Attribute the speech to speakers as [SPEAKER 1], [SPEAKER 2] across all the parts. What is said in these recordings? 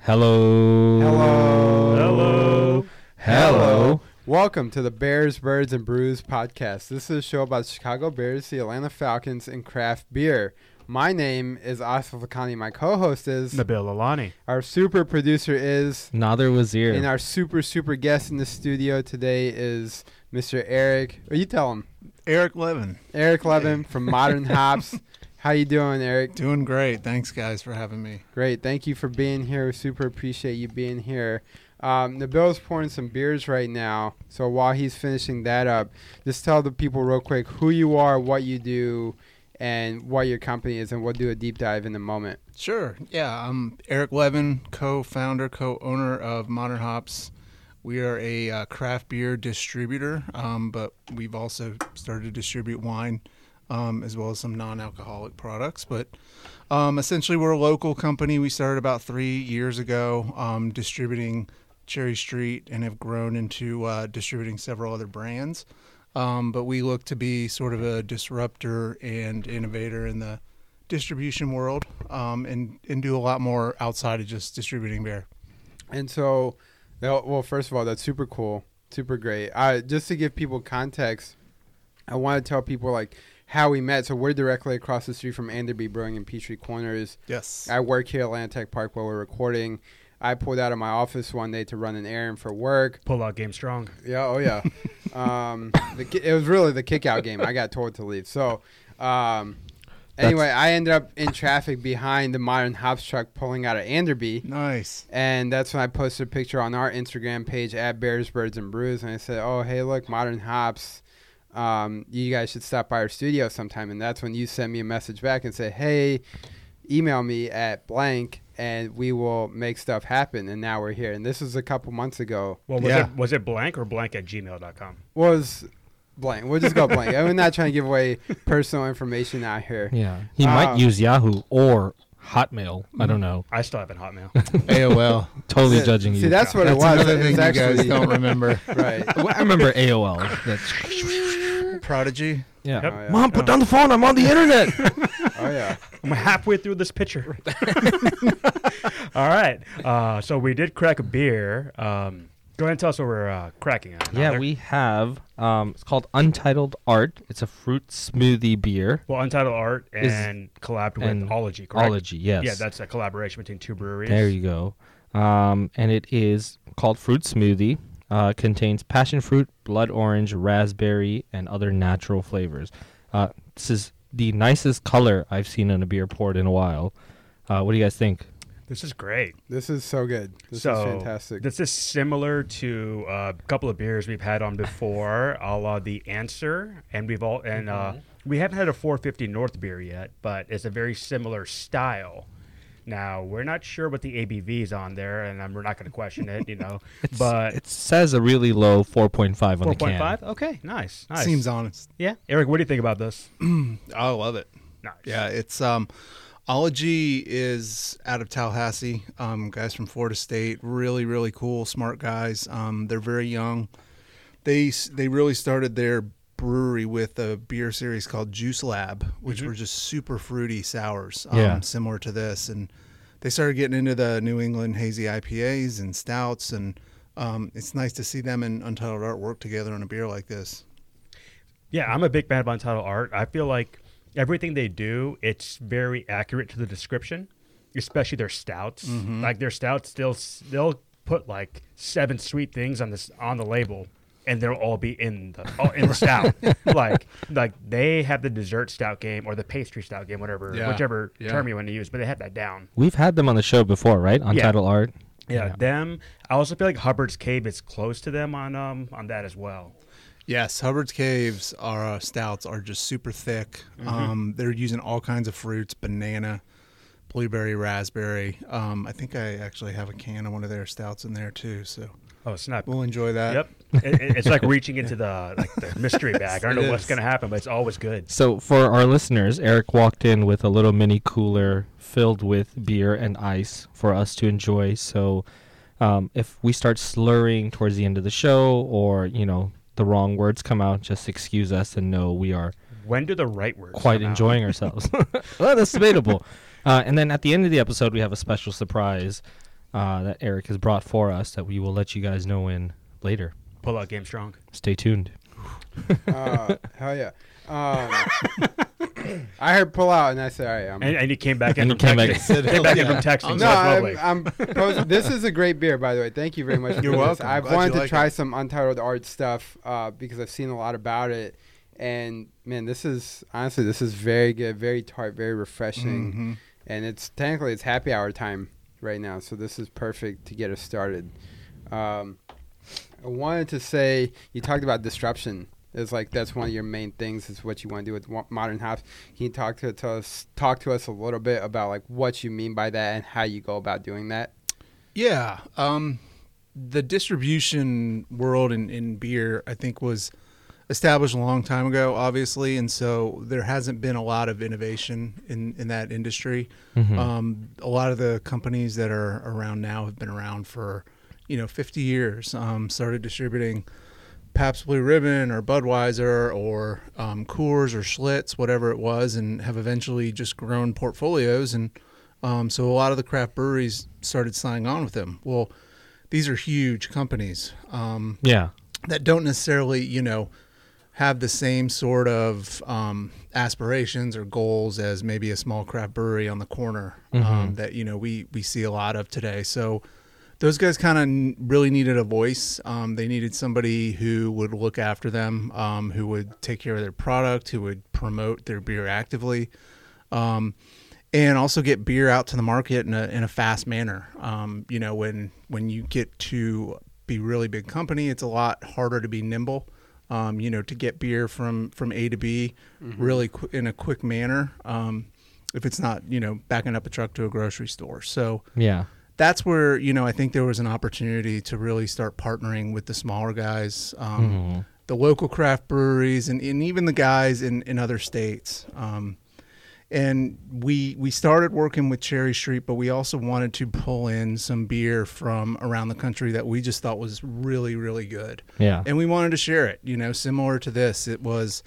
[SPEAKER 1] Hello.
[SPEAKER 2] Hello.
[SPEAKER 3] Hello.
[SPEAKER 1] Hello.
[SPEAKER 2] Welcome to the Bears, Birds, and Brews podcast. This is a show about Chicago Bears, the Atlanta Falcons, and craft beer. My name is Asif Lakhani. My co-host is
[SPEAKER 3] Nabil Alani.
[SPEAKER 2] our super producer is,
[SPEAKER 1] Nader Wazir.
[SPEAKER 2] and our super super guest in the studio today is Mr. Eric. Or you tell him,
[SPEAKER 4] Eric Levin,
[SPEAKER 2] Eric Levin from Modern Hops. How you doing, Eric?
[SPEAKER 4] doing great. Thanks, guys, for having me.
[SPEAKER 2] Great. Thank you for being here. We Super appreciate you being here. Um, Nabil's pouring some beers right now. So while he's finishing that up, just tell the people real quick who you are, what you do, and what your company is, and we'll do a deep dive in a moment.
[SPEAKER 4] Sure. Yeah, I'm Eric Levin, co founder, co owner of Modern Hops. We are a uh, craft beer distributor, um, but we've also started to distribute wine um, as well as some non alcoholic products. But um, essentially, we're a local company. We started about three years ago um, distributing Cherry Street and have grown into uh, distributing several other brands. Um, but we look to be sort of a disruptor and innovator in the distribution world um, and, and do a lot more outside of just distributing beer.
[SPEAKER 2] And so, no, well, first of all, that's super cool, super great. Uh, just to give people context, I want to tell people like how we met. So we're directly across the street from Anderby Brewing in Petrie Corners.
[SPEAKER 4] Yes.
[SPEAKER 2] I work here at Atlantic Park while we're recording. I pulled out of my office one day to run an errand for work.
[SPEAKER 3] Pull out game strong.
[SPEAKER 2] Yeah, oh yeah. um, the, ki- it was really the kick out game. I got told to leave. So, um, anyway, I ended up in traffic behind the modern hops truck pulling out of Anderby.
[SPEAKER 4] Nice.
[SPEAKER 2] And that's when I posted a picture on our Instagram page at Bears, Birds, and Brews. And I said, oh, hey, look, Modern Hops. Um, you guys should stop by our studio sometime. And that's when you sent me a message back and said, hey, email me at blank and we will make stuff happen. And now we're here. And this was a couple months ago.
[SPEAKER 3] Well, was,
[SPEAKER 4] Yeah.
[SPEAKER 3] it, was it blank or blank at gmail.com?
[SPEAKER 2] Was blank. We'll just go blank. I'm not trying to give away personal information out here.
[SPEAKER 1] yeah. He
[SPEAKER 2] Ah.
[SPEAKER 1] might use Yahoo or Hotmail. I don't know.
[SPEAKER 3] I still have it Hotmail.
[SPEAKER 4] AOL.
[SPEAKER 1] Totally
[SPEAKER 2] See-
[SPEAKER 1] judging
[SPEAKER 2] See,
[SPEAKER 1] you.
[SPEAKER 2] that's what
[SPEAKER 4] That's
[SPEAKER 2] it was.
[SPEAKER 4] another
[SPEAKER 2] It was
[SPEAKER 4] thing you
[SPEAKER 2] actually,
[SPEAKER 4] guys don't remember.
[SPEAKER 2] Right.
[SPEAKER 1] I remember AOL. That's,
[SPEAKER 4] Prodigy.
[SPEAKER 1] yeah.
[SPEAKER 3] Yep.
[SPEAKER 2] Oh, yeah.
[SPEAKER 1] Mom, put down the phone. I'm on the internet.
[SPEAKER 2] Oh, yeah.
[SPEAKER 3] I'm halfway through this picture. All right. Uh, so we did crack a beer. Um, go ahead and tell us what we're uh, cracking on.
[SPEAKER 1] yeah,
[SPEAKER 3] Another-
[SPEAKER 1] we have. Um, it's called Untitled Art. It's a fruit smoothie beer.
[SPEAKER 3] well, Untitled Art
[SPEAKER 1] Is-
[SPEAKER 3] and collabed
[SPEAKER 1] and
[SPEAKER 3] with Ology, correct?
[SPEAKER 1] Ology, yes.
[SPEAKER 3] Yeah, that's a collaboration between two breweries.
[SPEAKER 1] There you go. Um, and it is called Fruit Smoothie. Uh, contains passion fruit, blood orange, raspberry, and other natural flavors. Uh, this is the nicest color I've seen in a beer poured in a while. Uh, what do you guys think?
[SPEAKER 3] This is great.
[SPEAKER 2] This is so good. This
[SPEAKER 3] so
[SPEAKER 2] is fantastic.
[SPEAKER 3] This is similar to uh, a couple of beers we've had on before, a la the Answer, and we've all and uh, we haven't had a 450 North beer yet, but it's a very similar style. Now we're not sure what the ABV is on there, and um, we're not going to question it, you know. but
[SPEAKER 1] It says a really low 4.5 on the can.
[SPEAKER 3] 4.5, okay, nice, nice.
[SPEAKER 4] Seems honest.
[SPEAKER 3] yeah, Eric, what do you think about this?
[SPEAKER 4] I love it.
[SPEAKER 3] Nice.
[SPEAKER 4] Yeah, it's um Ology is out of Tallahassee. Um, guys from Florida State, really really cool, smart guys. Um, they're very young. They s- they really started their brewery with a beer series called Juice Lab, which were just super fruity sours, um,
[SPEAKER 1] Yeah.
[SPEAKER 4] similar to this. And they started getting into the New England hazy IPAs and stouts, and um, it's nice to see them and Untitled Art work together on a beer like this.
[SPEAKER 3] Yeah, I'm a big fan of Untitled Art. I feel like everything they do, it's very accurate to the description, especially their stouts.
[SPEAKER 4] Mm-hmm.
[SPEAKER 3] Like their stouts, they'll s- they'll put like seven sweet things on this on the label, and they'll all be in the all in the stout. like like they have the dessert stout game or the pastry stout game, whatever
[SPEAKER 4] Yeah,
[SPEAKER 3] whichever
[SPEAKER 4] yeah.
[SPEAKER 3] term you want to use. But they have that down.
[SPEAKER 1] We've had them on the show before, right? Untitled Art.
[SPEAKER 3] Yeah, them. I also feel like Hubbard's Cave is close to them on um on that as well.
[SPEAKER 4] Yes, Hubbard's Caves are uh, stouts are just super thick. Um, they're using all kinds of fruits: banana, blueberry, raspberry. Um, I think I actually have a can of one of their stouts in there too, so
[SPEAKER 3] Oh snap!
[SPEAKER 4] we'll enjoy that.
[SPEAKER 3] Yep, it, it- it's like reaching into the like the mystery bag. I don't
[SPEAKER 4] It
[SPEAKER 3] know what's
[SPEAKER 4] is.
[SPEAKER 3] gonna happen, but it's always good.
[SPEAKER 1] So for our listeners, Eric walked in with a little mini cooler filled with beer and ice for us to enjoy. So um, if we start slurring towards the end of the show, or you know the wrong words come out, just excuse us and know we are
[SPEAKER 3] When do the right words?
[SPEAKER 1] quite
[SPEAKER 3] come out?
[SPEAKER 1] enjoying ourselves. well, that's debatable. Uh, and then at the end of the episode, we have a special surprise. uh, that Eric has brought for us that we will let you guys know in later.
[SPEAKER 3] Pull out Game Strong.
[SPEAKER 1] Stay tuned.
[SPEAKER 2] Uh, hell yeah. Um, I heard pull out, and I said, all right, I'm
[SPEAKER 3] And, and he came back in
[SPEAKER 1] And
[SPEAKER 3] from
[SPEAKER 1] he came back
[SPEAKER 3] Texas.
[SPEAKER 1] and said,
[SPEAKER 3] came back in
[SPEAKER 4] "Hell
[SPEAKER 3] from Texas. so
[SPEAKER 2] No,
[SPEAKER 3] that's lovely.
[SPEAKER 2] I'm, I'm pos- this is a great beer, by the way. Thank you very much. For
[SPEAKER 4] You're
[SPEAKER 2] this.
[SPEAKER 4] welcome.
[SPEAKER 2] I've
[SPEAKER 4] Glad you
[SPEAKER 2] wanted to
[SPEAKER 4] like
[SPEAKER 2] try
[SPEAKER 4] it.
[SPEAKER 2] some Untitled Art stuff uh, because I've seen a lot about it, and man, this is honestly this is very good, very tart, very refreshing,
[SPEAKER 4] Mhm.
[SPEAKER 2] and it's technically it's happy hour time right now, so this is perfect to get us started. Um, I wanted to say you talked about disruption. It's like that's one of your main things is what you want to do with wa- modern hops. Can you talk to, to us talk to us a little bit about like what you mean by that and how you go about doing that?
[SPEAKER 4] Yeah. Um, the distribution world in, in beer, I think, was established a long time ago, obviously. And so there hasn't been a lot of innovation in, in that industry. Um, a lot of the companies that are around now have been around for, you know, 50 years, um, started distributing Pabst Blue Ribbon or Budweiser or um, Coors or Schlitz, whatever it was, and have eventually just grown portfolios. And um, so a lot of the craft breweries started signing on with them. Well, these are huge companies um,
[SPEAKER 1] Yeah.
[SPEAKER 4] that don't necessarily, you know, have the same sort of um, aspirations or goals as maybe a small craft brewery on the corner um, that you know we we see a lot of today. So those guys kind of really needed a voice. Um, they needed somebody who would look after them, um, who would take care of their product, who would promote their beer actively. Um, and also get beer out to the market in a, in a fast manner. Um, you know, when when you get to be really big company, it's a lot harder to be nimble. Um, you know, to get beer from from A to B really qu- in a quick manner. Um, if it's not you know backing up a truck to a grocery store, so
[SPEAKER 1] Yeah.
[SPEAKER 4] that's where you know I think there was an opportunity to really start partnering with the smaller guys, um,
[SPEAKER 1] Mm-hmm.
[SPEAKER 4] the local craft breweries, and, and even the guys in, in other states. Um, and we we started working with Cherry Street, but we also wanted to pull in some beer from around the country that we just thought was really really good
[SPEAKER 1] Yeah.
[SPEAKER 4] and we wanted to share it. You know, similar to this, it was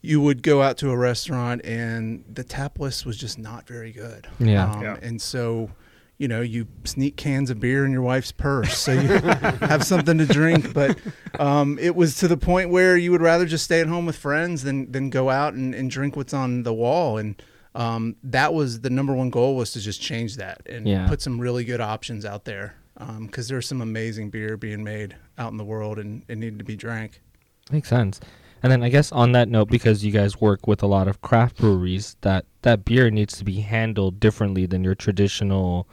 [SPEAKER 4] you would go out to a restaurant and the tap list was just not very good.
[SPEAKER 1] Yeah.
[SPEAKER 4] Um,
[SPEAKER 3] Yeah.
[SPEAKER 4] and so. You know, you sneak cans of beer in your wife's purse so you have something to drink. But um, it was to the point where you would rather just stay at home with friends than than go out and, and drink what's on the wall. And um, that was the number one goal was to just change that and
[SPEAKER 1] Yeah.
[SPEAKER 4] put some really good options out there because there's some amazing beer being made out in the world and it needed to be drank.
[SPEAKER 1] Makes sense. And then I guess on that note, because you guys work with a lot of craft breweries, that that beer needs to be handled differently than your traditional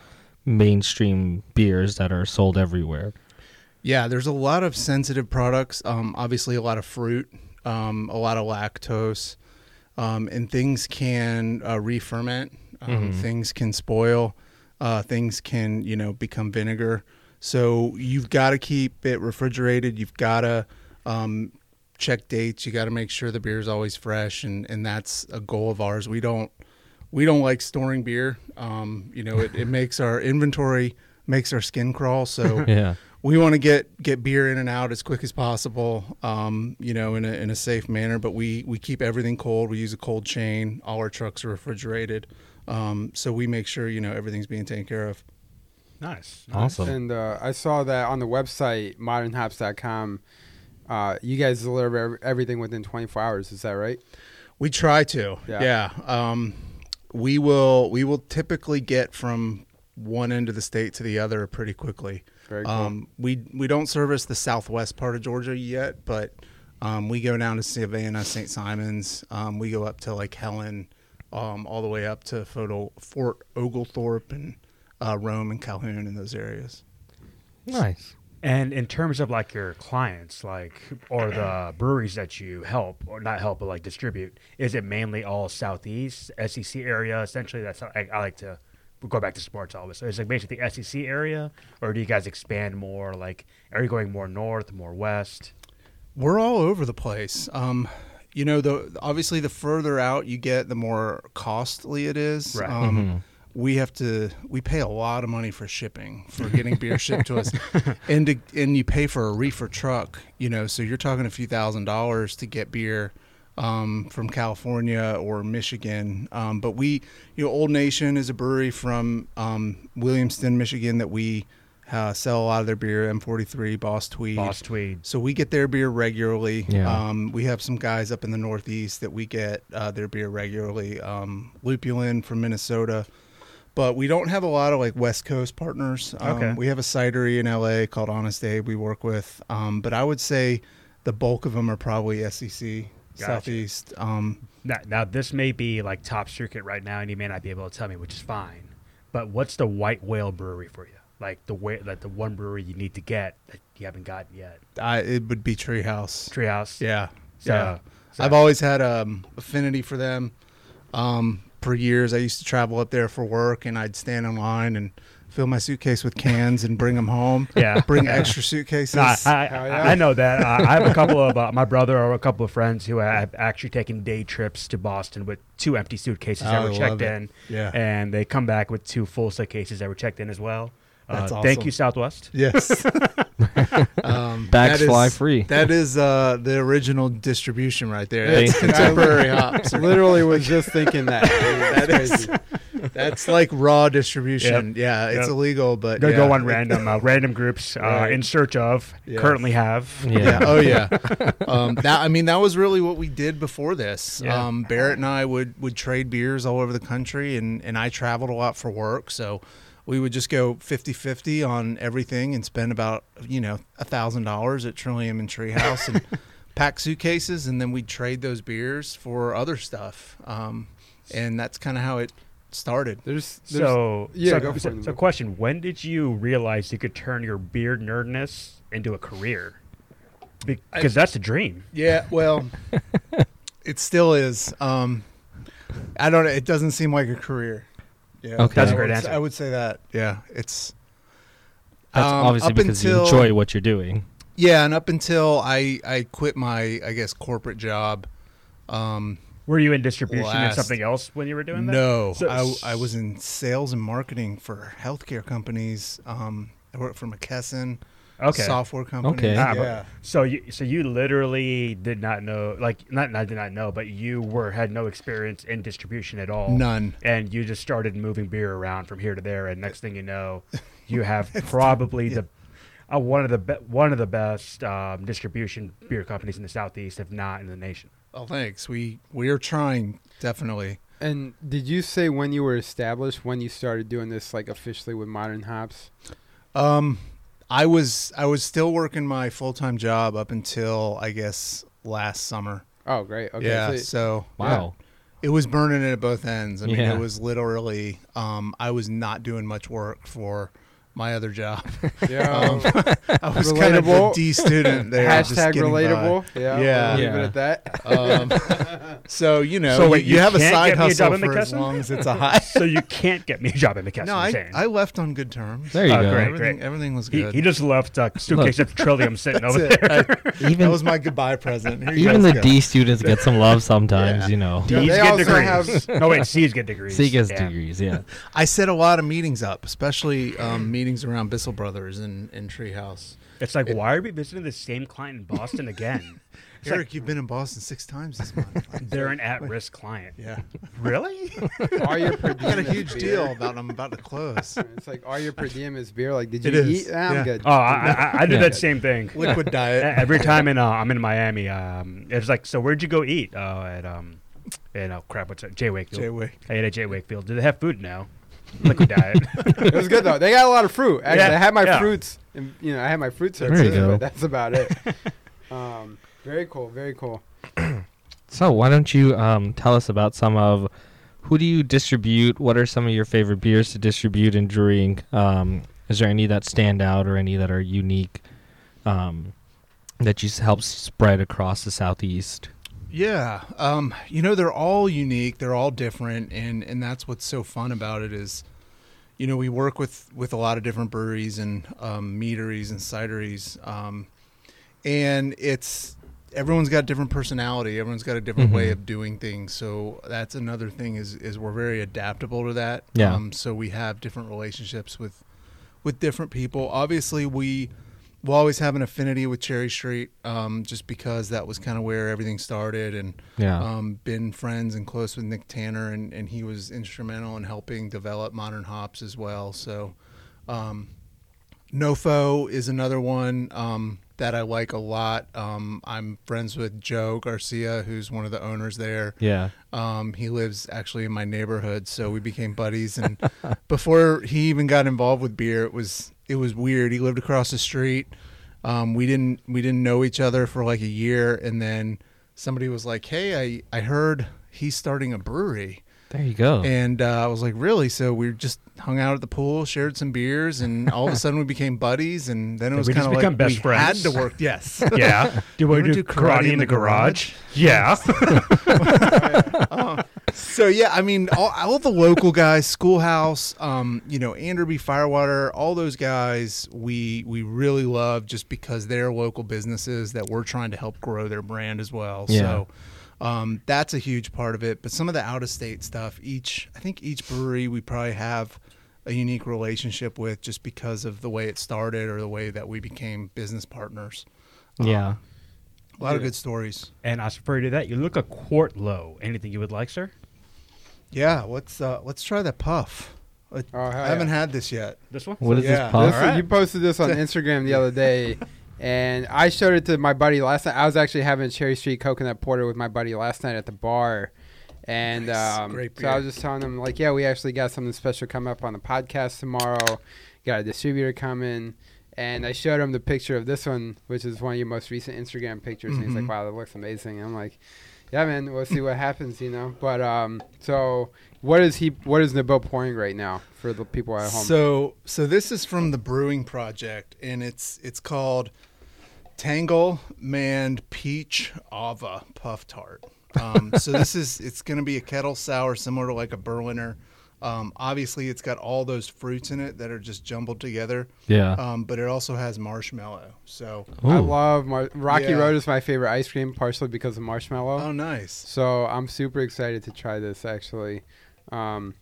[SPEAKER 1] mainstream beers that are sold everywhere.
[SPEAKER 4] Yeah, there's a lot of sensitive products. Um, obviously, a lot of fruit, um, a lot of lactose, um, and things can uh, re-ferment. Um, Things can spoil. Uh, things can, you know, become vinegar. So you've got to keep it refrigerated. You've got to um, check dates. You got to make sure the beer is always fresh, and and that's a goal of ours. We don't we don't like storing beer. Um, you know, it, it makes our inventory makes our skin crawl. So
[SPEAKER 1] Yeah.
[SPEAKER 4] we want to get get beer in and out as quick as possible um, you know in a, in a safe manner but we we keep everything cold we use a cold chain all our trucks are refrigerated um, so we make sure you know everything's being taken care of
[SPEAKER 3] nice.
[SPEAKER 1] Awesome.
[SPEAKER 2] And uh, I saw that on the website modernhops.com. Uh, you guys deliver ev- everything within 24 hours. Is that right?
[SPEAKER 4] we try to
[SPEAKER 2] Yeah.
[SPEAKER 4] yeah, Um, we will we will typically get from one end of the state to the other pretty quickly
[SPEAKER 2] Very cool.
[SPEAKER 4] um, we we don't service the southwest part of Georgia yet, but um, we go down to Savannah, St. Simons. Um, we go up to like Helen, um, all the way up to Foto, Fort Oglethorpe and uh, Rome and Calhoun and those areas.
[SPEAKER 1] Nice.
[SPEAKER 3] And in terms of like your clients, like or the breweries that you help or not help, but like distribute, is it mainly all Southeast SEC area? Essentially, that's how I, I like to go back to sports. Always, so it's like basically the SEC area, or do you guys expand more? Like, are you going more north, more west?
[SPEAKER 4] We're all over the place. Um, you know, the obviously the further out you get, the more costly it is.
[SPEAKER 3] Right. Mm-hmm.
[SPEAKER 4] Um, We have to we pay a lot of money for shipping for getting beer shipped to us, and to, and you pay for a reefer truck. You know, so you're talking a few thousand dollars to get beer um, from California or Michigan. Um, but we, you know, Old Nation is a brewery from um, Williamston, Michigan that we uh, sell a lot of their beer, M43, Boss Tweed.
[SPEAKER 3] Boss Tweed.
[SPEAKER 4] So we get their beer regularly.
[SPEAKER 1] Yeah.
[SPEAKER 4] Um, we have some guys up in the Northeast that we get uh, their beer regularly. Um, Lupulin from Minnesota. But we don't have a lot of like West Coast partners. Um,
[SPEAKER 3] Okay.
[SPEAKER 4] We have a cidery in LA called Honest Abe we work with. Um, but I would say the bulk of them are probably SEC, Southeast. Um,
[SPEAKER 3] Now, now this may be like top secret right now, and you may not be able to tell me, which is fine. But what's the White Whale Brewery for you? Like the way, like the one brewery you need to get that you haven't gotten yet.
[SPEAKER 4] I, it would be Treehouse.
[SPEAKER 3] Treehouse.
[SPEAKER 4] Yeah.
[SPEAKER 3] So-
[SPEAKER 4] yeah.
[SPEAKER 3] so-
[SPEAKER 4] I've always had um, affinity for them. Um, for years, I used to travel up there for work, and I'd stand in line and fill my suitcase with cans and bring them home.
[SPEAKER 3] Yeah.
[SPEAKER 4] Bring extra suitcases.
[SPEAKER 3] No, I, I,
[SPEAKER 2] Hell
[SPEAKER 3] I-
[SPEAKER 2] yeah.
[SPEAKER 3] I know that. I, I have a couple of uh, my brother or a couple of friends who have actually taken day trips to Boston with two empty suitcases
[SPEAKER 4] Oh, I
[SPEAKER 3] that were
[SPEAKER 4] love
[SPEAKER 3] checked
[SPEAKER 4] it.
[SPEAKER 3] in,
[SPEAKER 4] Yeah.
[SPEAKER 3] and they come back with two full suitcases that were checked in as well. Uh,
[SPEAKER 4] That's
[SPEAKER 3] Thank
[SPEAKER 4] awesome.
[SPEAKER 3] you, Southwest.
[SPEAKER 4] yes. um,
[SPEAKER 1] Bags
[SPEAKER 4] that is-
[SPEAKER 1] fly free.
[SPEAKER 4] That is uh, the original distribution right there.
[SPEAKER 1] Hey.
[SPEAKER 4] That's contemporary hops.
[SPEAKER 2] Literally was just thinking that. Dude, That's crazy.
[SPEAKER 4] That's like raw distribution.
[SPEAKER 3] Yep.
[SPEAKER 4] Yeah, it's
[SPEAKER 3] Yep.
[SPEAKER 4] illegal, but
[SPEAKER 3] Go
[SPEAKER 4] yeah.
[SPEAKER 3] go on random uh, random groups uh,
[SPEAKER 4] Right.
[SPEAKER 3] in search of
[SPEAKER 4] Yes.
[SPEAKER 3] currently have.
[SPEAKER 4] yeah.
[SPEAKER 1] yeah.
[SPEAKER 4] Oh yeah. Um, that I mean, that was really what we did before this.
[SPEAKER 3] Yeah.
[SPEAKER 4] Um, Barrett and I would would trade beers all over the country, and and I traveled a lot for work, so we would just go 50-50 on everything and spend about you know a thousand dollars at Trillium and Treehouse and pack suitcases, and then we'd trade those beers for other stuff. Um, and that's kind of how it started.
[SPEAKER 2] There's, there's
[SPEAKER 3] So,
[SPEAKER 2] yeah,
[SPEAKER 3] so,
[SPEAKER 2] go for
[SPEAKER 3] so,
[SPEAKER 2] it.
[SPEAKER 3] so question: When did you realize you could turn your beard nerdness into a career? Because that's a dream.
[SPEAKER 4] Yeah, well, it still is. Um, I don't. It doesn't seem like a career. Yeah,
[SPEAKER 1] Okay. That's a
[SPEAKER 4] I
[SPEAKER 3] great
[SPEAKER 4] would-
[SPEAKER 3] answer.
[SPEAKER 4] I would say that. Yeah, it's.
[SPEAKER 1] That's
[SPEAKER 4] um,
[SPEAKER 1] obviously
[SPEAKER 4] up
[SPEAKER 1] because you
[SPEAKER 4] until-
[SPEAKER 1] enjoy what you're doing.
[SPEAKER 4] Yeah, and up until I I quit my I guess corporate job. Um,
[SPEAKER 3] Were you in distribution and
[SPEAKER 4] Last-
[SPEAKER 3] something else when you were doing that?
[SPEAKER 4] no,
[SPEAKER 3] So-
[SPEAKER 4] I I was in sales and marketing for healthcare companies. Um, I worked for McKesson.
[SPEAKER 3] Okay.
[SPEAKER 4] Software company.
[SPEAKER 1] Okay.
[SPEAKER 3] Ah, but-
[SPEAKER 4] Yeah.
[SPEAKER 3] So you so you literally did not know like not not did not know, but you were had no experience in distribution at all.
[SPEAKER 4] None.
[SPEAKER 3] And you just started moving beer around from here to there and next thing you know, you have probably the uh, one of the be- one of the best um, distribution beer companies in the southeast, if not in the nation.
[SPEAKER 4] Oh, thanks. We we are trying definitely.
[SPEAKER 2] And did you say when you were established, when you started doing this, like officially with Modern Hops?
[SPEAKER 4] Um, I was I was still working my full time job up until I guess last summer.
[SPEAKER 2] Oh, great. Okay.
[SPEAKER 4] yeah, so,
[SPEAKER 2] so-
[SPEAKER 1] Wow.
[SPEAKER 4] it was burning at both ends. I mean,
[SPEAKER 1] Yeah.
[SPEAKER 4] it was literally um, I was not doing much work for my other job.
[SPEAKER 2] yeah.
[SPEAKER 4] I was kind of a
[SPEAKER 2] Relatable.
[SPEAKER 4] D student there. Um, just
[SPEAKER 2] Hashtag
[SPEAKER 4] getting by.
[SPEAKER 2] relatable. Yeah.
[SPEAKER 4] Yeah.
[SPEAKER 2] we'll Leave
[SPEAKER 1] Yeah.
[SPEAKER 2] it at that.
[SPEAKER 4] Um, so you know,
[SPEAKER 3] So
[SPEAKER 4] you,
[SPEAKER 3] wait,
[SPEAKER 4] you
[SPEAKER 3] you
[SPEAKER 4] have a
[SPEAKER 3] can't
[SPEAKER 4] side
[SPEAKER 3] get me a job
[SPEAKER 4] hustle
[SPEAKER 3] in
[SPEAKER 4] for as
[SPEAKER 3] McKesson?
[SPEAKER 4] long as it's a high.
[SPEAKER 3] So you can't get me a job in McKesson.
[SPEAKER 4] no,
[SPEAKER 3] I'm
[SPEAKER 4] I,
[SPEAKER 3] saying.
[SPEAKER 4] I left on good terms. Uh,
[SPEAKER 1] There you
[SPEAKER 3] Oh,
[SPEAKER 1] go.
[SPEAKER 3] great.
[SPEAKER 4] everything, everything was
[SPEAKER 3] he,
[SPEAKER 4] good.
[SPEAKER 3] he just left a suitcase of Trillium sitting over there.
[SPEAKER 4] that
[SPEAKER 1] Even
[SPEAKER 4] was my goodbye present. Here you
[SPEAKER 1] even the
[SPEAKER 4] guys go.
[SPEAKER 1] D students get some love sometimes,
[SPEAKER 4] Yeah.
[SPEAKER 1] you know.
[SPEAKER 3] D's
[SPEAKER 2] they
[SPEAKER 3] get
[SPEAKER 2] also
[SPEAKER 3] degrees. no wait, C's get degrees.
[SPEAKER 1] C gets
[SPEAKER 3] Yeah.
[SPEAKER 1] degrees, yeah.
[SPEAKER 4] I set a lot of meetings up, especially um, meetings around Bissell Brothers and, and Treehouse.
[SPEAKER 3] It's like, why are we visiting the same client in Boston again? It's like,
[SPEAKER 4] Eric, you've been in Boston six times this month.
[SPEAKER 3] they're an at-risk client.
[SPEAKER 4] yeah,
[SPEAKER 3] Really?
[SPEAKER 2] All your per
[SPEAKER 4] I got a
[SPEAKER 2] diem is
[SPEAKER 4] huge
[SPEAKER 2] beer.
[SPEAKER 4] deal about I'm about to close.
[SPEAKER 2] It's like all your per diem is beer. Like, did you
[SPEAKER 4] It is,
[SPEAKER 2] eat? Ah, I'm
[SPEAKER 4] yeah.
[SPEAKER 2] good.
[SPEAKER 3] Oh, I, I, I did that same thing.
[SPEAKER 4] Liquid
[SPEAKER 3] E-
[SPEAKER 4] diet.
[SPEAKER 3] Every time in uh, I'm in Miami, um, it was like, so where'd you go eat? Oh, at um, and oh crap, what's it? Jay Wakefield.
[SPEAKER 4] Jay Wake.
[SPEAKER 3] I ate at Jay Wakefield. Do they have food now? Liquid diet.
[SPEAKER 2] it was good though. They got a lot of fruit. Actually,
[SPEAKER 3] Yeah,
[SPEAKER 2] I had my
[SPEAKER 3] yeah.
[SPEAKER 2] fruits, and you know, I had my fruits.
[SPEAKER 1] There you go.
[SPEAKER 2] That's about it. um, very cool. Very cool.
[SPEAKER 1] So why don't you um, tell us about some of who do you distribute? What are some of your favorite beers to distribute and drink? Um, is there any that stand out or any that are unique um, that you s- help spread across the southeast?
[SPEAKER 4] Yeah, um, you know they're all unique. They're all different, and and that's what's so fun about it is, you know, we work with with a lot of different breweries and um, meaderies and cideries, um, and it's everyone's got different personality. Everyone's got a different way
[SPEAKER 1] Mhm.
[SPEAKER 4] of doing things. So that's another thing is is we're very adaptable to that.
[SPEAKER 1] Yeah.
[SPEAKER 4] Um, so we have different relationships with with different people. Obviously, we we'll always have an affinity with Cherry Street, um, just because that was kind of where everything started, and
[SPEAKER 1] Yeah.
[SPEAKER 4] um, been friends and close with Nick Tanner, and, and he was instrumental in helping develop Modern Hops as well. So, um, Nofo is another one um, that I like a lot. Um, I'm friends with Joe Garcia, who's one of the owners there.
[SPEAKER 1] Yeah.
[SPEAKER 4] Um, he lives actually in my neighborhood, so we became buddies. And before he even got involved with beer, it was it was weird. He lived across the street. Um, we didn't we didn't know each other for like a year, and then somebody was like, "Hey, I I heard he's starting a brewery."
[SPEAKER 1] There you go.
[SPEAKER 4] And uh, I was like, really? So we just hung out at the pool, shared some beers, and all of a sudden we became buddies. And then it was
[SPEAKER 3] we
[SPEAKER 4] kind
[SPEAKER 3] just
[SPEAKER 4] of like
[SPEAKER 3] become best
[SPEAKER 4] we
[SPEAKER 3] friends?
[SPEAKER 4] had to work. Yes.
[SPEAKER 3] Yeah. Do we
[SPEAKER 4] wanna
[SPEAKER 3] do karate, in the garage? Yeah.
[SPEAKER 4] so yeah, I mean, all, all the local guys, Schoolhouse, um, you know, Anderby Firewater, all those guys, we we really love just because they're local businesses that we're trying to help grow their brand as well.
[SPEAKER 1] Yeah.
[SPEAKER 4] So. Um, that's a huge part of it, but some of the out of state stuff. Each, I think, each brewery we probably have a unique relationship with, just because of the way it started or the way that we became business partners.
[SPEAKER 3] uh,
[SPEAKER 1] yeah.
[SPEAKER 4] A lot of good stories.
[SPEAKER 3] and I refer to that. You look a quart low. Anything you would like, sir?
[SPEAKER 4] Yeah, let's uh, let's try the puff. Let-
[SPEAKER 2] Oh, hell
[SPEAKER 4] I haven't
[SPEAKER 2] yeah.
[SPEAKER 4] had this yet.
[SPEAKER 3] This one?
[SPEAKER 1] What is
[SPEAKER 4] Yeah.
[SPEAKER 1] this puff?
[SPEAKER 2] This-
[SPEAKER 4] Alright.
[SPEAKER 2] You posted this on Instagram the other day, and I showed it to my buddy last night. I was actually having a Cherry Street coconut porter with my buddy last night at the bar, and
[SPEAKER 4] Nice.
[SPEAKER 2] um,
[SPEAKER 4] Great
[SPEAKER 2] so I
[SPEAKER 4] beer.
[SPEAKER 2] was just telling him like, yeah, we actually got something special coming up on the podcast tomorrow. Got a distributor coming. And I showed him the picture of this one, which is one of your most recent Instagram pictures. And he's like,
[SPEAKER 4] Mhm.
[SPEAKER 2] wow, that looks amazing. And I'm like, yeah, man, we'll see what happens, you know? But um, so what is he, what is Nebo pouring right now for the people at home?
[SPEAKER 4] So so this is from the Brewing Project, and it's it's called Tangle Manned Peach Ava Puff Tart. Um, so this is it's going to be a kettle sour, similar to like a Berliner. Um, obviously, it's got all those fruits in it that are just jumbled together.
[SPEAKER 1] Yeah.
[SPEAKER 2] Uh-huh.
[SPEAKER 3] uh,
[SPEAKER 4] Um, but it also has marshmallow. So
[SPEAKER 2] I
[SPEAKER 1] Ooh.
[SPEAKER 2] love Mar- Rocky
[SPEAKER 4] Yeah.
[SPEAKER 2] Road is my favorite ice cream, partially because of marshmallow.
[SPEAKER 4] oh, nice.
[SPEAKER 2] so I'm super excited to try this actually. Um,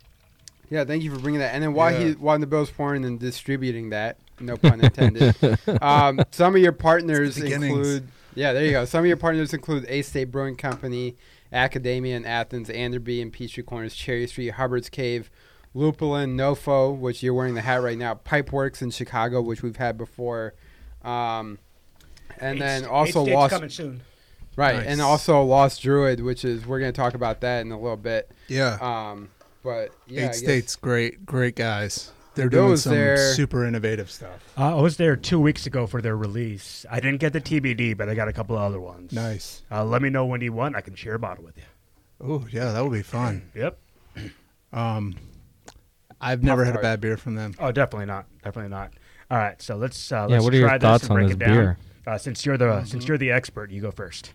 [SPEAKER 2] yeah, thank you for bringing that. And then while he
[SPEAKER 4] Yeah.
[SPEAKER 2] while the bill's pouring and distributing that, no pun intended. um, some of your partners
[SPEAKER 4] beginnings.
[SPEAKER 2] include yeah, there you go. Some of your partners include A State Brewing Company, Academia in Athens, Anderby and Peachtree Corners, Cherry Street, Hubbard's Cave, Lupulin, Nofo, which you're wearing the hat right now, Pipeworks in Chicago, which we've had before. Um, and then also Lost
[SPEAKER 3] coming soon.
[SPEAKER 2] Right,
[SPEAKER 4] Nice.
[SPEAKER 2] and also Lost Druid, which is we're going to talk about that in a little bit.
[SPEAKER 4] Yeah.
[SPEAKER 2] Um, but yeah, I
[SPEAKER 4] Eight
[SPEAKER 2] guess-
[SPEAKER 4] states, great, great guys. They're
[SPEAKER 2] Bill
[SPEAKER 4] doing
[SPEAKER 2] was
[SPEAKER 4] some
[SPEAKER 2] there-
[SPEAKER 4] super innovative stuff.
[SPEAKER 3] Uh, I was there two weeks ago for their release. I didn't get the TBD, but I got a couple of other ones.
[SPEAKER 4] Nice.
[SPEAKER 3] Uh, let me know when you want. I can share a bottle with you.
[SPEAKER 4] Oh yeah, that would be fun.
[SPEAKER 3] Yep.
[SPEAKER 4] Um, I've never had a
[SPEAKER 2] Puff-Tart.
[SPEAKER 4] bad beer from them.
[SPEAKER 3] Oh, definitely not. Definitely not. All right. So let's uh,
[SPEAKER 1] Yeah,
[SPEAKER 3] let's
[SPEAKER 1] what are your
[SPEAKER 3] try
[SPEAKER 1] thoughts
[SPEAKER 3] this and
[SPEAKER 1] on
[SPEAKER 3] break
[SPEAKER 1] this
[SPEAKER 3] it down.
[SPEAKER 1] beer?
[SPEAKER 3] Uh, since you're the
[SPEAKER 4] Mm-hmm.
[SPEAKER 3] since you're the expert, you go first.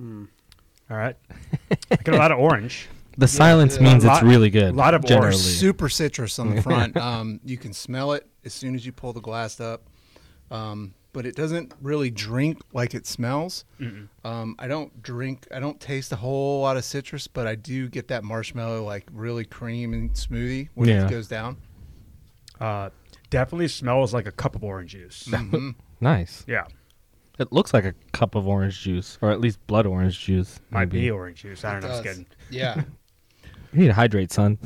[SPEAKER 4] Mm-hmm.
[SPEAKER 3] All right. I get a lot of orange.
[SPEAKER 1] The silence
[SPEAKER 2] yeah.
[SPEAKER 1] means
[SPEAKER 3] A
[SPEAKER 1] it's
[SPEAKER 3] lot-
[SPEAKER 1] really good.
[SPEAKER 3] lot of
[SPEAKER 1] generally.
[SPEAKER 3] orange
[SPEAKER 4] Super citrus on the front. um, you can smell it as soon as you pull the glass up. Um, but it doesn't really drink like it smells. Um, I don't drink. I don't taste a whole lot of citrus, but I do get that marshmallow like really cream and smoothie when
[SPEAKER 1] Yeah.
[SPEAKER 4] it goes down.
[SPEAKER 3] Uh, definitely smells like a cup of orange juice.
[SPEAKER 4] Mm-hmm.
[SPEAKER 1] Nice.
[SPEAKER 3] yeah,
[SPEAKER 1] It looks like a cup of orange juice, or at least blood orange juice.
[SPEAKER 3] might be
[SPEAKER 1] maybe.
[SPEAKER 3] orange juice. I don't know. It's
[SPEAKER 4] Does.
[SPEAKER 3] good.
[SPEAKER 4] Yeah.
[SPEAKER 1] You need to hydrate, son.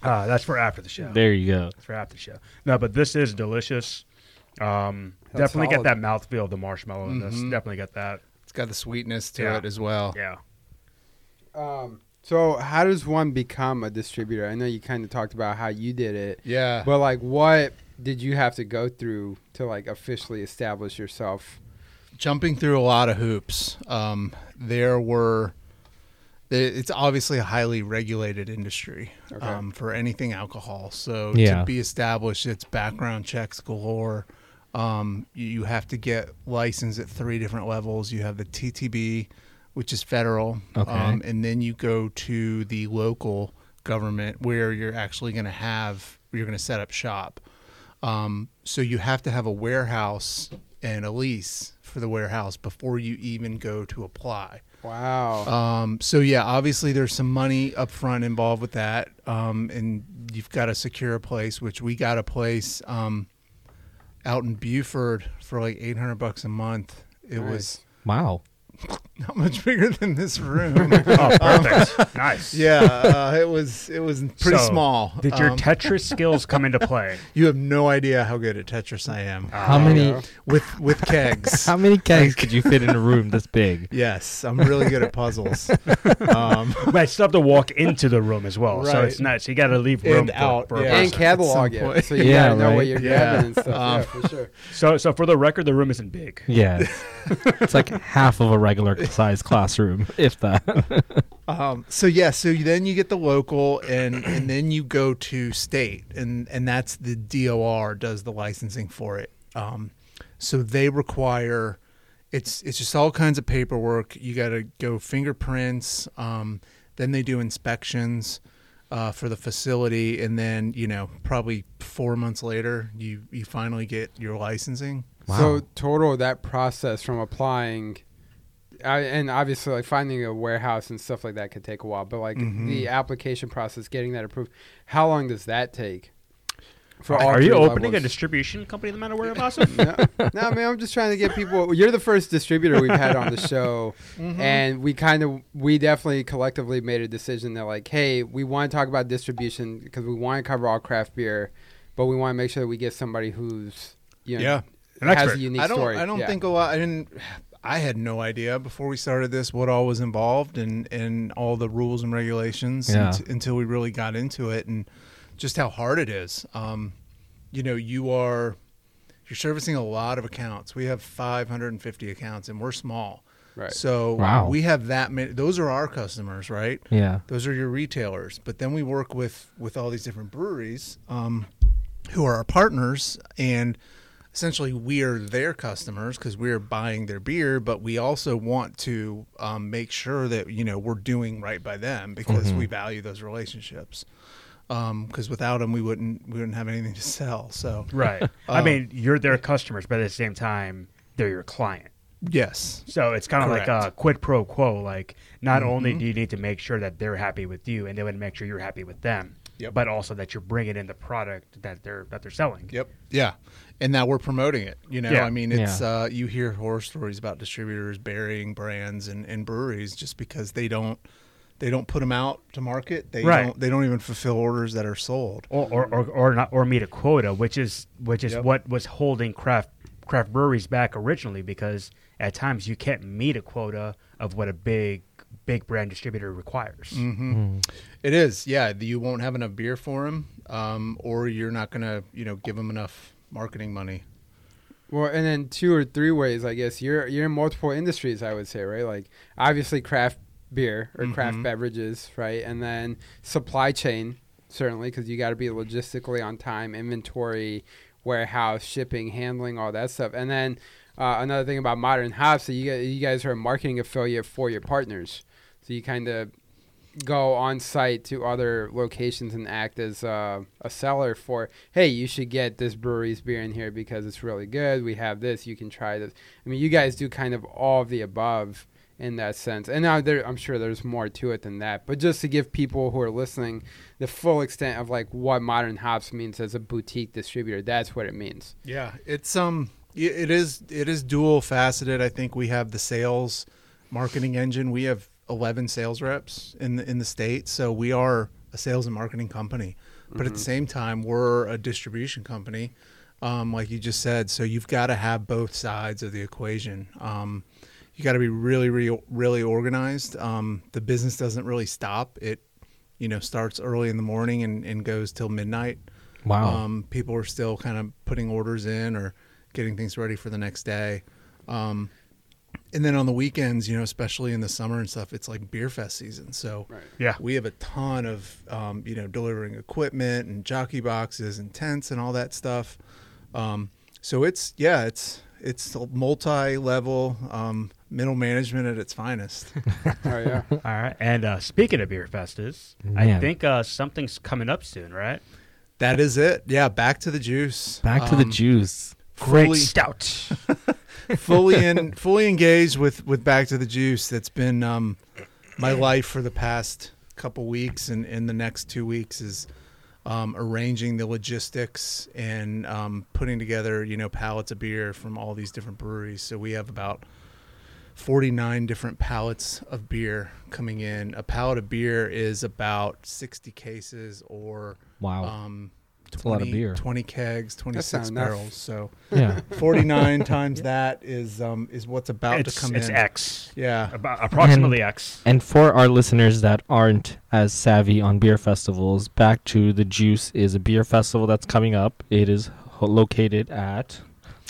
[SPEAKER 3] Uh, that's for after the show.
[SPEAKER 1] there you go.
[SPEAKER 3] That's for after the show. No, but this is delicious. Um,
[SPEAKER 2] That's
[SPEAKER 3] definitely get
[SPEAKER 2] solid.
[SPEAKER 3] that mouthfeel of the marshmallow in this.
[SPEAKER 4] Mm-hmm.
[SPEAKER 3] Definitely get that.
[SPEAKER 4] It's got the sweetness to
[SPEAKER 3] Yeah.
[SPEAKER 4] it as well.
[SPEAKER 3] Yeah.
[SPEAKER 2] Um, so how does one become a distributor? I know you kind of talked about how you did it,
[SPEAKER 4] Yeah.
[SPEAKER 2] but like, what did you have to go through to like officially establish yourself?
[SPEAKER 4] jumping through a lot of hoops. Um, there were, th- it's obviously a highly regulated industry
[SPEAKER 2] Okay.
[SPEAKER 4] um, for anything alcohol. So
[SPEAKER 1] Yeah.
[SPEAKER 4] to be established, it's background checks galore. Um, you, you have to get licensed at three different levels. You have the TTB, which is federal,
[SPEAKER 1] Okay.
[SPEAKER 4] um, and then you go to the local government where you're actually going to have you're going to set up shop. Um, so you have to have a warehouse and a lease for the warehouse before you even go to apply.
[SPEAKER 2] Wow.
[SPEAKER 4] Um, so yeah, obviously there's some money up front involved with that, um, and you've got to secure a place, which we got a place um, out in Buford for like 800 bucks a month. It was
[SPEAKER 1] Wow.
[SPEAKER 4] not much bigger than this room.
[SPEAKER 3] Oh, perfect. nice.
[SPEAKER 4] Um, yeah, uh, it was it was pretty
[SPEAKER 3] So,
[SPEAKER 4] small.
[SPEAKER 3] Did your
[SPEAKER 4] Um,
[SPEAKER 3] Tetris skills come into play?
[SPEAKER 4] you have no idea how good at Tetris I am
[SPEAKER 1] How many
[SPEAKER 2] yeah.
[SPEAKER 4] with with kegs.
[SPEAKER 1] how many kegs could you fit in a room this big?
[SPEAKER 4] yes, I'm really good at puzzles. Um,
[SPEAKER 3] but I still have to walk into the room as well, so
[SPEAKER 4] Right.
[SPEAKER 3] it's nuts. You got to leave room
[SPEAKER 4] And
[SPEAKER 3] for,
[SPEAKER 4] out,
[SPEAKER 3] for a
[SPEAKER 4] yeah.
[SPEAKER 2] and
[SPEAKER 3] person.
[SPEAKER 2] catalog
[SPEAKER 4] at some
[SPEAKER 2] it,
[SPEAKER 4] point.
[SPEAKER 2] so you
[SPEAKER 1] Yeah,
[SPEAKER 2] gotta know what
[SPEAKER 1] right.
[SPEAKER 2] you're
[SPEAKER 4] Yeah.
[SPEAKER 2] grabbing and stuff. yeah,
[SPEAKER 4] Um,
[SPEAKER 2] for sure.
[SPEAKER 3] So, so for the record, the room isn't big.
[SPEAKER 1] Yeah. it's like half of a regular size classroom, if that.
[SPEAKER 4] Um, so yeah, so you- then you get the local, and and then you go to state, and and that's the DOR does the licensing for it. Um, so they require, it's it's just all kinds of paperwork. You got to go fingerprints. Um, then they do inspections uh, for the facility, and then you know probably four months later, you you finally get your licensing.
[SPEAKER 1] Wow.
[SPEAKER 2] So total that process from applying, I, and obviously like finding a warehouse and stuff like that could take a while. But like
[SPEAKER 3] Mm-hmm.
[SPEAKER 2] the application process, getting that approved, how long does that take? For
[SPEAKER 3] Are you
[SPEAKER 2] three
[SPEAKER 3] opening a
[SPEAKER 2] levels?
[SPEAKER 3] distribution company in the matter of warehouse? Awesome.
[SPEAKER 2] no, no, man, I'm just trying to get people. You're the first distributor we've had on the show,
[SPEAKER 4] Mm-hmm.
[SPEAKER 2] and we kind of, we definitely collectively made a decision that like, hey, we want to talk about distribution because we want to cover all craft beer, but we want to make sure that we get somebody who's you know
[SPEAKER 4] Yeah.
[SPEAKER 3] An
[SPEAKER 2] has
[SPEAKER 3] expert.
[SPEAKER 2] a unique
[SPEAKER 4] I don't.
[SPEAKER 2] story.
[SPEAKER 4] I don't
[SPEAKER 2] Yeah.
[SPEAKER 4] think a lot. I didn't. I had no idea before we started this what all was involved and and all the rules and regulations
[SPEAKER 1] Yeah.
[SPEAKER 4] unt- until we really got into it and just how hard it is. Um, you know, you are you're servicing a lot of accounts. We have 550 accounts and we're small.
[SPEAKER 2] Right.
[SPEAKER 4] So
[SPEAKER 1] Wow.
[SPEAKER 4] we have that many. Those are our customers, right?
[SPEAKER 1] yeah.
[SPEAKER 4] those are your retailers but then we work with with all these different breweries um, who are our partners and essentially we are their customers because we're buying their beer but we also want to um, make sure that you know we're doing right by them because we value those relationships because without them we wouldn't we wouldn't have anything to sell so
[SPEAKER 3] Right.
[SPEAKER 4] Uh,
[SPEAKER 3] I mean, you're their customers, but at the same time, they're your client.
[SPEAKER 4] yes
[SPEAKER 3] So it's kind of like
[SPEAKER 4] Correct. Mm-hmm.
[SPEAKER 3] a quid pro quo. Like, not only do you need to make sure that they're happy with you, and they would make sure you're happy with them,
[SPEAKER 4] Yep.
[SPEAKER 3] but also that you're bringing in the product that they're that they're selling.
[SPEAKER 4] Yep. Yeah. And now we're promoting it. You know,
[SPEAKER 3] Yeah.
[SPEAKER 4] I mean, it's
[SPEAKER 1] Yeah.
[SPEAKER 4] uh, you hear horror stories about distributors burying brands and, and breweries just because they don't they don't put them out to market. They
[SPEAKER 3] Right.
[SPEAKER 4] don't they don't even fulfill orders that are sold.
[SPEAKER 3] Or, or, or, or not or meet a quota, which is which is
[SPEAKER 4] Yep.
[SPEAKER 3] what was holding craft craft breweries back originally, because at times you can't meet a quota of what a big big brand distributor requires.
[SPEAKER 4] Mm-hmm. It is, yeah. the- You won't have enough beer for them, um, or you're not gonna you know give them enough marketing money.
[SPEAKER 2] Well, and then two or three ways, I guess. You're you're in multiple industries, I would say, right? Like obviously craft beer or craft beverages, right? And then supply chain certainly because you got to be logistically on time, inventory, warehouse, shipping, handling, all that stuff. And then uh, another thing about modern hops that you guys, you guys are a marketing affiliate for your partners, so you kind of go on site to other locations and act as uh, a seller for hey you should get this brewery's beer in here because it's really good we have this you can try this i mean you guys do kind of all of the above in that sense and now there, i'm sure there's more to it than that but just to give people who are listening the full extent of like what modern hops means as a boutique distributor that's what it means
[SPEAKER 4] Yeah, it's um, i- it is it is dual faceted. I think we have the sales marketing engine. We have eleven sales reps in the in the state, so we are a sales and marketing company. But at the same time, we're a distribution company, um, like you just said. So you've got to have both sides of the equation. Um, you got to be really, really, really organized. Um, the business doesn't really stop. It, you know, starts early in the morning and, and goes till midnight.
[SPEAKER 1] Wow.
[SPEAKER 4] Um, people are still kind of putting orders in or getting things ready for the next day. Um, and then on the weekends, you know, especially in the summer and stuff, it's like beer fest season. So
[SPEAKER 2] Right.
[SPEAKER 3] Yeah.
[SPEAKER 4] we have a ton of, um, you know, delivering equipment and jockey boxes and tents and all that stuff. Um, so it's, yeah, it's, it's multi level um, middle management at its finest.
[SPEAKER 2] oh yeah
[SPEAKER 3] All right. And uh, speaking of beer festas, I
[SPEAKER 1] Man.
[SPEAKER 3] think uh, something's coming up soon, right?
[SPEAKER 4] that is it. Yeah. Back to the juice.
[SPEAKER 1] Back to the
[SPEAKER 4] Um,
[SPEAKER 1] juice.
[SPEAKER 3] Great
[SPEAKER 4] Fully-
[SPEAKER 3] stout.
[SPEAKER 4] fully in fully engaged with with back to the juice that's been um my life for the past couple weeks and in the next two weeks is um, arranging the logistics and um, putting together you know pallets of beer from all these different breweries so we have about 49 different pallets of beer coming in a pallet of beer is about 60 cases or
[SPEAKER 1] Wow.
[SPEAKER 4] um
[SPEAKER 1] a lot of beer.
[SPEAKER 4] 20 kegs 26
[SPEAKER 2] enough.
[SPEAKER 4] barrels so
[SPEAKER 1] yeah.
[SPEAKER 4] 49 times that is um is what's about
[SPEAKER 3] it's
[SPEAKER 4] to come
[SPEAKER 3] it's
[SPEAKER 4] in.
[SPEAKER 3] X.
[SPEAKER 4] Yeah.
[SPEAKER 3] About approximately X.
[SPEAKER 1] And for our listeners that aren't as savvy on beer festivals, Back to the Juice is a beer festival that's coming up. It is ho- located at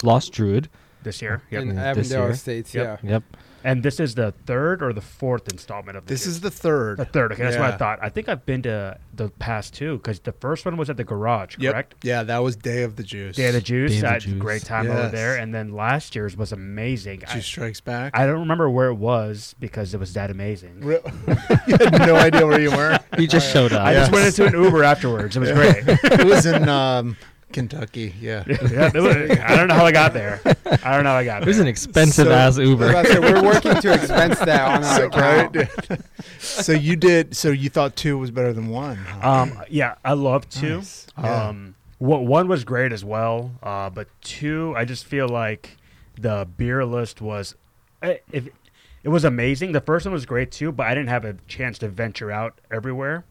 [SPEAKER 1] Lost Druid.
[SPEAKER 3] this year.
[SPEAKER 2] in
[SPEAKER 1] This
[SPEAKER 2] Avondale
[SPEAKER 1] year.
[SPEAKER 2] Estates.
[SPEAKER 3] Yep.
[SPEAKER 2] Yeah.
[SPEAKER 1] Yep.
[SPEAKER 3] And this is the third or the fourth installment of the
[SPEAKER 4] This
[SPEAKER 3] series?
[SPEAKER 4] is the third.
[SPEAKER 3] the third. Okay, that's what I
[SPEAKER 4] Yeah.
[SPEAKER 3] thought. I think I've been to the past two because the first one was at the garage,
[SPEAKER 4] Yep.
[SPEAKER 3] correct?
[SPEAKER 4] Yeah, that was Day of the Juice.
[SPEAKER 3] Day of the
[SPEAKER 1] Day
[SPEAKER 3] Juice.
[SPEAKER 1] of the
[SPEAKER 3] I had a
[SPEAKER 1] Juice.
[SPEAKER 3] great time over
[SPEAKER 4] Yes.
[SPEAKER 3] there. And then last year's was amazing.
[SPEAKER 4] Juice
[SPEAKER 3] I,
[SPEAKER 4] Strikes Back.
[SPEAKER 3] I don't remember where it was because it was that amazing.
[SPEAKER 4] Re- you had no idea where you were.
[SPEAKER 1] He just
[SPEAKER 4] Oh,
[SPEAKER 1] showed up.
[SPEAKER 3] I just went
[SPEAKER 4] Yes.
[SPEAKER 3] into an Uber afterwards. It was great.
[SPEAKER 4] It was in um, Kentucky. Yeah.
[SPEAKER 3] Yeah, it was- I don't know how I got there. I don't know how I got
[SPEAKER 1] It was an
[SPEAKER 3] there.
[SPEAKER 1] expensive
[SPEAKER 4] So-
[SPEAKER 1] ass
[SPEAKER 2] I was
[SPEAKER 1] Uber.
[SPEAKER 2] about to say, we're working to expense that on our account.
[SPEAKER 4] so you did. So you thought two was better than one. huh?
[SPEAKER 3] Um, yeah, I love two.
[SPEAKER 4] Nice. Yeah.
[SPEAKER 3] Um, what one was great as well, uh, but two, I just feel like the beer list was, eh, if it was amazing. The first one was great too, but I didn't have a chance to venture out everywhere.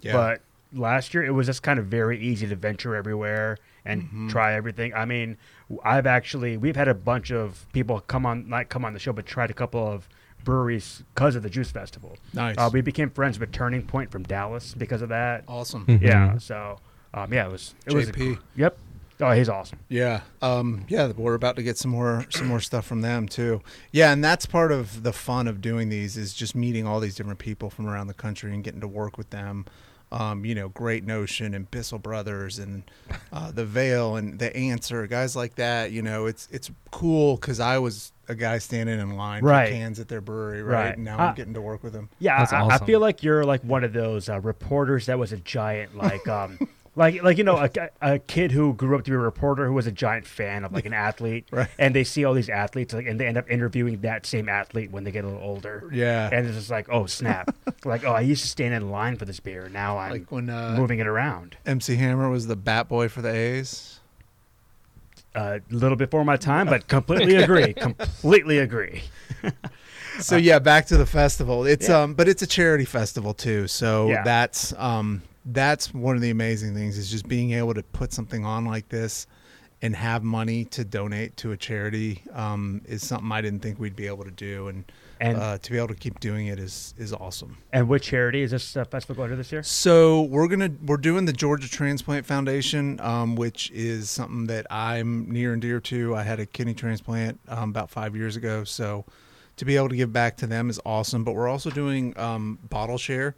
[SPEAKER 4] yeah.
[SPEAKER 3] But last year, it was just kind of very easy to venture everywhere and
[SPEAKER 4] Mm-hmm.
[SPEAKER 3] try everything. I mean, w- I've actually we've had a bunch of people come on, not come on the show, but tried a couple of breweries because of the Juice Festival.
[SPEAKER 4] nice.
[SPEAKER 3] Uh, we became friends with Turning Point from Dallas because of that.
[SPEAKER 4] awesome.
[SPEAKER 1] Mm-hmm.
[SPEAKER 3] Yeah. So, um, yeah, it was. It was. a
[SPEAKER 4] JP.
[SPEAKER 3] gr- yep. Oh, he's awesome.
[SPEAKER 4] Yeah. Um, yeah, we're about to get some more some more stuff from them too. Yeah, and that's part of the fun of doing these is just meeting all these different people from around the country and getting to work with them. Um, you know, Great Notion and Bissell Brothers and uh, the Veil and the Answer guys like that. You know, it's it's cool because I was a guy standing in line
[SPEAKER 3] Right.
[SPEAKER 4] for cans at their brewery, right?
[SPEAKER 3] Right.
[SPEAKER 4] And now
[SPEAKER 3] Ah.
[SPEAKER 4] I'm getting to work with them.
[SPEAKER 3] Yeah,
[SPEAKER 1] That's
[SPEAKER 3] I, I
[SPEAKER 1] awesome.
[SPEAKER 3] feel like you're like one of those uh, reporters that was a giant, like, um, like, like you know, a, a kid who grew up to be a reporter who was a giant fan of like an athlete,
[SPEAKER 4] Right.
[SPEAKER 3] And they see all these athletes, like, and they end up interviewing that same athlete when they get a little older.
[SPEAKER 4] Yeah.
[SPEAKER 3] and it's just like, oh snap! like, oh, I used to stand in line for this beer. Now I'm
[SPEAKER 4] Like when uh,
[SPEAKER 3] moving it around.
[SPEAKER 4] MC Hammer was the bat boy for the A's.
[SPEAKER 3] A little before my time, but completely agree. completely agree.
[SPEAKER 4] so yeah, back to the festival. It's
[SPEAKER 3] Yeah.
[SPEAKER 4] um, but it's a charity festival too. So
[SPEAKER 3] Yeah.
[SPEAKER 4] that's um, that's one of the amazing things is just being able to put something on like this and have money to donate to a charity um, is something I didn't think we'd be able to do, and
[SPEAKER 3] And-
[SPEAKER 4] uh, to be able to keep doing it is is awesome.
[SPEAKER 3] And what charity is this uh, festival going to this year?
[SPEAKER 4] So we're gonna we're doing the Georgia Transplant Foundation, um, which is something that I'm near and dear to. I had a kidney transplant um, about five years ago, so to be able to give back to them is awesome. But we're also doing um, bottle share,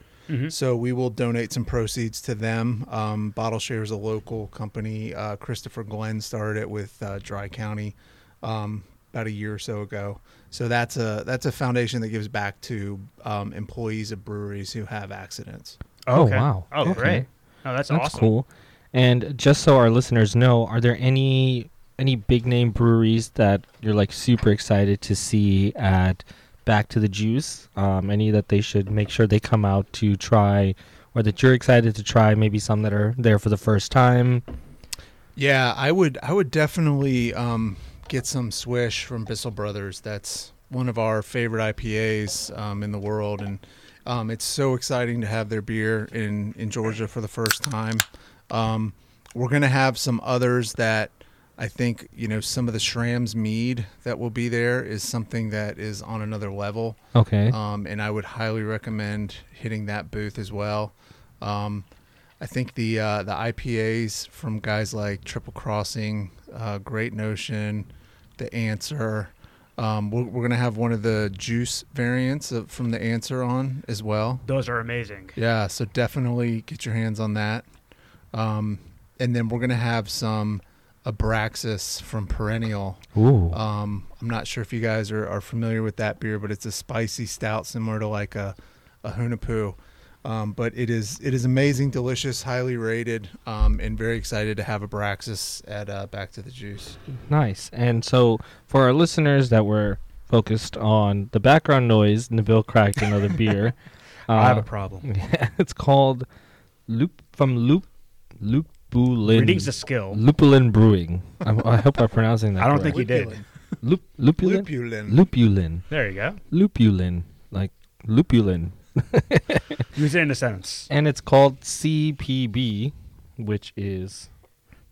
[SPEAKER 4] so we will donate some proceeds to them. Um, bottle share is a local company. Uh, Christopher Glenn started it with uh, Dry County um, about a year or so ago. So that's a that's a foundation that gives back to um, employees of breweries who have accidents.
[SPEAKER 1] Oh, wow.
[SPEAKER 3] Oh
[SPEAKER 1] Okay.
[SPEAKER 3] great. Oh, that's,
[SPEAKER 1] That's
[SPEAKER 3] awesome.
[SPEAKER 1] cool. And just so our listeners know, are there any any big name breweries that you're like super excited to see at Back to the Juice? Um, any that they should make sure they come out to try, or that you're excited to try? Maybe some that are there for the first time.
[SPEAKER 4] Yeah, I would I would definitely um, get some swish from Bissell Brothers. That's one of our favorite IPAs um, in the world, and um, it's so exciting to have their beer in in Georgia for the first time. Um, we're gonna have some others that I think you know some of the Shram's Mead that will be there is something that is on another level.
[SPEAKER 1] Okay.
[SPEAKER 4] Um, and I would highly recommend hitting that booth as well. Um, I think the uh, the IPAs from guys like Triple Crossing, uh, Great Notion, The Answer. Um, we're, we're gonna have one of the juice variants of, from The Answer on as well.
[SPEAKER 3] Those are amazing.
[SPEAKER 4] Yeah, so definitely get your hands on that. Um, and then we're gonna have some Abraxas from Perennial.
[SPEAKER 1] Ooh.
[SPEAKER 4] Um, I'm not sure if you guys are, are familiar with that beer, but it's a spicy stout similar to like a, a Hunapu. Um, but it is it is amazing, delicious, highly rated, um, and very excited to have Abraxas at uh, Back to the Juice.
[SPEAKER 1] Nice. And so for our listeners that were focused on the background noise, Nabil cracked another beer.
[SPEAKER 3] I have
[SPEAKER 1] Uh,
[SPEAKER 3] a problem.
[SPEAKER 1] it's called Loop from Loop Lupulin.
[SPEAKER 3] Reading's a skill.
[SPEAKER 1] Lupulin Brewing. I, I hope I'm pronouncing that.
[SPEAKER 3] I don't think
[SPEAKER 1] correct.
[SPEAKER 3] you did.
[SPEAKER 1] Lup, lupulin.
[SPEAKER 4] Lupulin.
[SPEAKER 1] Lupulin.
[SPEAKER 3] There you go.
[SPEAKER 1] Lupulin. Like lupulin.
[SPEAKER 3] Use it in a sentence.
[SPEAKER 1] And it's called CPB, which is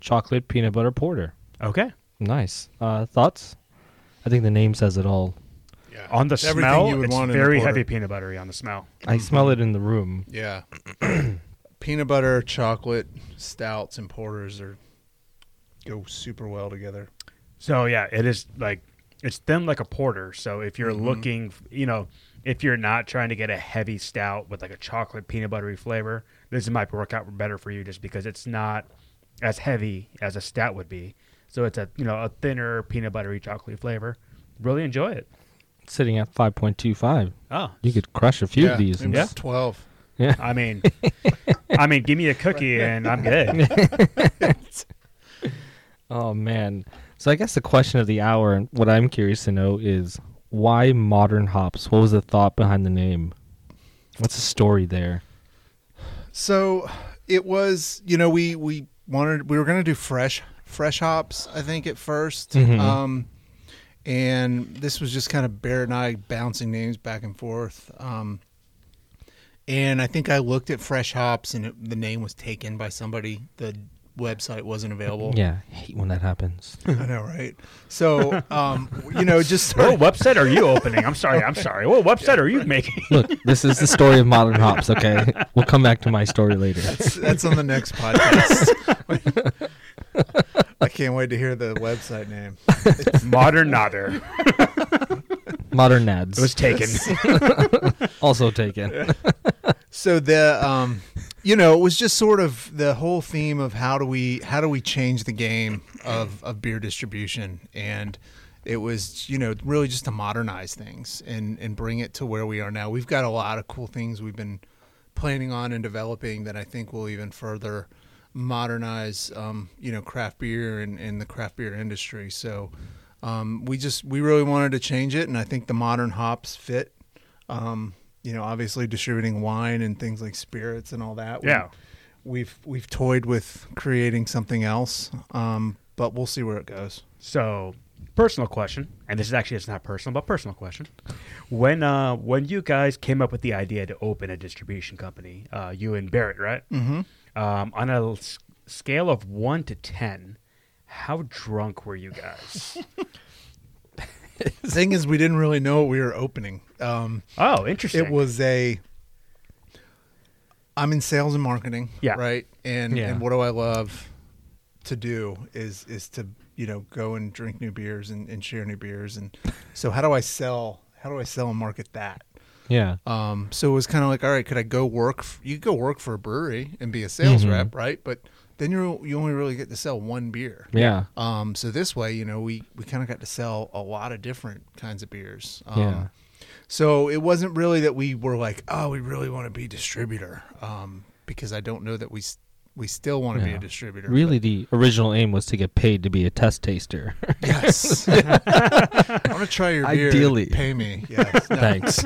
[SPEAKER 1] chocolate peanut butter porter.
[SPEAKER 3] Okay.
[SPEAKER 1] Nice. Uh, thoughts? I think the name says it all.
[SPEAKER 4] Yeah.
[SPEAKER 3] On the
[SPEAKER 4] It's everything
[SPEAKER 3] smell,
[SPEAKER 4] you would
[SPEAKER 3] it's
[SPEAKER 4] want in a
[SPEAKER 3] very
[SPEAKER 4] porter.
[SPEAKER 3] heavy peanut buttery on the smell.
[SPEAKER 1] I smell it in the room.
[SPEAKER 4] Yeah. Peanut butter, chocolate, stouts, and porters are go super well together.
[SPEAKER 3] So yeah, it is like it's thin like a porter. So if you're looking, you know, if you're not trying to get a heavy stout with like a chocolate peanut buttery flavor, this might work out better for you just because it's not as heavy as a stout would be. So it's a you know a thinner peanut buttery chocolate flavor. Really enjoy it.
[SPEAKER 1] It's sitting at 5.25.
[SPEAKER 3] Oh,
[SPEAKER 1] You could crush a few
[SPEAKER 4] Yeah,
[SPEAKER 1] of these.
[SPEAKER 4] it
[SPEAKER 1] and-
[SPEAKER 4] was
[SPEAKER 3] Yeah.
[SPEAKER 4] Twelve.
[SPEAKER 3] I mean, I mean, give me a cookie and I'm good.
[SPEAKER 1] Oh, man. So I guess the question of the hour and what I'm curious to know is why modern hops? What was the thought behind the name? What's the story there?
[SPEAKER 4] So it was, you know, we we wanted we were going to do fresh fresh hops, I think at 1st
[SPEAKER 1] Mhm.
[SPEAKER 4] Um and this was just kind of Bear and I bouncing names back and forth. Um and I think I looked at fresh hops and it, the name was taken by somebody. The website wasn't available.
[SPEAKER 1] Yeah, I hate when that happens.
[SPEAKER 4] I know, right? So, um, you know, just
[SPEAKER 3] What website are you opening? I'm sorry. I'm sorry. What website are you making?
[SPEAKER 1] Look, this is the story of modern hops, okay? We'll come back to my story later.
[SPEAKER 4] That's, that's on the next podcast. I can't wait to hear the website name.
[SPEAKER 3] Modern Nother.
[SPEAKER 1] Modern nads.
[SPEAKER 3] It was taken.
[SPEAKER 1] also taken.
[SPEAKER 4] So the um, you know, it was just sort of the whole theme of how do we how do we change the game of of beer distribution and it was you know really just to modernize things and and bring it to where we are now. We've got a lot of cool things we've been planning on and developing that I think will even further modernize um, you know craft beer and, and the craft beer industry. So um, we just we really wanted to change it, and I think the modern hops fit. Um, you know, obviously distributing wine and things like spirits and all that. We-
[SPEAKER 3] Yeah.
[SPEAKER 4] we've we've toyed with creating something else, um, but we'll see where it goes.
[SPEAKER 3] So, personal question, and this is actually it's not personal, but personal question. When uh when you guys came up with the idea to open a distribution company, uh, you and Barrett, right? Mm-hmm. Um, on a l- s- scale of one to ten, how drunk were you guys?
[SPEAKER 4] The thing is, we didn't really know what we were opening. Um,
[SPEAKER 3] oh, interesting.
[SPEAKER 4] It was a. I'm in sales and marketing.
[SPEAKER 3] Yeah.
[SPEAKER 4] Right. And
[SPEAKER 1] Yeah.
[SPEAKER 4] and what do I love to do is is to you know go and drink new beers and, and share new beers and so how do I sell how do I sell and market that?
[SPEAKER 1] Yeah.
[SPEAKER 4] Um, so it was kind of like all right, could I go work? F- you could go work for a brewery and be a sales
[SPEAKER 1] Mhm.
[SPEAKER 4] rep, right? But then you you only really get to sell one beer.
[SPEAKER 1] Yeah.
[SPEAKER 4] Um, so this way, you know, we, we kind of got to sell a lot of different kinds of beers. Um,
[SPEAKER 1] Yeah.
[SPEAKER 4] So it wasn't really that we were like, oh, we really want to be distributor, um, because I don't know that we s- we still want to be
[SPEAKER 1] Yeah.
[SPEAKER 4] a distributor.
[SPEAKER 1] Really, the original aim was to get paid to be a test taster.
[SPEAKER 4] but- yes. I want to try your beer.
[SPEAKER 1] Ideally.
[SPEAKER 4] pay me. Yes. No,
[SPEAKER 1] Thanks.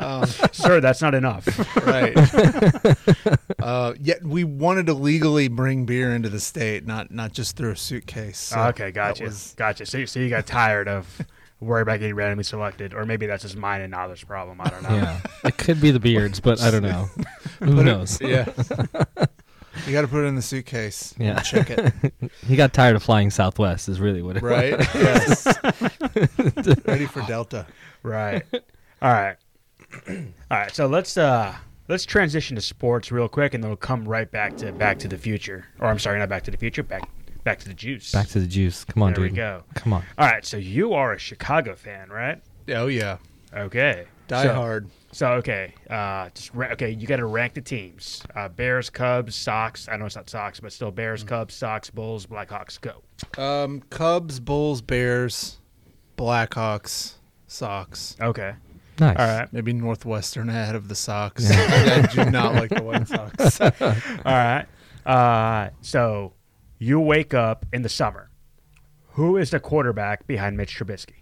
[SPEAKER 4] um,
[SPEAKER 3] Sir, that's not enough.
[SPEAKER 4] right. uh, yet we wanted to legally bring beer into the state, not not just through a suitcase. So
[SPEAKER 3] Ah, okay,
[SPEAKER 4] that
[SPEAKER 3] gotcha,
[SPEAKER 4] was-
[SPEAKER 3] gotcha. So, so you got tired of worrying about getting randomly selected, or maybe that's just mine and others' problem. I don't know.
[SPEAKER 1] yeah. It could be the beards, but I don't know. Who
[SPEAKER 4] Put it-
[SPEAKER 1] knows?
[SPEAKER 4] Yeah. you got to put it in the suitcase. and
[SPEAKER 1] Yeah.
[SPEAKER 4] Check it.
[SPEAKER 1] He got tired of flying Southwest, is really what it
[SPEAKER 4] Right? yes. Ready for Delta.
[SPEAKER 3] Right. All right. All right. So let's uh let's transition to sports real quick, and then we'll come right back to Back to the Future. Or I'm sorry, not Back to the Future. Back Back to the Juice.
[SPEAKER 1] Back to the juice. Come on,
[SPEAKER 3] there we
[SPEAKER 1] dude.
[SPEAKER 3] go.
[SPEAKER 1] Come on.
[SPEAKER 3] All right. So you are a Chicago fan, right?
[SPEAKER 4] Oh, yeah.
[SPEAKER 3] Okay.
[SPEAKER 4] Die
[SPEAKER 3] so,
[SPEAKER 4] hard.
[SPEAKER 3] So okay. Uh, just ra- okay. You got to rank the teams: uh, Bears, Cubs, Sox. I know it's not Sox, but still Bears, Cubs, Sox, Bulls, Blackhawks. Go.
[SPEAKER 4] Um, Cubs, Bulls, Bears, Blackhawks, Sox.
[SPEAKER 3] Okay.
[SPEAKER 1] Nice.
[SPEAKER 3] All right.
[SPEAKER 4] Maybe Northwestern ahead of the Sox. I do not like the White Sox.
[SPEAKER 3] All right. Uh, so you wake up in the summer. Who is the quarterback behind Mitch Trubisky?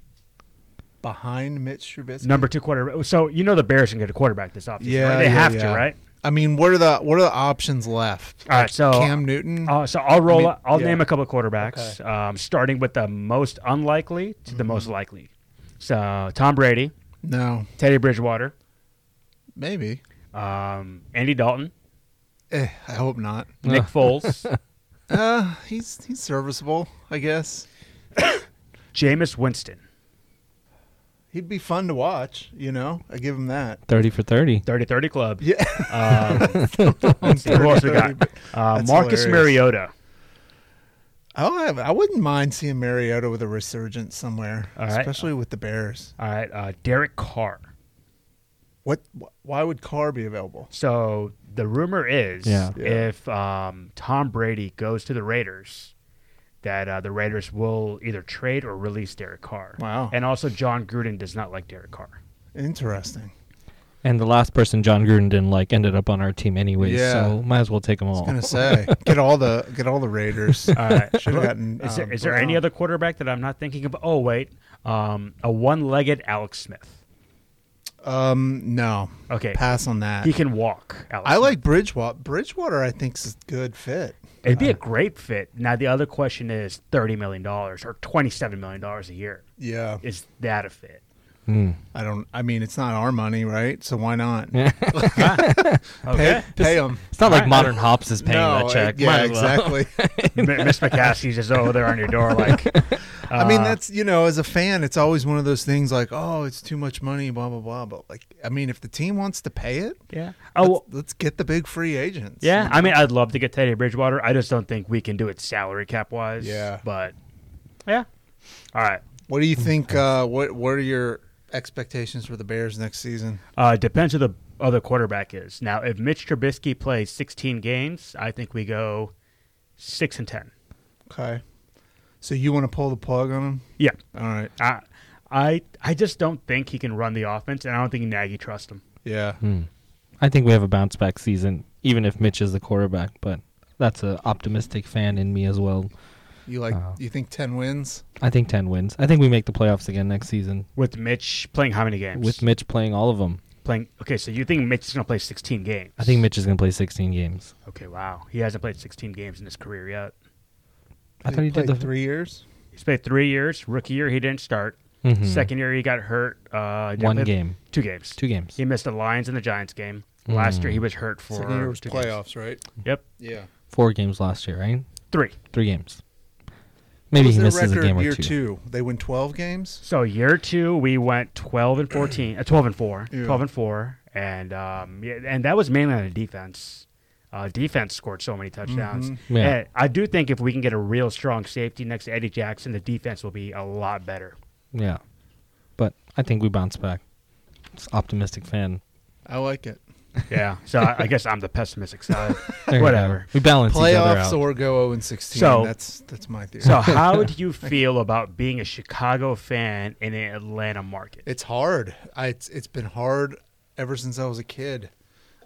[SPEAKER 4] Behind Mitch Trubisky.
[SPEAKER 3] Number two quarterback. So you know the Bears can get a quarterback this offseason.
[SPEAKER 4] Yeah,
[SPEAKER 3] right? they
[SPEAKER 4] yeah,
[SPEAKER 3] have to,
[SPEAKER 4] yeah.
[SPEAKER 3] right?
[SPEAKER 4] I mean, what are the what are the options left?
[SPEAKER 3] All right, so
[SPEAKER 4] Cam Newton.
[SPEAKER 3] Uh, so I'll roll.
[SPEAKER 4] I mean,
[SPEAKER 3] I'll
[SPEAKER 4] yeah.
[SPEAKER 3] name a couple of quarterbacks, um, starting with the most unlikely to the
[SPEAKER 4] Mm-hmm.
[SPEAKER 3] most likely. So Tom Brady,
[SPEAKER 4] no,
[SPEAKER 3] Teddy Bridgewater,
[SPEAKER 4] maybe.
[SPEAKER 3] um, Andy Dalton,
[SPEAKER 4] Eh, I hope not.
[SPEAKER 3] Nick Foles,
[SPEAKER 4] Uh, he's he's serviceable, I guess.
[SPEAKER 3] Jameis Winston.
[SPEAKER 4] He'd be fun to watch. You know, I give him that.
[SPEAKER 1] 30 for 30.
[SPEAKER 3] 30-30 club.
[SPEAKER 4] Yeah.
[SPEAKER 3] Um, let's see, who else we got?
[SPEAKER 4] 30-30, but
[SPEAKER 3] Uh,
[SPEAKER 4] that's
[SPEAKER 3] Marcus
[SPEAKER 4] hilarious.
[SPEAKER 3] Mariota.
[SPEAKER 4] Oh, I, I wouldn't mind seeing Mariota with a resurgence somewhere,
[SPEAKER 3] All right.
[SPEAKER 4] especially with the Bears.
[SPEAKER 3] All right, uh, Derek Carr.
[SPEAKER 4] What? wh- Why would Carr be available?
[SPEAKER 3] So the rumor is,
[SPEAKER 1] Yeah.
[SPEAKER 4] Yeah.
[SPEAKER 3] if um, Tom Brady goes to the Raiders, that uh, the Raiders will either trade or release Derek Carr.
[SPEAKER 4] Wow.
[SPEAKER 3] And also, John Gruden does not like Derek Carr.
[SPEAKER 4] Interesting.
[SPEAKER 1] And the last person John Gruden didn't like ended up on our team anyway,
[SPEAKER 4] Yeah.
[SPEAKER 1] so might as well take them
[SPEAKER 4] I was
[SPEAKER 1] all.
[SPEAKER 4] gonna say, get all the get all the Raiders.
[SPEAKER 3] All right.
[SPEAKER 4] Should have gotten.
[SPEAKER 3] Uh, Is there,
[SPEAKER 4] um,
[SPEAKER 3] is there any
[SPEAKER 4] Brown.
[SPEAKER 3] other quarterback that I'm not thinking of? Oh wait, um, a one-legged Alex Smith.
[SPEAKER 4] Um, no.
[SPEAKER 3] Okay,
[SPEAKER 4] Pass on that.
[SPEAKER 3] he can walk. Alex
[SPEAKER 4] I
[SPEAKER 3] Smith.
[SPEAKER 4] like Bridgewater. Bridgewater, I think, is a good fit.
[SPEAKER 3] It'd be a great fit. Now the other question is thirty million dollars or twenty-seven million dollars a year.
[SPEAKER 4] Yeah,
[SPEAKER 3] Is that a fit?
[SPEAKER 1] Hmm.
[SPEAKER 4] I don't. I mean, it's not our money, right? So why not
[SPEAKER 1] Yeah.
[SPEAKER 4] pay, pay 'em.
[SPEAKER 1] It's not like
[SPEAKER 3] Alright.
[SPEAKER 1] Modern Hops is paying
[SPEAKER 4] no,
[SPEAKER 1] that check.
[SPEAKER 4] Yeah,
[SPEAKER 1] Might as well.
[SPEAKER 4] exactly.
[SPEAKER 3] M- Miss McCaskey's just over there on your door, like.
[SPEAKER 4] I mean,
[SPEAKER 3] uh,
[SPEAKER 4] that's you know, as a fan, it's always one of those things like, oh, it's too much money, blah blah blah. But like, I mean, if the team wants to pay it,
[SPEAKER 3] yeah.
[SPEAKER 4] let's,
[SPEAKER 3] Oh well,
[SPEAKER 4] let's get the big free agents.
[SPEAKER 3] yeah. I mean, I'd love to get Teddy Bridgewater. I just don't think we can do it salary cap wise.
[SPEAKER 4] Yeah.
[SPEAKER 3] But yeah. All right.
[SPEAKER 4] What
[SPEAKER 1] Mm-hmm.
[SPEAKER 4] do you think? Uh, what What are your expectations for the Bears next season?
[SPEAKER 3] Uh, depends who the other quarterback is. Now, if Mitch Trubisky plays 16 games, I think we go six and ten.
[SPEAKER 4] Okay. So you want to pull the plug on them?
[SPEAKER 3] Yeah.
[SPEAKER 4] All right.
[SPEAKER 3] I, I, I just don't think he can run the offense, and I don't think Nagy trusts him.
[SPEAKER 4] Yeah.
[SPEAKER 1] Hmm. I think we have a bounce back season, even if Mitch is the quarterback, but that's an optimistic fan in me as well.
[SPEAKER 4] You like?
[SPEAKER 1] Wow.
[SPEAKER 4] You think ten wins?
[SPEAKER 1] I think 10 wins. I think we make the playoffs again next season
[SPEAKER 3] With Mitch playing how many games?
[SPEAKER 1] with Mitch playing all of them.
[SPEAKER 3] playing. Okay, so you think Mitch is going to play 16 games?
[SPEAKER 1] I think Mitch is going to play 16 games.
[SPEAKER 3] Okay, wow. He hasn't played 16 games in his career yet.
[SPEAKER 1] I thought he did
[SPEAKER 4] played
[SPEAKER 1] the
[SPEAKER 4] three years.
[SPEAKER 3] He's played three years. Rookie year, he didn't start.
[SPEAKER 1] Mhm.
[SPEAKER 3] Second year, he got hurt. Uh, didn't
[SPEAKER 1] one
[SPEAKER 3] play-
[SPEAKER 1] game,
[SPEAKER 3] Two games.
[SPEAKER 1] two games.
[SPEAKER 3] He missed the Lions and the Giants game. Last year,
[SPEAKER 1] Mm.
[SPEAKER 3] he was hurt for
[SPEAKER 4] Second year was
[SPEAKER 3] two games.
[SPEAKER 4] playoffs, right?
[SPEAKER 3] Yep,
[SPEAKER 4] Yeah.
[SPEAKER 1] Four games last year, right?
[SPEAKER 3] three.
[SPEAKER 1] Three games. Maybe he
[SPEAKER 4] their
[SPEAKER 1] misses a
[SPEAKER 4] record
[SPEAKER 1] game or
[SPEAKER 4] year
[SPEAKER 1] two.
[SPEAKER 4] They win twelve games.
[SPEAKER 3] So year two, we went 12 and 14, uh, 12 and four,
[SPEAKER 4] Yeah.
[SPEAKER 3] 12 and four, and um, yeah, and that was mainly on the defense. Uh, defense scored so many touchdowns.
[SPEAKER 4] Mhm.
[SPEAKER 1] Yeah.
[SPEAKER 3] And I do think if we can get a real strong safety next to Eddie Jackson, the defense will be a lot better.
[SPEAKER 1] Yeah. But I think we bounce back. It's optimistic fan.
[SPEAKER 4] I like it.
[SPEAKER 3] Yeah. So I, I guess I'm the pessimistic side.
[SPEAKER 1] There you go.
[SPEAKER 3] Whatever.
[SPEAKER 1] We balance each other
[SPEAKER 4] Playoffs
[SPEAKER 1] out.
[SPEAKER 4] or go zero and sixteen.
[SPEAKER 3] So-
[SPEAKER 4] that's that's my theory.
[SPEAKER 3] So, how do you feel about being a Chicago fan in an Atlanta market?
[SPEAKER 4] it's hard. I, it's it's been hard ever since I was a kid.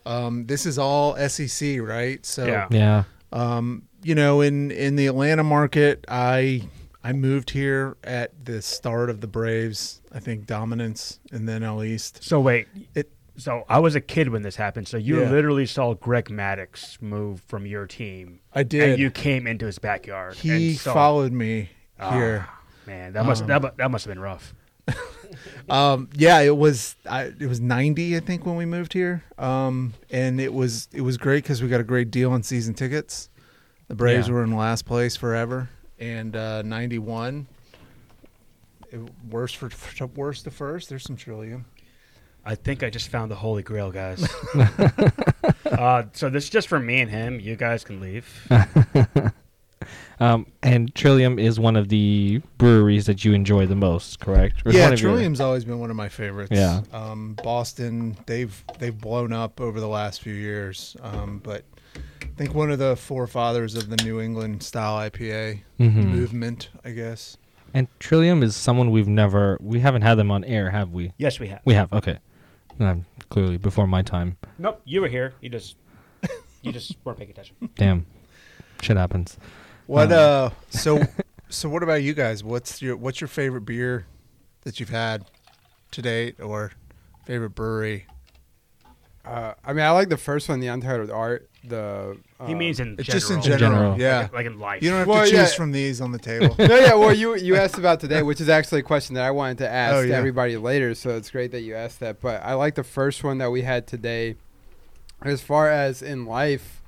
[SPEAKER 4] Um, this is all SEC, right? So
[SPEAKER 3] Yeah.
[SPEAKER 1] yeah.
[SPEAKER 4] um, you know, in in the Atlanta market, I I moved here at the start of the Braves, I think dominance in the NL East.
[SPEAKER 3] So wait,
[SPEAKER 4] It
[SPEAKER 3] so I was a kid when this happened. So you
[SPEAKER 4] Yeah.
[SPEAKER 3] literally saw Greg Maddox move from your team,
[SPEAKER 4] I did.
[SPEAKER 3] and you came into his backyard.
[SPEAKER 4] he
[SPEAKER 3] and saw,
[SPEAKER 4] followed me
[SPEAKER 3] Ah,
[SPEAKER 4] here.
[SPEAKER 3] Man, that must that, mu- that must have been rough.
[SPEAKER 4] Um, yeah, it was I, it was 90, I think, when we moved here. Um, and it was it was great because we got a great deal on season tickets. The Braves
[SPEAKER 1] Yeah.
[SPEAKER 4] were in last place forever, and uh, 91. It, worse for, for worse to first. There's some trillium.
[SPEAKER 3] I think I just found the holy grail, guys. uh, so this is just for me and him. You guys can leave.
[SPEAKER 1] Um, and Trillium is one of the breweries that you enjoy the most, correct? Or one
[SPEAKER 4] yeah,
[SPEAKER 1] of your-
[SPEAKER 4] Trillium's always been one of my favorites.
[SPEAKER 1] Yeah.
[SPEAKER 4] Um, Boston, they've they've blown up over the last few years. Um, but I think one of the forefathers of the New England style IPA
[SPEAKER 1] Mhm.
[SPEAKER 4] movement, I guess.
[SPEAKER 1] And Trillium is someone we've never we haven't had them on air, have we?
[SPEAKER 3] Yes, we have.
[SPEAKER 1] We have. Okay. Um, clearly before my time.
[SPEAKER 3] Nope, you were here. You just you just weren't paying attention.
[SPEAKER 1] Damn. Shit happens.
[SPEAKER 4] What uh so so what about you guys? What's your what's your favorite beer that you've had to date or favorite brewery?
[SPEAKER 2] Uh, I mean, I like the first one, the untitled art. The uh,
[SPEAKER 3] he means in
[SPEAKER 4] It's
[SPEAKER 3] general.
[SPEAKER 4] just in
[SPEAKER 1] general.
[SPEAKER 4] general.
[SPEAKER 1] general.
[SPEAKER 4] Yeah.
[SPEAKER 3] like, like in life.
[SPEAKER 4] you don't have
[SPEAKER 2] Well,
[SPEAKER 4] to choose
[SPEAKER 2] yeah.
[SPEAKER 4] from these on the table.
[SPEAKER 2] no, yeah. Well, you you asked about today, which is actually a question that I wanted to ask
[SPEAKER 4] Oh, yeah.
[SPEAKER 2] everybody later. So it's great that you asked that. But I like the first one that we had today. As far as in life,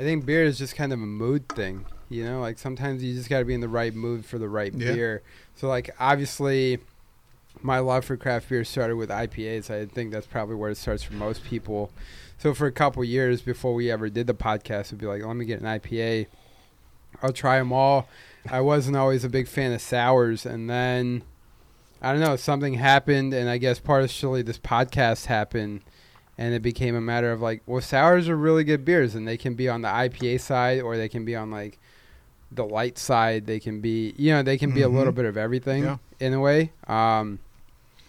[SPEAKER 2] I think beer is just kind of a mood thing. You know, like sometimes you just got to be in the right mood for the right
[SPEAKER 4] Yeah.
[SPEAKER 2] beer. So like obviously. My love for craft beer started with IPAs. I think that's probably where it starts for most people. So for a couple years before we ever did the podcast, we'd be like, "Let me get an IPA." I'll try them all. I wasn't always a big fan of sours, and then I don't know something happened, and I guess partially this podcast happened, and it became a matter of like, well, sours are really good beers, and they can be on the IPA side, or they can be on like the light side. They can be, you know, they can be a little
[SPEAKER 4] Mhm.
[SPEAKER 2] bit of everything
[SPEAKER 4] Yeah.
[SPEAKER 2] in a way. Um,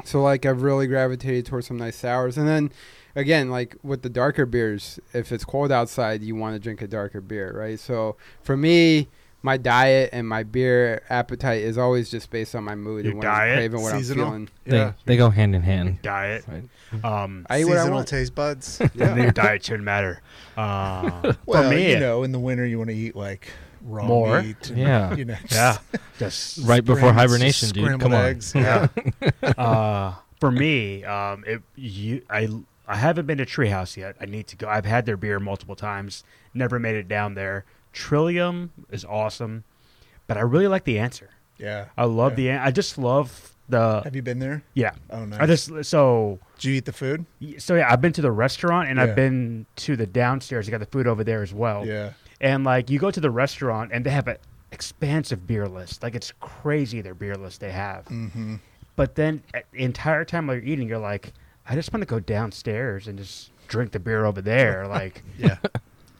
[SPEAKER 2] so like I've really gravitated towards some nice sours, and then again, like with the darker beers, if it's cold outside, you want to drink a darker beer, right? So for me, my diet and my beer appetite is always just based on my mood
[SPEAKER 3] Your
[SPEAKER 2] and what
[SPEAKER 3] diet?
[SPEAKER 2] I'm craving, what
[SPEAKER 4] Seasonal?
[SPEAKER 2] I'm feeling.
[SPEAKER 1] They
[SPEAKER 4] yeah.
[SPEAKER 1] they go hand in hand.
[SPEAKER 3] diet.
[SPEAKER 1] Right.
[SPEAKER 3] Um,
[SPEAKER 2] I eat what I
[SPEAKER 4] Seasonal
[SPEAKER 2] want.
[SPEAKER 4] taste buds.
[SPEAKER 3] and your diet shouldn't matter. Uh,
[SPEAKER 4] well,
[SPEAKER 3] for me,
[SPEAKER 4] you know, in the winter you want to eat like raw
[SPEAKER 3] More?
[SPEAKER 4] meat. and,
[SPEAKER 1] Yeah.
[SPEAKER 4] You know,
[SPEAKER 3] yeah, just
[SPEAKER 1] Right before
[SPEAKER 4] scrambled-
[SPEAKER 1] hibernation, dude.
[SPEAKER 4] scrambled
[SPEAKER 1] Come on.
[SPEAKER 4] eggs.
[SPEAKER 3] yeah. uh, for me, um, it, you, I, I haven't been to Treehouse yet. I need to go. I've had their beer multiple times. Never made it down there. Trillium is awesome, but I really like the answer.
[SPEAKER 4] Yeah.
[SPEAKER 3] I love
[SPEAKER 4] Yeah.
[SPEAKER 3] the. An- I just love the.
[SPEAKER 4] Have you been there?
[SPEAKER 3] Yeah.
[SPEAKER 4] Oh no.
[SPEAKER 3] I just so
[SPEAKER 4] Did you eat the food?
[SPEAKER 3] so yeah. I've been to the restaurant and
[SPEAKER 4] Yeah.
[SPEAKER 3] I've been to the downstairs. You got the food over there as well.
[SPEAKER 4] Yeah.
[SPEAKER 3] And like you go to the restaurant and they have an expansive beer list. Like it's crazy their beer list they have.
[SPEAKER 4] Mm-hmm.
[SPEAKER 3] But then at the entire time while you're eating, you're like, I just want to go downstairs and just drink the beer over there. Like,
[SPEAKER 4] Yeah.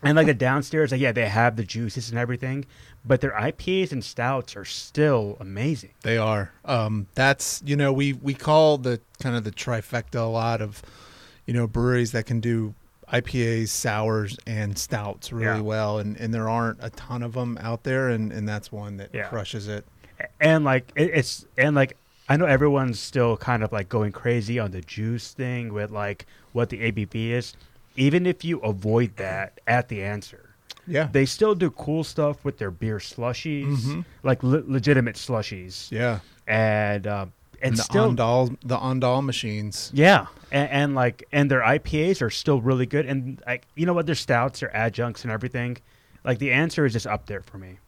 [SPEAKER 3] and like the downstairs, like, yeah, they have the juices and everything, but their IPAs and stouts are still amazing.
[SPEAKER 4] They are. Um, that's you know we we call the kind of the trifecta a lot of, you know, breweries that can do IPAs, sours, and stouts really
[SPEAKER 3] Yeah.
[SPEAKER 4] well, and and there aren't a ton of them out there, and and that's one that
[SPEAKER 3] Yeah.
[SPEAKER 4] crushes it.
[SPEAKER 3] And like, it, it's, and like, I know everyone's still kind of like going crazy on the juice thing with like what the ABV is. Even if you avoid that at the answer,
[SPEAKER 4] Yeah.
[SPEAKER 3] they still do cool stuff with their beer slushies,
[SPEAKER 4] Mhm.
[SPEAKER 3] like le- legitimate slushies,
[SPEAKER 4] yeah.
[SPEAKER 3] and um, and,
[SPEAKER 4] And the
[SPEAKER 3] still,
[SPEAKER 4] Ondal the Ondal machines.
[SPEAKER 3] yeah, and, and like and their IPAs are still really good, and like you know what, their stouts, their adjuncts, and everything. Like the answer is just up there for me.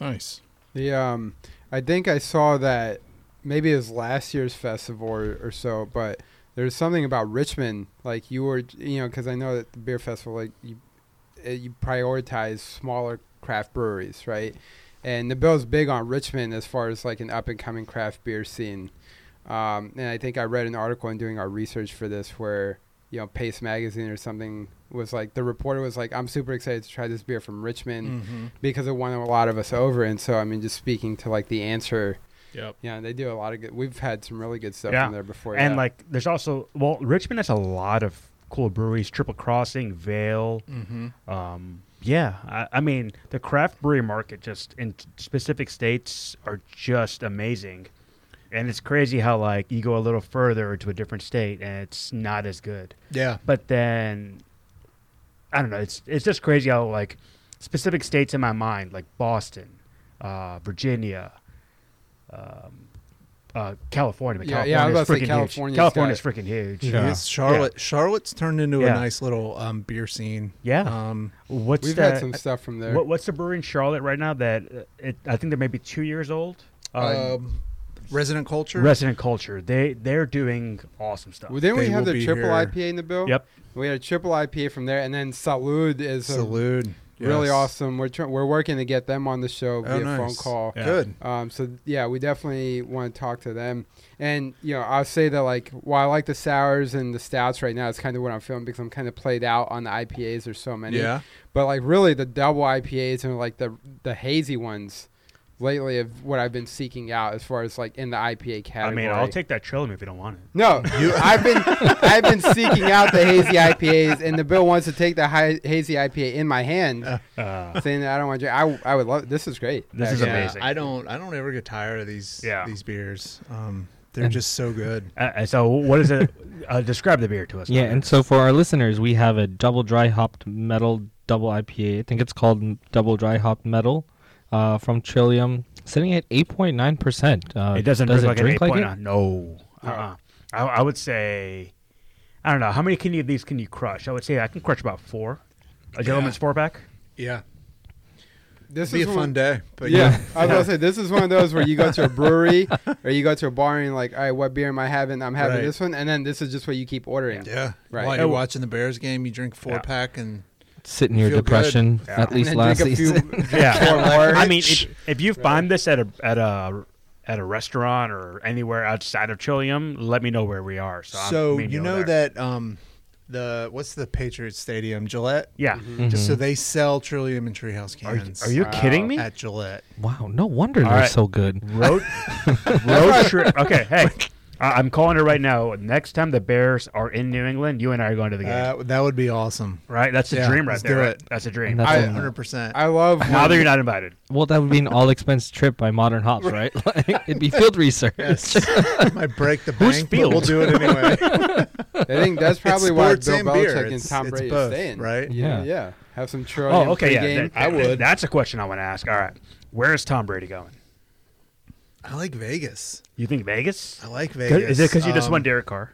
[SPEAKER 4] Nice.
[SPEAKER 2] The um, I think I saw that maybe it was last year's festival or, or so, but there's something about Richmond. Like you were, you know, because I know that the beer festival, like you, eh, you prioritize smaller craft breweries, right? And the bill's big on Richmond as far as like an up and coming craft beer scene. Um, and I think I read an article in doing our research for this where you know Pace Magazine or something was like the reporter was like, "I'm super excited to try this beer from Richmond."
[SPEAKER 4] Mm-hmm.
[SPEAKER 2] because it won a lot of us over. And so, I mean, just speaking to like the answer,
[SPEAKER 4] Yep.
[SPEAKER 2] yeah, they do a lot of good. We've had some really good stuff
[SPEAKER 3] Yeah.
[SPEAKER 2] from there before,
[SPEAKER 3] And
[SPEAKER 2] yeah.
[SPEAKER 3] like there's also well, Richmond has a lot of cool breweries: Triple Crossing, Vale.
[SPEAKER 4] Mm-hmm.
[SPEAKER 3] Um, yeah, I, I mean the craft brewery market just in specific states are just amazing, and it's crazy how like you go a little further to a different state and it's not as good.
[SPEAKER 4] Yeah.
[SPEAKER 3] But then, I don't know. It's it's just crazy how like specific states in my mind like Boston, uh, Virginia, um, uh, California. but
[SPEAKER 2] Yeah,
[SPEAKER 3] California
[SPEAKER 2] yeah, I was
[SPEAKER 3] is
[SPEAKER 2] about to
[SPEAKER 3] freaking
[SPEAKER 2] say
[SPEAKER 3] huge.
[SPEAKER 2] California's
[SPEAKER 3] California's
[SPEAKER 2] got
[SPEAKER 3] freaking huge.
[SPEAKER 1] Yeah.
[SPEAKER 4] Yes, Charlotte. Charlotte's turned into a
[SPEAKER 3] Yeah.
[SPEAKER 4] nice little um, beer scene.
[SPEAKER 3] Yeah.
[SPEAKER 4] Um,
[SPEAKER 3] What's
[SPEAKER 2] we've
[SPEAKER 3] that?
[SPEAKER 2] had some stuff from there.
[SPEAKER 3] uh, What, what's the brewery in Charlotte right now that uh, it, I think they're maybe two years old? Uh,
[SPEAKER 4] um, resident culture.
[SPEAKER 3] Resident Culture. They they're doing awesome stuff.
[SPEAKER 2] well, then we
[SPEAKER 4] They
[SPEAKER 2] have
[SPEAKER 4] will
[SPEAKER 2] the
[SPEAKER 4] be
[SPEAKER 2] triple
[SPEAKER 4] here.
[SPEAKER 2] IPA in the bill.
[SPEAKER 3] Yep.
[SPEAKER 2] we had a triple IPA from there, and then Salud is a
[SPEAKER 4] Salud.
[SPEAKER 2] really
[SPEAKER 4] Yes.
[SPEAKER 2] awesome. We're tr- we're working to get them on the show
[SPEAKER 4] Oh,
[SPEAKER 2] via phone
[SPEAKER 4] nice.
[SPEAKER 2] call.
[SPEAKER 3] Yeah.
[SPEAKER 4] Good.
[SPEAKER 2] Um, so yeah, we definitely want to talk to them. And you know, I'll say that like while I like the sours and the stouts right now, it's kind of what I'm feeling because I'm kind of played out on the IPAs. There's so many.
[SPEAKER 4] Yeah.
[SPEAKER 2] But like really, the double IPAs and like the the hazy ones, lately of what I've been seeking out as far as like in the IPA
[SPEAKER 3] I
[SPEAKER 2] category.
[SPEAKER 3] mean, I'll take that trailer if you don't want it.
[SPEAKER 2] No, I've been I've been seeking out the hazy IPAs, and the bill wants to take the hi- hazy IPA in my hand,
[SPEAKER 3] Uh,
[SPEAKER 2] saying that I don't want to. Drink. I I would love this is great.
[SPEAKER 3] This is
[SPEAKER 2] Actually.
[SPEAKER 3] amazing.
[SPEAKER 4] I don't I don't ever get tired of these
[SPEAKER 3] Yeah.
[SPEAKER 4] these beers. Um, they're
[SPEAKER 1] And-
[SPEAKER 4] just so good.
[SPEAKER 3] uh, so, what is it? Uh, describe the beer to us.
[SPEAKER 1] Yeah,
[SPEAKER 3] Connor.
[SPEAKER 1] and so for our listeners, we have a double dry hopped metal double IPA. I think it's called m- double dry hopped metal uh, from Trillium, sitting at 8.9%. Uh,
[SPEAKER 3] it doesn't
[SPEAKER 1] does
[SPEAKER 3] drink like
[SPEAKER 1] it drink
[SPEAKER 3] an
[SPEAKER 1] like
[SPEAKER 3] 8.9.
[SPEAKER 1] it?
[SPEAKER 3] No. Uh-uh. I, I would say, I don't know. How many can you, of these can you crush? I would say I can crush about four. A gentleman's four pack?
[SPEAKER 4] Yeah,
[SPEAKER 2] This
[SPEAKER 4] be a
[SPEAKER 2] is one-
[SPEAKER 4] fun day. But
[SPEAKER 2] Yeah,
[SPEAKER 4] yeah,
[SPEAKER 2] I was gonna say this is one of those where you go to a brewery or you go to a bar and you're like, all right, what beer am I having? I'm having
[SPEAKER 4] Right.
[SPEAKER 2] this one, and then this is just what you keep ordering.
[SPEAKER 4] yeah.
[SPEAKER 2] Right.
[SPEAKER 4] While
[SPEAKER 2] Yeah.
[SPEAKER 4] you're watching the Bears game, you drink four
[SPEAKER 3] Oh. Yeah.
[SPEAKER 4] pack and
[SPEAKER 1] Sit in your
[SPEAKER 4] Feel good.
[SPEAKER 1] depression,
[SPEAKER 3] Yeah.
[SPEAKER 1] at
[SPEAKER 2] And
[SPEAKER 1] least
[SPEAKER 2] then
[SPEAKER 1] last
[SPEAKER 2] drink a few-
[SPEAKER 1] season.
[SPEAKER 3] Yeah.
[SPEAKER 2] four more.
[SPEAKER 3] I mean, if, if you find this at a at a at a restaurant or anywhere outside of Trillium, let me know where we are. So, I'm
[SPEAKER 4] so
[SPEAKER 3] meeting
[SPEAKER 4] you know
[SPEAKER 3] there.
[SPEAKER 4] that um, the what's the Patriot Stadium Gillette.
[SPEAKER 3] Yeah.
[SPEAKER 4] Just
[SPEAKER 2] Mm-hmm.
[SPEAKER 4] so they sell Trillium and Treehouse cans. uh,
[SPEAKER 3] Are you
[SPEAKER 2] Wow.
[SPEAKER 3] kidding me?
[SPEAKER 4] at Gillette?
[SPEAKER 1] Wow, no wonder they're
[SPEAKER 3] right.
[SPEAKER 1] so good.
[SPEAKER 3] Road road trip. Okay, hey, I, I'm calling it right now. Next time the Bears are in New England, you and I are going to the game.
[SPEAKER 4] Uh, that would be awesome.
[SPEAKER 3] right? That's a
[SPEAKER 4] yeah,
[SPEAKER 3] dream right
[SPEAKER 4] let's
[SPEAKER 3] there.
[SPEAKER 4] do
[SPEAKER 3] right?
[SPEAKER 4] it.
[SPEAKER 3] That's a dream.
[SPEAKER 1] And that's
[SPEAKER 2] I-
[SPEAKER 1] a-
[SPEAKER 4] Hundred percent.
[SPEAKER 2] I love
[SPEAKER 3] now
[SPEAKER 2] when-
[SPEAKER 3] that you're not invited.
[SPEAKER 1] well, that would be an all expense trip by Modern Hops, right? Like, it'd be field research.
[SPEAKER 4] might break the
[SPEAKER 3] Who's
[SPEAKER 4] bank, but we'll
[SPEAKER 3] Fields?
[SPEAKER 4] do it anyway.
[SPEAKER 2] I think that's probably
[SPEAKER 4] It's
[SPEAKER 2] why
[SPEAKER 4] sports
[SPEAKER 2] Bill
[SPEAKER 4] and beer.
[SPEAKER 2] Belichick and
[SPEAKER 4] It's-
[SPEAKER 2] Tom
[SPEAKER 4] it's
[SPEAKER 2] Brady
[SPEAKER 4] both,
[SPEAKER 2] are staying.
[SPEAKER 4] right?
[SPEAKER 2] Yeah.
[SPEAKER 1] Yeah.
[SPEAKER 2] Yeah. Have some Trillium.
[SPEAKER 3] Oh, okay, yeah.
[SPEAKER 2] pregame.
[SPEAKER 3] that- that- That's a question I want to ask. All right, where is Tom Brady going?
[SPEAKER 4] I like Vegas.
[SPEAKER 3] You think Vegas?
[SPEAKER 4] I like Vegas.
[SPEAKER 3] Is it because you just
[SPEAKER 4] Um,
[SPEAKER 3] won Derek Carr?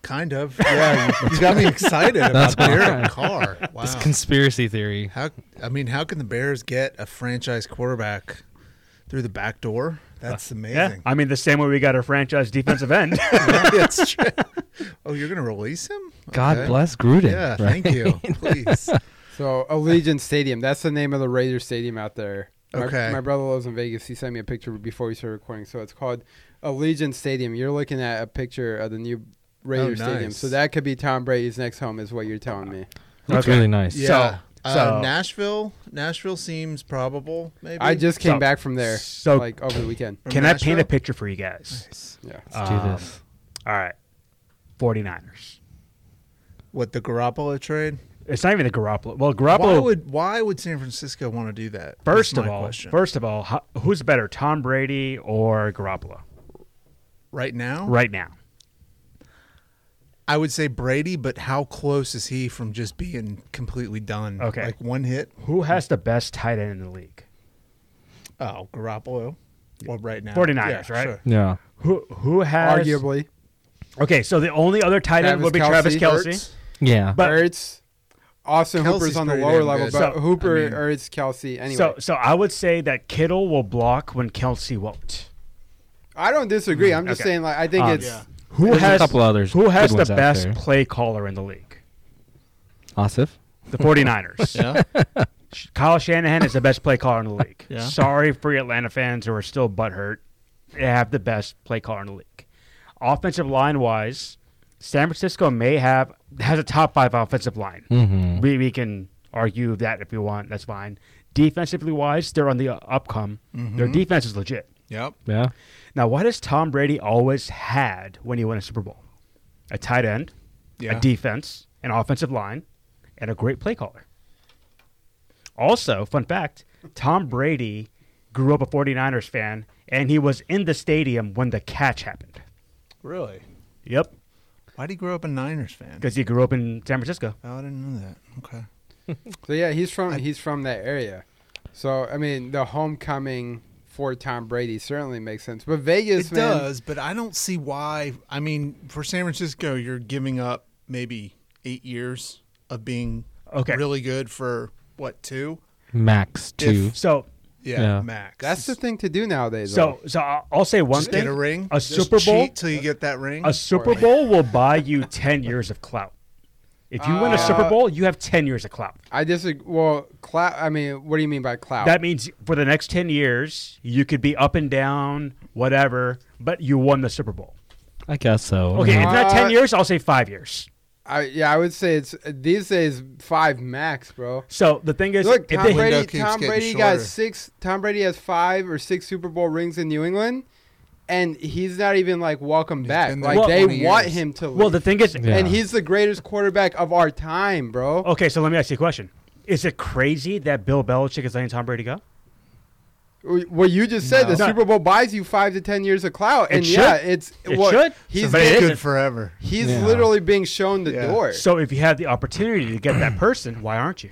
[SPEAKER 4] Kind of. Yeah, you, you got me excited
[SPEAKER 1] That's
[SPEAKER 4] about
[SPEAKER 1] why.
[SPEAKER 4] Derek Carr. Wow.
[SPEAKER 1] It's conspiracy theory.
[SPEAKER 4] how I mean, how can the Bears get a franchise quarterback through the back door? That's
[SPEAKER 3] Uh, Yeah.
[SPEAKER 4] amazing.
[SPEAKER 3] I mean, the same way we got our franchise defensive end.
[SPEAKER 4] That's true. Oh, you're gonna release him?
[SPEAKER 1] God
[SPEAKER 4] Okay.
[SPEAKER 1] bless Gruden.
[SPEAKER 4] Yeah,
[SPEAKER 1] right?
[SPEAKER 4] thank you. Please.
[SPEAKER 2] So Allegiant Stadium. That's the name of the Raiders Stadium out there. My-
[SPEAKER 4] Okay.
[SPEAKER 2] My, brother lives in Vegas. He sent me a picture before we started recording. So it's called Allegiant Stadium. You're looking at a picture of the new Raiders Stadium.
[SPEAKER 4] Oh, nice.
[SPEAKER 2] So that could be Tom Brady's next home, is what you're telling me.
[SPEAKER 1] That's
[SPEAKER 3] Okay.
[SPEAKER 1] really nice.
[SPEAKER 4] Yeah. uh,
[SPEAKER 3] so-
[SPEAKER 4] Nashville. Nashville seems probable. Maybe.
[SPEAKER 2] I just came
[SPEAKER 3] So-
[SPEAKER 2] back from there,
[SPEAKER 3] so-
[SPEAKER 2] like over the weekend.
[SPEAKER 4] From
[SPEAKER 3] Can I paint
[SPEAKER 4] Nashville?
[SPEAKER 3] a picture for you guys?
[SPEAKER 2] Yeah.
[SPEAKER 1] Let's
[SPEAKER 3] Um,
[SPEAKER 1] do this.
[SPEAKER 3] All right, 49ers.
[SPEAKER 4] What the Garoppolo trade?
[SPEAKER 3] It's not even the Garoppolo. Well,
[SPEAKER 4] Why
[SPEAKER 3] Garoppolo.
[SPEAKER 4] would Why would San Francisco want to do that? That's
[SPEAKER 3] first of
[SPEAKER 4] my
[SPEAKER 3] all,
[SPEAKER 4] question.
[SPEAKER 3] first of all, ho- who's better, Tom Brady or Garoppolo?
[SPEAKER 4] right now,
[SPEAKER 3] Right now,
[SPEAKER 4] I would say Brady, but how close is he from just being completely done?
[SPEAKER 3] Okay.
[SPEAKER 4] like one hit.
[SPEAKER 3] who has the best tight end in the league?
[SPEAKER 4] Oh, Garoppolo. Well, right now,
[SPEAKER 3] 49ers, right?
[SPEAKER 1] Yeah.
[SPEAKER 3] Who who has
[SPEAKER 2] Arguably.
[SPEAKER 3] Okay, so the only other tight end
[SPEAKER 2] Travis
[SPEAKER 3] would be
[SPEAKER 2] Kelce,
[SPEAKER 3] Travis Kelsey.
[SPEAKER 4] Hurts.
[SPEAKER 1] Yeah.
[SPEAKER 3] But-
[SPEAKER 2] Ertz. Austin
[SPEAKER 4] Kelsey's
[SPEAKER 2] Hooper's on the
[SPEAKER 4] pretty
[SPEAKER 2] lower
[SPEAKER 4] damn
[SPEAKER 2] level,
[SPEAKER 4] good.
[SPEAKER 2] but
[SPEAKER 3] So-
[SPEAKER 2] Hooper,
[SPEAKER 4] I mean-
[SPEAKER 2] Ertz, Kelsey. Anyway,
[SPEAKER 3] So so I would say that Kittle will block when Kelsey won't.
[SPEAKER 2] I don't disagree. I'm just
[SPEAKER 3] Mm, okay.
[SPEAKER 2] saying, like, I think
[SPEAKER 3] Um,
[SPEAKER 2] it's
[SPEAKER 4] yeah.
[SPEAKER 3] Who
[SPEAKER 1] There's a
[SPEAKER 3] has
[SPEAKER 1] couple others
[SPEAKER 3] Who has
[SPEAKER 1] good
[SPEAKER 3] the
[SPEAKER 1] ones out
[SPEAKER 3] best
[SPEAKER 1] there.
[SPEAKER 3] play caller in the league?
[SPEAKER 1] Asif?
[SPEAKER 3] The 49ers.
[SPEAKER 4] Yeah.
[SPEAKER 3] Kyle Shanahan is the best play caller in the league.
[SPEAKER 4] Yeah.
[SPEAKER 3] Sorry for your Atlanta fans who are still butthurt. They have the best play caller in the league. Offensive line wise, San Francisco may have has a top five offensive line.
[SPEAKER 1] Mm-hmm.
[SPEAKER 3] We, we can argue that if we want. That's fine. Defensively wise, they're on the upcome. Their defense is legit.
[SPEAKER 4] Yep.
[SPEAKER 1] Yeah.
[SPEAKER 3] Now, what has Tom Brady always had when he won a Super Bowl? A tight end,
[SPEAKER 4] Yeah.
[SPEAKER 3] a defense, an offensive line, and a great play caller. Also, fun fact Tom Brady grew up a 49ers fan, and he was in the stadium when the catch happened.
[SPEAKER 4] Really?
[SPEAKER 3] Yep.
[SPEAKER 4] Why did he grow up a Niners fan?
[SPEAKER 3] Because he grew up in San Francisco.
[SPEAKER 4] Oh, I didn't know that. Okay.
[SPEAKER 2] So yeah, he's from he's from that area. So I mean, the homecoming for Tom Brady certainly makes sense. But Vegas,
[SPEAKER 4] It
[SPEAKER 2] man,
[SPEAKER 4] does, but I don't see why. I mean, for San Francisco, you're giving up maybe eight years of being
[SPEAKER 3] Okay.
[SPEAKER 4] really good for what two?
[SPEAKER 1] Max two.
[SPEAKER 3] So,
[SPEAKER 4] Yeah,
[SPEAKER 1] Yeah.
[SPEAKER 4] max.
[SPEAKER 2] that's the thing to do nowadays.
[SPEAKER 3] so, so I'll I'll say one
[SPEAKER 4] Just
[SPEAKER 3] thing
[SPEAKER 4] get a ring.
[SPEAKER 3] a
[SPEAKER 4] Just
[SPEAKER 3] Super Bowl-
[SPEAKER 4] cheat till you get that ring.
[SPEAKER 3] A Super Bowl will buy you 10 years of clout. If you win a Super
[SPEAKER 2] Uh,
[SPEAKER 3] Bowl, you have 10 years of clout.
[SPEAKER 2] I disagree. Well, cloud. I mean, what do you mean by cloud?
[SPEAKER 3] That means for the next 10 years, you could be up and down, whatever, but you won the Super Bowl.
[SPEAKER 1] I guess so. I
[SPEAKER 3] Okay,
[SPEAKER 1] mean,
[SPEAKER 3] if not 10
[SPEAKER 2] Uh,
[SPEAKER 3] years, I'll say five years.
[SPEAKER 2] I, yeah, I would say it's these days five max, bro.
[SPEAKER 3] So the thing is,
[SPEAKER 2] Look,
[SPEAKER 3] if
[SPEAKER 2] Tom
[SPEAKER 3] they,
[SPEAKER 4] Window
[SPEAKER 2] Brady.
[SPEAKER 4] keeps
[SPEAKER 2] Tom
[SPEAKER 4] getting
[SPEAKER 2] Brady
[SPEAKER 4] shorter.
[SPEAKER 2] got six. Tom Brady has five or six Super Bowl rings in New England, and he's not even like welcome back.
[SPEAKER 4] been there
[SPEAKER 2] Like they
[SPEAKER 4] 20
[SPEAKER 2] want
[SPEAKER 4] years.
[SPEAKER 2] him to. Leave.
[SPEAKER 3] well, the thing is,
[SPEAKER 1] Yeah.
[SPEAKER 2] and he's the greatest quarterback of our time, bro.
[SPEAKER 3] okay. So let me ask you a question: Is it crazy that Bill Belichick is letting Tom Brady go?
[SPEAKER 2] What you just said,
[SPEAKER 4] No.
[SPEAKER 2] the
[SPEAKER 3] No.
[SPEAKER 2] Super Bowl buys you five to ten years of clout,
[SPEAKER 3] It
[SPEAKER 2] and yeah,
[SPEAKER 3] should.
[SPEAKER 2] it's
[SPEAKER 3] It
[SPEAKER 2] well,
[SPEAKER 3] should.
[SPEAKER 2] He's
[SPEAKER 3] But it
[SPEAKER 4] It's
[SPEAKER 3] is-
[SPEAKER 4] good forever.
[SPEAKER 2] he's
[SPEAKER 1] Yeah.
[SPEAKER 2] literally being shown the
[SPEAKER 4] Yeah.
[SPEAKER 2] door.
[SPEAKER 3] So if you have the opportunity to get that person, why aren't you?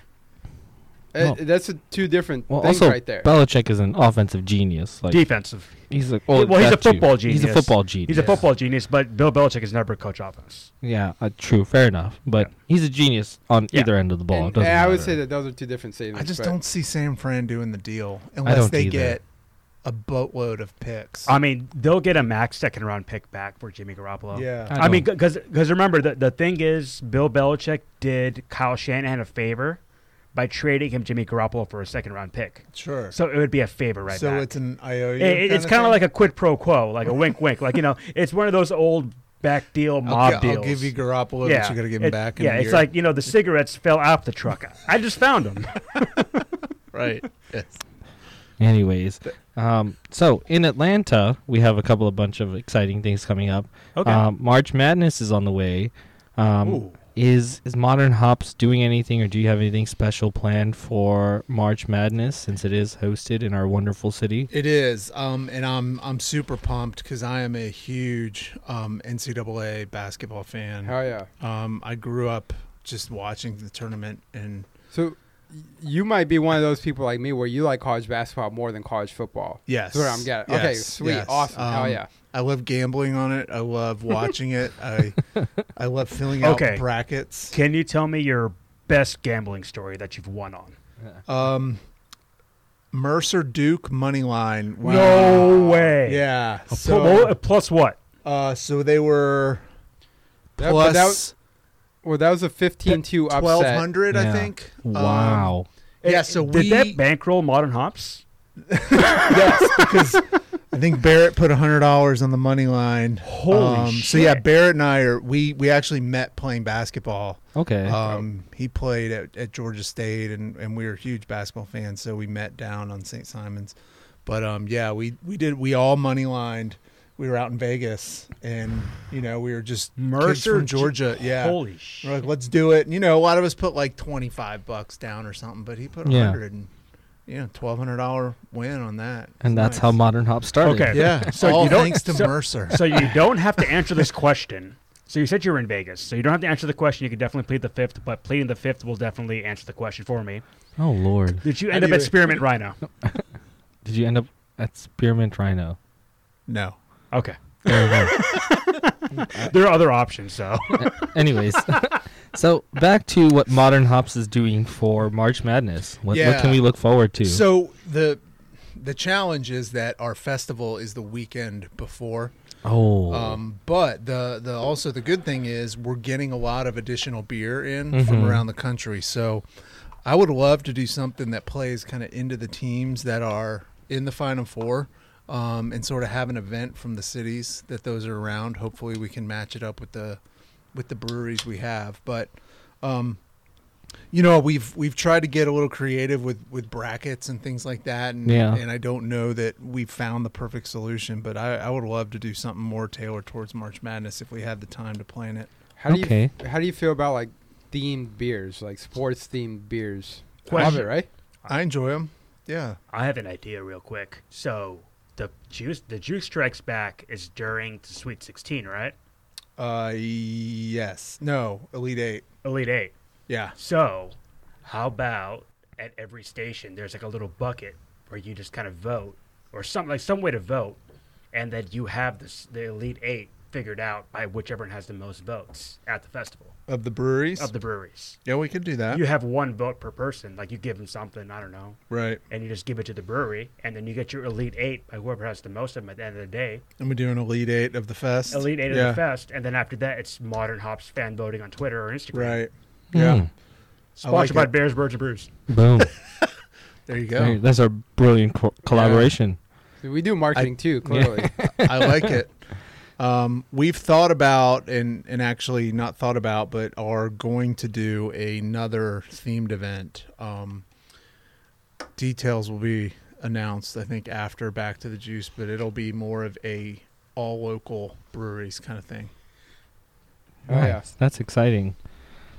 [SPEAKER 2] Uh,
[SPEAKER 1] Well-
[SPEAKER 2] that's a, two different
[SPEAKER 1] Well,
[SPEAKER 2] things
[SPEAKER 1] also,
[SPEAKER 2] right there.
[SPEAKER 1] Belichick is an offensive genius. Like
[SPEAKER 3] Defensive.
[SPEAKER 1] he's a well,
[SPEAKER 3] well, he's a
[SPEAKER 1] that too.
[SPEAKER 3] football genius.
[SPEAKER 1] He's a football genius.
[SPEAKER 3] He's a football genius, but Bill Belichick is never coach offense.
[SPEAKER 1] Yeah, uh, true. Fair enough. But
[SPEAKER 3] Yeah.
[SPEAKER 1] he's a genius on
[SPEAKER 3] Yeah.
[SPEAKER 1] either end of the ball.
[SPEAKER 2] and,
[SPEAKER 1] It doesn't
[SPEAKER 2] and I would
[SPEAKER 1] matter.
[SPEAKER 2] say that those are two different statements.
[SPEAKER 4] I just
[SPEAKER 2] but-
[SPEAKER 4] don't see Sam Fran doing the deal unless
[SPEAKER 1] don't
[SPEAKER 4] they
[SPEAKER 1] either.
[SPEAKER 4] get a boatload of picks.
[SPEAKER 3] I mean, they'll get a max second round pick back for Jimmy Garoppolo.
[SPEAKER 4] yeah.
[SPEAKER 1] I
[SPEAKER 3] I, mean,
[SPEAKER 1] don't-
[SPEAKER 3] because remember the the thing is Bill Belichick did Kyle Shanahan a favor by trading him Jimmy Garoppolo for a second round pick.
[SPEAKER 4] Sure.
[SPEAKER 3] So it would be a favor right
[SPEAKER 4] so
[SPEAKER 3] back.
[SPEAKER 4] it's an IOU.
[SPEAKER 3] It- it- it's kind of like a quid pro quo, like a wink, wink. Like you know, it's one of those old back deal mob
[SPEAKER 4] I'll, gi-
[SPEAKER 3] deals.
[SPEAKER 4] I'll give you Garoppolo, but you got to give him
[SPEAKER 3] it-
[SPEAKER 4] back. in
[SPEAKER 3] Yeah,
[SPEAKER 4] a
[SPEAKER 3] it's
[SPEAKER 4] year.
[SPEAKER 3] like you know the cigarettes fell off the truck. I just found them.
[SPEAKER 4] right. Yes.
[SPEAKER 1] Anyways, um, so in Atlanta, we have a couple of bunch of exciting things coming up.
[SPEAKER 3] Okay.
[SPEAKER 1] Um, March Madness is on the way. Um,
[SPEAKER 3] Ooh.
[SPEAKER 1] is is Modern Hops doing anything, or do you have anything special planned for March Madness since it is hosted in our wonderful city?
[SPEAKER 4] It is, um, and I'm I'm super pumped because I am a huge um, NCAA basketball fan.
[SPEAKER 2] Hell yeah.
[SPEAKER 4] Um, I grew up just watching the tournament, and
[SPEAKER 2] So y- you might be one of those people like me where you like college basketball more than college football.
[SPEAKER 4] yes,
[SPEAKER 2] That's what I'm getting. Okay,
[SPEAKER 4] yes,
[SPEAKER 2] sweet,
[SPEAKER 4] yes.
[SPEAKER 2] awesome, hell
[SPEAKER 4] Um,
[SPEAKER 2] yeah.
[SPEAKER 4] I love gambling on it. I love watching it. I I love filling
[SPEAKER 3] Okay.
[SPEAKER 4] out brackets.
[SPEAKER 3] Can you tell me your best gambling story that you've won on?
[SPEAKER 4] Um, Mercer Duke money line. Wow.
[SPEAKER 3] No way.
[SPEAKER 4] Yeah.
[SPEAKER 3] A pl- well,
[SPEAKER 4] So,
[SPEAKER 3] a plus what?
[SPEAKER 4] uh, so they were
[SPEAKER 2] That- but that-
[SPEAKER 4] plus
[SPEAKER 2] Well, that was a 15-2 upset.
[SPEAKER 4] twelve hundred, I
[SPEAKER 1] Yeah.
[SPEAKER 4] think. Um,
[SPEAKER 1] wow.
[SPEAKER 4] yeah.
[SPEAKER 3] It-
[SPEAKER 4] So
[SPEAKER 3] did
[SPEAKER 4] we
[SPEAKER 3] that bankroll Modern Hops?
[SPEAKER 4] yes, because I think Barrett put hundred dollars on the money line. Um,
[SPEAKER 3] Holy
[SPEAKER 4] So yeah,
[SPEAKER 3] shit.
[SPEAKER 4] Barrett and I are we we actually met playing basketball.
[SPEAKER 1] Okay.
[SPEAKER 4] Um, he played at, at Georgia State, and and we were huge basketball fans, so we met down on St. Simons. But um, yeah, we we did we all money lined. We were out in Vegas, and you know we were just kids
[SPEAKER 3] Mercer
[SPEAKER 4] from Georgia. Yeah,
[SPEAKER 3] Holy
[SPEAKER 4] we're
[SPEAKER 3] shit.
[SPEAKER 4] like, let's do it. And, you know, a lot of us put like twenty five bucks down or something, but he put a
[SPEAKER 1] Yeah.
[SPEAKER 4] hundred and yeah, twelve hundred dollar win on that.
[SPEAKER 1] and that's
[SPEAKER 4] Nice.
[SPEAKER 1] how Modern Hops started.
[SPEAKER 3] Okay.
[SPEAKER 4] Yeah.
[SPEAKER 3] So
[SPEAKER 4] all
[SPEAKER 3] you don't-
[SPEAKER 4] thanks to
[SPEAKER 3] so-
[SPEAKER 4] Mercer.
[SPEAKER 3] so you don't have to answer this question. So you said you were in Vegas. So you don't have to answer the question. You can definitely plead the fifth, but pleading the fifth will definitely answer the question for me.
[SPEAKER 1] Oh Lord.
[SPEAKER 3] Did you end
[SPEAKER 4] Anyway.
[SPEAKER 3] up at Spearmint Rhino?
[SPEAKER 1] Did you end up at Spearmint Rhino?
[SPEAKER 4] No.
[SPEAKER 3] Okay.
[SPEAKER 1] There
[SPEAKER 3] There are other options, so
[SPEAKER 1] we go. Anyways, so back to what Modern Hops is doing for March Madness. What, what
[SPEAKER 4] Yeah.
[SPEAKER 1] can we look forward to?
[SPEAKER 4] So the the challenge is that our festival is the weekend before.
[SPEAKER 1] oh,
[SPEAKER 4] Um, but the the also the good thing is we're getting a lot of additional beer in from
[SPEAKER 1] Mhm.
[SPEAKER 4] around the country. So I would love to do something that plays kind of into the teams that are in the final four. Um, and sort of have an event from the cities that those are around. Hopefully, we can match it up with the with the breweries we have. But um, you know, we've we've tried to get a little creative with with brackets and things like that. And,
[SPEAKER 1] Yeah.
[SPEAKER 4] and I don't know that we found the perfect solution, but I, I would love to do something more tailored towards March Madness if we had the time to plan it.
[SPEAKER 2] How do
[SPEAKER 1] Okay.
[SPEAKER 2] you How do you feel about like themed beers, like sports themed beers? Love
[SPEAKER 3] Question.
[SPEAKER 2] it, right?
[SPEAKER 4] I enjoy them. Yeah.
[SPEAKER 3] I have an idea real quick. So the juice, the juice strikes back is during the Sweet 16, right?
[SPEAKER 4] Uh, yes. No. Elite Eight.
[SPEAKER 3] Elite Eight.
[SPEAKER 4] Yeah.
[SPEAKER 3] So, how about at every station there's like a little bucket where you just kind of vote or something like some way to vote, and then you have this the elite eight figured out by whichever has the most votes at the festival
[SPEAKER 4] Of the breweries.
[SPEAKER 3] of the breweries.
[SPEAKER 4] yeah, we could do that.
[SPEAKER 3] You have one vote per person. Like you give them something, I don't know,
[SPEAKER 4] Right.
[SPEAKER 3] and you just give it to the brewery, and then you get your elite eight by whoever has the most of them at the end of the day.
[SPEAKER 4] And we do an Elite Eight of the Fest.
[SPEAKER 3] Elite eight
[SPEAKER 4] Yeah.
[SPEAKER 3] of the fest, and then after that it's modern hops fan voting on Twitter or Instagram.
[SPEAKER 4] Right.
[SPEAKER 1] Hmm.
[SPEAKER 4] Yeah. I like
[SPEAKER 3] Sponsored by
[SPEAKER 4] it.
[SPEAKER 3] Bears, Birds, and Brews.
[SPEAKER 1] boom!
[SPEAKER 4] There you
[SPEAKER 1] Hey,
[SPEAKER 4] go.
[SPEAKER 1] That's a brilliant co- collaboration.
[SPEAKER 2] We do marketing too, clearly.
[SPEAKER 4] I like it. Um, we've thought about and and actually not thought about, but are going to do another themed event. Um, details will be announced, I think, after Back to the Juice, but it'll be more of a all local breweries kind of thing.
[SPEAKER 2] Oh, yeah.
[SPEAKER 1] Nice. That's exciting.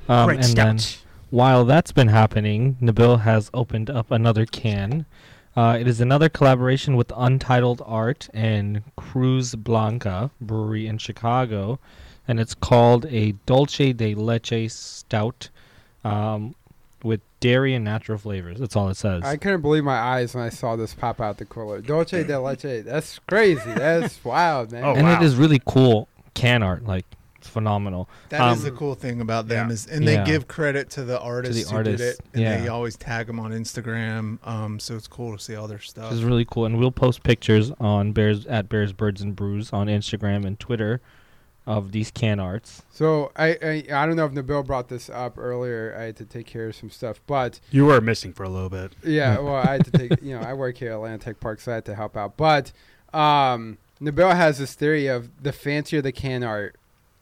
[SPEAKER 1] Um,
[SPEAKER 3] Great
[SPEAKER 1] and then
[SPEAKER 3] stout.
[SPEAKER 1] while that's been happening, Nabil has opened up another can. Uh, it is another collaboration with Untitled Art and Cruz Blanca Brewery in Chicago, and it's called a Dolce de Leche Stout um, with dairy and natural flavors. That's all it says.
[SPEAKER 2] I couldn't believe my eyes when I saw this pop out the cooler. Dolce de leche. That's crazy. That's wild, man.
[SPEAKER 3] Oh,
[SPEAKER 1] and
[SPEAKER 3] wow.
[SPEAKER 1] it is really cool can art, like it's phenomenal.
[SPEAKER 4] That is
[SPEAKER 1] Um,
[SPEAKER 4] the cool thing about them
[SPEAKER 3] yeah.
[SPEAKER 4] is, and they
[SPEAKER 1] Yeah.
[SPEAKER 4] give credit to the artists who did it,
[SPEAKER 1] artists,
[SPEAKER 4] and
[SPEAKER 1] yeah.
[SPEAKER 4] they always tag them on Instagram. Um, so it's cool to see all their stuff.
[SPEAKER 1] This
[SPEAKER 3] Oh.
[SPEAKER 1] is really cool, and we'll post pictures on bears at bears birds and brews on Instagram and Twitter of these can arts.
[SPEAKER 2] So I, I I don't know if Nabil brought this up earlier. I had to take care of some stuff, but
[SPEAKER 3] You were missing for a little bit.
[SPEAKER 2] yeah, well, I had to take. You know, I work here at Atlantic Park, so I had to help out. But um, Nabil has this theory of the fancier the can art,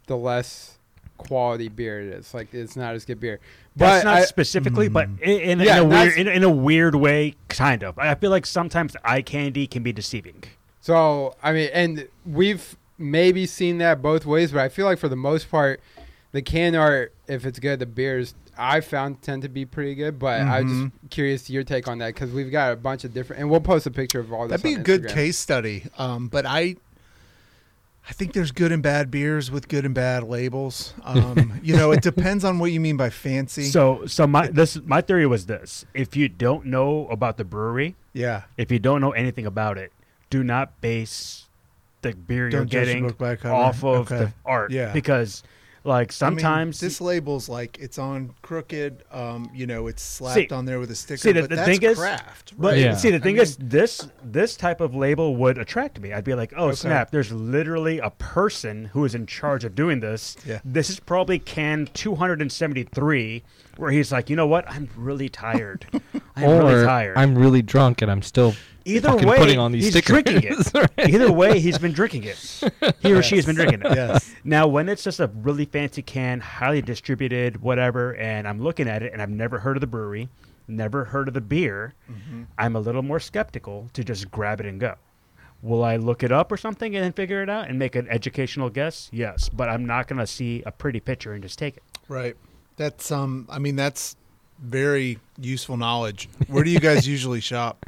[SPEAKER 2] the less quality beer it is. Like it's not as good beer.
[SPEAKER 3] That's
[SPEAKER 2] But
[SPEAKER 3] not
[SPEAKER 2] I-
[SPEAKER 3] specifically, but
[SPEAKER 4] Mm.
[SPEAKER 3] i- in, in,
[SPEAKER 2] Yeah,
[SPEAKER 3] a weird,
[SPEAKER 2] that's-
[SPEAKER 3] in, in a weird way, kind of. I feel like sometimes eye candy can be deceiving.
[SPEAKER 2] So I mean, and we've maybe seen that both ways, but I feel like for the most part, the can art, if it's good, the beers I found tend to be pretty good. But I'm
[SPEAKER 4] Mhm.
[SPEAKER 2] just curious to your take on that because we've got a bunch of different, and we'll post a picture of all this.
[SPEAKER 4] That'd be a
[SPEAKER 2] on
[SPEAKER 4] good
[SPEAKER 2] Instagram.
[SPEAKER 4] case study. Um, but I, I think there's good and bad beers with good and bad labels. Um, you know, it depends on what you mean by fancy.
[SPEAKER 3] So, so my this my theory was this: if you don't know about the brewery,
[SPEAKER 4] yeah,
[SPEAKER 3] if you don't know anything about it, do not base the beer
[SPEAKER 4] Don't
[SPEAKER 3] you're
[SPEAKER 4] judge a
[SPEAKER 3] getting
[SPEAKER 4] book by a cover.
[SPEAKER 3] off of the
[SPEAKER 4] Okay.
[SPEAKER 3] art.
[SPEAKER 4] Yeah.
[SPEAKER 3] Because, like,
[SPEAKER 4] I mean,
[SPEAKER 3] sometimes.
[SPEAKER 4] this label's like it's on crooked. Um, you know, it's slapped
[SPEAKER 3] See-
[SPEAKER 4] on there with a sticker.
[SPEAKER 3] see, the-
[SPEAKER 4] but
[SPEAKER 3] the
[SPEAKER 4] that's
[SPEAKER 3] thing is-
[SPEAKER 4] craft.
[SPEAKER 3] but
[SPEAKER 1] Yeah.
[SPEAKER 3] see, the
[SPEAKER 4] I
[SPEAKER 3] thing
[SPEAKER 4] mean-
[SPEAKER 3] is, this this type of label would attract me. I'd be like, "Oh snap! There's literally a person who is in charge of doing this.
[SPEAKER 4] Yeah.
[SPEAKER 3] This is probably can 273, where he's like, you know what? I'm really tired. I'm
[SPEAKER 1] or
[SPEAKER 3] really tired.
[SPEAKER 1] I'm really drunk and I'm still
[SPEAKER 3] Either
[SPEAKER 1] fucking
[SPEAKER 3] way,
[SPEAKER 1] putting on these
[SPEAKER 3] he's
[SPEAKER 1] stickers.
[SPEAKER 3] drinking it.
[SPEAKER 1] Right.
[SPEAKER 3] Either way, he's been drinking it. He or she has been drinking it.
[SPEAKER 4] Yes.
[SPEAKER 3] Now, when it's just a really fancy can, highly distributed, whatever, and I'm looking at it and I've never heard of the brewery, never heard of the beer,
[SPEAKER 1] Mm-hmm.
[SPEAKER 3] I'm a little more skeptical to just grab it and go. Will I look it up or something and then figure it out and make an educational guess? Yes, but I'm not going to see a pretty picture and just take it.
[SPEAKER 4] Right. That's um. I mean, that's very useful knowledge. Where do you guys usually shop?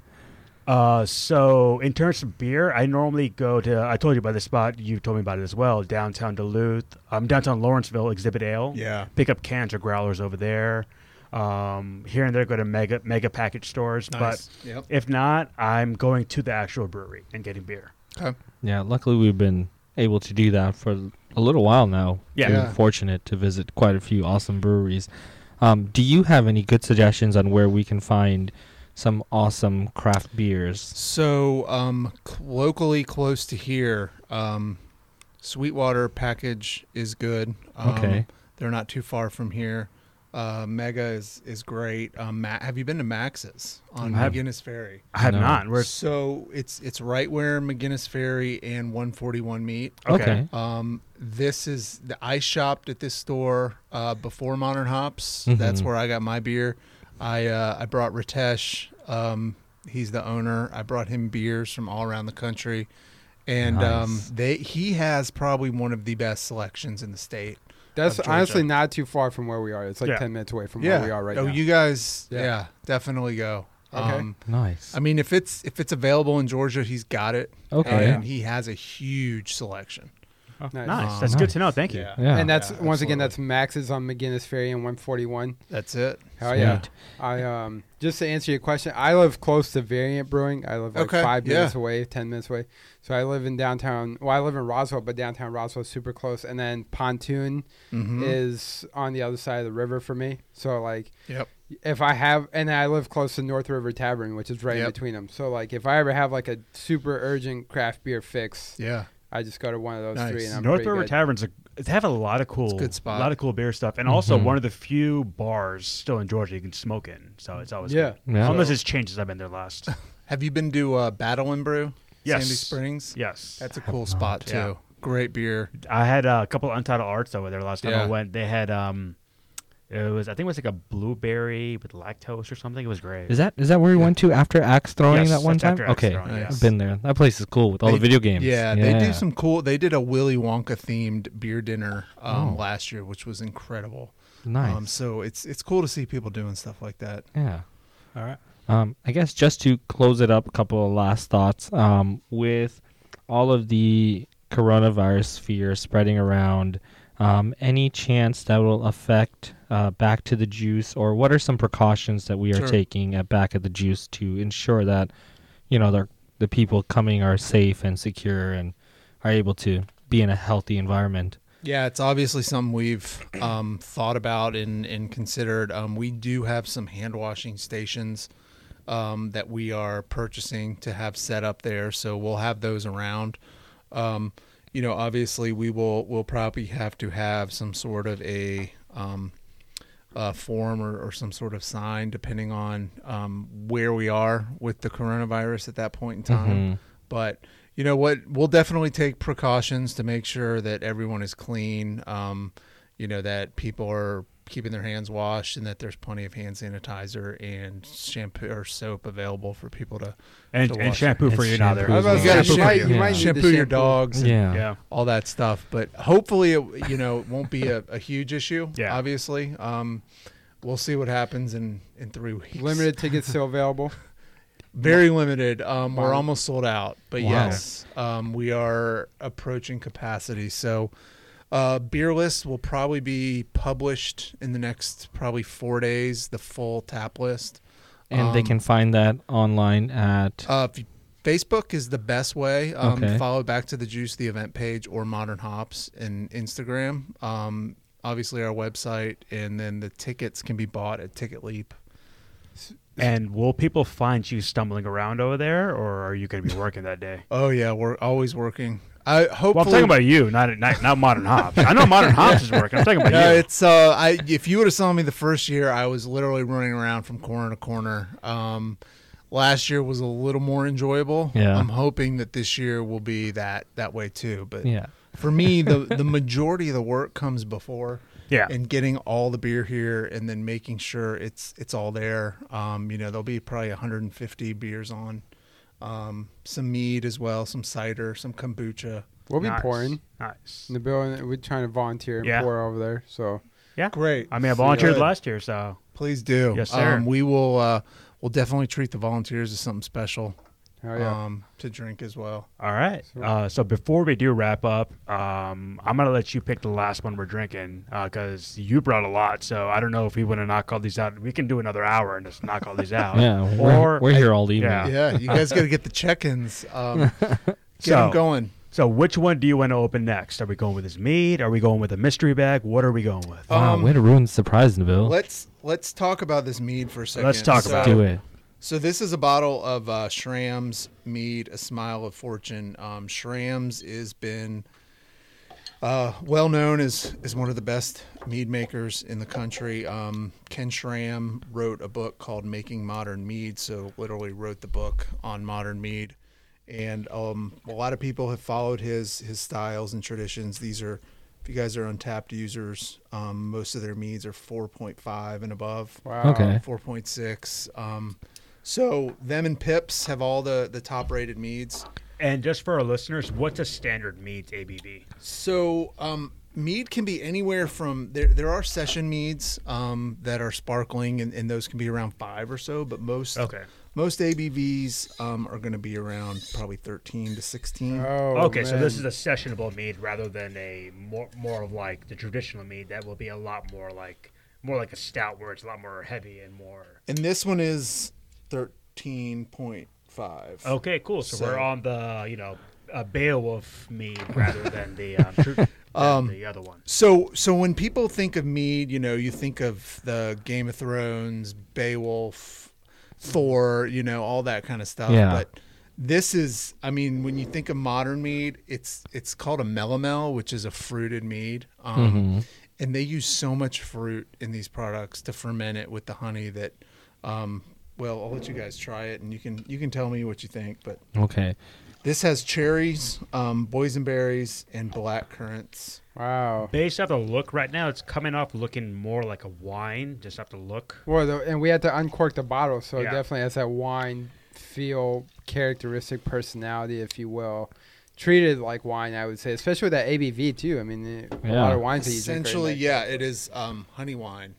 [SPEAKER 3] Uh, so in terms of beer, I normally go to. I told you about this spot. You told me about it as well. Downtown Duluth. Um, downtown Lawrenceville, Exhibit Ale.
[SPEAKER 4] Yeah.
[SPEAKER 3] Pick up cans or growlers over there. Um, here and there, go to mega mega package stores.
[SPEAKER 4] Nice.
[SPEAKER 3] But
[SPEAKER 4] Yep.
[SPEAKER 3] if not, I'm going to the actual brewery and getting beer.
[SPEAKER 4] Okay.
[SPEAKER 1] Yeah, luckily we've been able to do that for a little while now.
[SPEAKER 3] Yeah.
[SPEAKER 1] We've
[SPEAKER 4] Yeah.
[SPEAKER 1] been fortunate to visit quite a few awesome breweries. Um, do you have any good suggestions on where we can find some awesome craft beers?
[SPEAKER 4] So, um, c- locally close to here, um, Sweetwater package is good. Um,
[SPEAKER 1] Okay.
[SPEAKER 4] They're not too far from here. Uh, Mega is is great. Um, Ma- have you been to Max's on
[SPEAKER 3] I have-
[SPEAKER 4] McGinnis Ferry?
[SPEAKER 3] I have
[SPEAKER 1] No.
[SPEAKER 3] not. We're
[SPEAKER 4] So it's it's right where McGinnis Ferry and 141 meet.
[SPEAKER 3] okay.
[SPEAKER 4] Um, this is the, I shopped at this store uh, before Modern Hops. That's
[SPEAKER 1] Mhm.
[SPEAKER 4] where I got my beer. I uh, I brought Ritesh. Um, he's the owner. I brought him beers from all around the country, and um,
[SPEAKER 1] Nice.
[SPEAKER 4] they he has probably one of the best selections in the state.
[SPEAKER 2] That's
[SPEAKER 4] Of Georgia.
[SPEAKER 2] honestly not too far from where we are. It's like
[SPEAKER 3] Yeah.
[SPEAKER 2] ten minutes away from
[SPEAKER 4] yeah,
[SPEAKER 2] where we are right
[SPEAKER 4] oh,
[SPEAKER 2] now.
[SPEAKER 4] you guys,
[SPEAKER 2] Yeah.
[SPEAKER 4] yeah. definitely go.
[SPEAKER 2] Okay.
[SPEAKER 4] Um,
[SPEAKER 1] Nice.
[SPEAKER 4] I mean, if it's if it's available in Georgia, he's got it,
[SPEAKER 1] okay.
[SPEAKER 4] and he has a huge selection.
[SPEAKER 2] nice.
[SPEAKER 3] Nice.
[SPEAKER 4] Um,
[SPEAKER 3] That's good
[SPEAKER 1] nice.
[SPEAKER 3] to know. Thank you.
[SPEAKER 1] Yeah.
[SPEAKER 2] And that's
[SPEAKER 4] Yeah,
[SPEAKER 2] once again that's
[SPEAKER 4] absolutely.
[SPEAKER 2] Max's on McGinnis Ferry and 141.
[SPEAKER 4] that's it.
[SPEAKER 2] Hell yeah.
[SPEAKER 1] Sweet.
[SPEAKER 2] I um just to answer your question, I live close to Variant Brewing. I live like
[SPEAKER 4] Okay,
[SPEAKER 2] five
[SPEAKER 4] yeah.
[SPEAKER 2] minutes away, ten minutes away. So I live in downtown. Well, I live in Roswell, but downtown Roswell is super close. And then Pontoon
[SPEAKER 4] Mhm.
[SPEAKER 2] is on the other side of the river for me. So like,
[SPEAKER 4] Yep.
[SPEAKER 2] if I have, and I live close to North River Tavern, which is right in
[SPEAKER 4] Yep.
[SPEAKER 2] between them. So like, if I ever have like a super urgent craft beer fix,
[SPEAKER 4] Yeah.
[SPEAKER 2] I just go to one of those
[SPEAKER 4] Nice.
[SPEAKER 2] three. And I'm
[SPEAKER 3] North
[SPEAKER 2] pretty
[SPEAKER 3] River
[SPEAKER 2] good.
[SPEAKER 3] Taverns are, they have a lot of cool,
[SPEAKER 4] good spot.
[SPEAKER 3] a lot of cool beer stuff, and also
[SPEAKER 1] Mhm.
[SPEAKER 3] one of the few bars still in Georgia you can smoke in. So it's always
[SPEAKER 2] Yeah.
[SPEAKER 3] good.
[SPEAKER 1] Yeah.
[SPEAKER 3] unless it's changed since I've been there last.
[SPEAKER 4] Have you been to uh, Battle and Brew?
[SPEAKER 3] Yes.
[SPEAKER 4] Sandy Springs?
[SPEAKER 3] yes,
[SPEAKER 4] That's a cool spot,
[SPEAKER 3] Yeah.
[SPEAKER 4] too. Great beer.
[SPEAKER 3] I had uh, a couple of Untitled Arts over there last time
[SPEAKER 4] Yeah.
[SPEAKER 3] I went. They had um, it was I think it was like a blueberry with lactose or something. It was great.
[SPEAKER 1] Is that is that where we went to after axe throwing
[SPEAKER 3] Yes,
[SPEAKER 1] that one
[SPEAKER 3] that's
[SPEAKER 1] time?
[SPEAKER 3] after axe
[SPEAKER 1] okay,
[SPEAKER 3] throwing,
[SPEAKER 1] I've
[SPEAKER 4] yes.
[SPEAKER 1] been there. That place is cool with all the
[SPEAKER 4] They-
[SPEAKER 1] video games.
[SPEAKER 4] Yeah, they do some cool. They did a Willy Wonka themed beer dinner um, last year, which was incredible.
[SPEAKER 1] Oh. nice.
[SPEAKER 4] Um, so it's it's cool to see people doing stuff like that.
[SPEAKER 1] yeah.
[SPEAKER 5] All right.
[SPEAKER 1] Um, I guess just to close it up, a couple of last thoughts. Um, with all of the coronavirus fear spreading around, um, any chance that will affect uh, Back to the Juice, or what are some precautions that we are
[SPEAKER 4] Sure.
[SPEAKER 1] taking at Back of the Juice to ensure that you know the the people coming are safe and secure and are able to be in a healthy environment?
[SPEAKER 4] Yeah, it's obviously something we've um, thought about and, and considered. Um, we do have some hand washing stations um, that we are purchasing to have set up there, so we'll have those around. Um, you know, obviously, we will will probably have to have some sort of a um, uh, form or, or some sort of sign, depending on um, where we are with the coronavirus at that point in time.
[SPEAKER 1] Mm-hmm.
[SPEAKER 4] But you know what? We'll definitely take precautions to make sure that everyone is clean. Um, you know that people are keeping their hands washed and that there's plenty of hand sanitizer and shampoo or soap available for people to
[SPEAKER 3] And,
[SPEAKER 4] to
[SPEAKER 3] and
[SPEAKER 4] wash.
[SPEAKER 3] shampoo
[SPEAKER 1] And
[SPEAKER 3] for you now there.
[SPEAKER 1] shampoo
[SPEAKER 2] I was about to
[SPEAKER 4] You gotta
[SPEAKER 2] say, you
[SPEAKER 4] shampoo
[SPEAKER 2] might,
[SPEAKER 4] your-
[SPEAKER 2] you might need to
[SPEAKER 4] shampoo your
[SPEAKER 2] shampoo.
[SPEAKER 4] dogs. and
[SPEAKER 1] Mm-hmm. Yeah.
[SPEAKER 3] Yeah.
[SPEAKER 4] all that stuff. But hopefully, it, you know, it won't be a, a huge issue.
[SPEAKER 3] Yeah.
[SPEAKER 4] Obviously, um, we'll see what happens in in three weeks.
[SPEAKER 2] Limited tickets still available.
[SPEAKER 4] Very limited. Um, we're
[SPEAKER 2] Wow.
[SPEAKER 4] almost sold out, but
[SPEAKER 1] Wow.
[SPEAKER 4] yes, um, we are approaching capacity. So, uh, beer list will probably be published in the next probably four days. The full tap list.
[SPEAKER 1] And they
[SPEAKER 4] Um,
[SPEAKER 1] can find that online at
[SPEAKER 4] Uh, if you- Facebook is the best way. Um,
[SPEAKER 1] Okay.
[SPEAKER 4] Follow back to the Juice, the event page, or Modern Hops and Instagram. Um, obviously, our website, and then the tickets can be bought at Ticket Leap.
[SPEAKER 3] And will people find you stumbling around over there, or are you going to be working that day?
[SPEAKER 4] Oh yeah, we're always working. I hopefully.
[SPEAKER 3] Well, I'm talking about you, not not, not modern hops. I know modern hops is working. I'm talking about
[SPEAKER 4] No,
[SPEAKER 3] you.
[SPEAKER 4] it's uh, I if you would have saw me the first year, I was literally running around from corner to corner. Um, last year was a little more enjoyable.
[SPEAKER 1] Yeah.
[SPEAKER 4] I'm hoping that this year will be that that way too. But
[SPEAKER 1] yeah.
[SPEAKER 4] for me, the the majority of the work comes before.
[SPEAKER 3] Yeah.
[SPEAKER 4] and getting all the beer here and then making sure it's it's all there. Um, you know, there'll be probably 150 beers on, um, some mead as well, some cider, some kombucha.
[SPEAKER 2] We'll be
[SPEAKER 3] Nice.
[SPEAKER 2] pouring.
[SPEAKER 3] Nice.
[SPEAKER 2] Nabil and we're trying to volunteer and
[SPEAKER 3] Yeah.
[SPEAKER 2] pour over there. So
[SPEAKER 4] Great.
[SPEAKER 3] I mean, I volunteered
[SPEAKER 4] Good.
[SPEAKER 3] last year, so
[SPEAKER 4] Please do.
[SPEAKER 3] Yes, sir.
[SPEAKER 4] Um, we will. Uh, we'll definitely treat the volunteers as something special
[SPEAKER 2] hell Oh, yeah.
[SPEAKER 4] um, to drink as well.
[SPEAKER 3] all right.
[SPEAKER 2] So-
[SPEAKER 3] Uh, so before we do wrap up, um, I'm gonna let you pick the last one we're drinking because you brought a lot. So I don't know if we want to knock all these out. We can do another hour and just knock all these out.
[SPEAKER 1] Yeah, we're,
[SPEAKER 3] Uh, Or
[SPEAKER 1] we're here all evening.
[SPEAKER 3] yeah.
[SPEAKER 4] Yeah, you guys got to get the check-ins. Um, get
[SPEAKER 3] So-
[SPEAKER 4] them going.
[SPEAKER 3] So which one do you want to open next? Are we going with this mead? Are we going with a mystery bag? What are we going with?
[SPEAKER 1] Wow,
[SPEAKER 4] Um,
[SPEAKER 1] way to ruin the surprise, Nabil.
[SPEAKER 4] Let's let's talk about this mead for a second.
[SPEAKER 3] Let's talk
[SPEAKER 4] So-
[SPEAKER 3] about
[SPEAKER 1] do it.
[SPEAKER 4] So this is a bottle of uh, Shram's Mead, a Smile of Fortune. Um, Shram's has been uh, well known as is one of the best mead makers in the country. Um, Ken Shram wrote a book called Making Modern Mead, so literally wrote the book on modern mead. And um, a lot of people have followed his his styles and traditions. These are, if you guys are untapped users, um, most of their meads are 4.5 and above.
[SPEAKER 2] wow.
[SPEAKER 1] Okay.
[SPEAKER 4] Four point six. Um, so them and Pips have all the the top rated meads.
[SPEAKER 3] And just for our listeners, what's a standard mead's ABV?
[SPEAKER 4] So um, mead can be anywhere from there. There are session meads um, that are sparkling, and, and those can be around five or so. But most
[SPEAKER 3] Okay.
[SPEAKER 4] most ABVs um, are going to be around probably thirteen to sixteen.
[SPEAKER 2] Oh,
[SPEAKER 3] Okay, so this
[SPEAKER 2] man.
[SPEAKER 3] is a sessionable mead rather than a more more of like the traditional mead that will be a lot more like more like a stout where it's a lot more heavy and more.
[SPEAKER 4] and this one is thirteen point five.
[SPEAKER 3] Okay, cool. So, we're
[SPEAKER 4] So-
[SPEAKER 3] on the you know a Beowulf mead rather than the um, tru- than the other one.
[SPEAKER 4] So, so when people think of mead, you know, you think of the Game of Thrones, Beowulf, Thor, you know, all that kind of stuff.
[SPEAKER 1] Yeah.
[SPEAKER 4] But this is, I mean, when you think of modern mead, it's it's called a melomel, which is a fruited mead, um,
[SPEAKER 1] Mm-hmm.
[SPEAKER 4] and they use so much fruit in these products to ferment it with the honey that, um, well, I'll let you guys try it, and you can you can tell me what you think. But
[SPEAKER 1] Okay.
[SPEAKER 4] This has cherries, um, boysenberries, and black currants.
[SPEAKER 2] Wow.
[SPEAKER 3] Based off the look right now, it's coming off looking more like a wine, just off the look.
[SPEAKER 2] Well, the, and we had to uncork the bottle, so it
[SPEAKER 3] Yeah.
[SPEAKER 2] definitely has that wine feel, characteristic personality, if you will. Treated like wine, I would say, especially with that ABV too. I mean, the- a
[SPEAKER 1] Yeah.
[SPEAKER 2] lot of wines that you drink. are
[SPEAKER 4] Essentially,
[SPEAKER 2] like-
[SPEAKER 4] yeah, it is um, honey wine,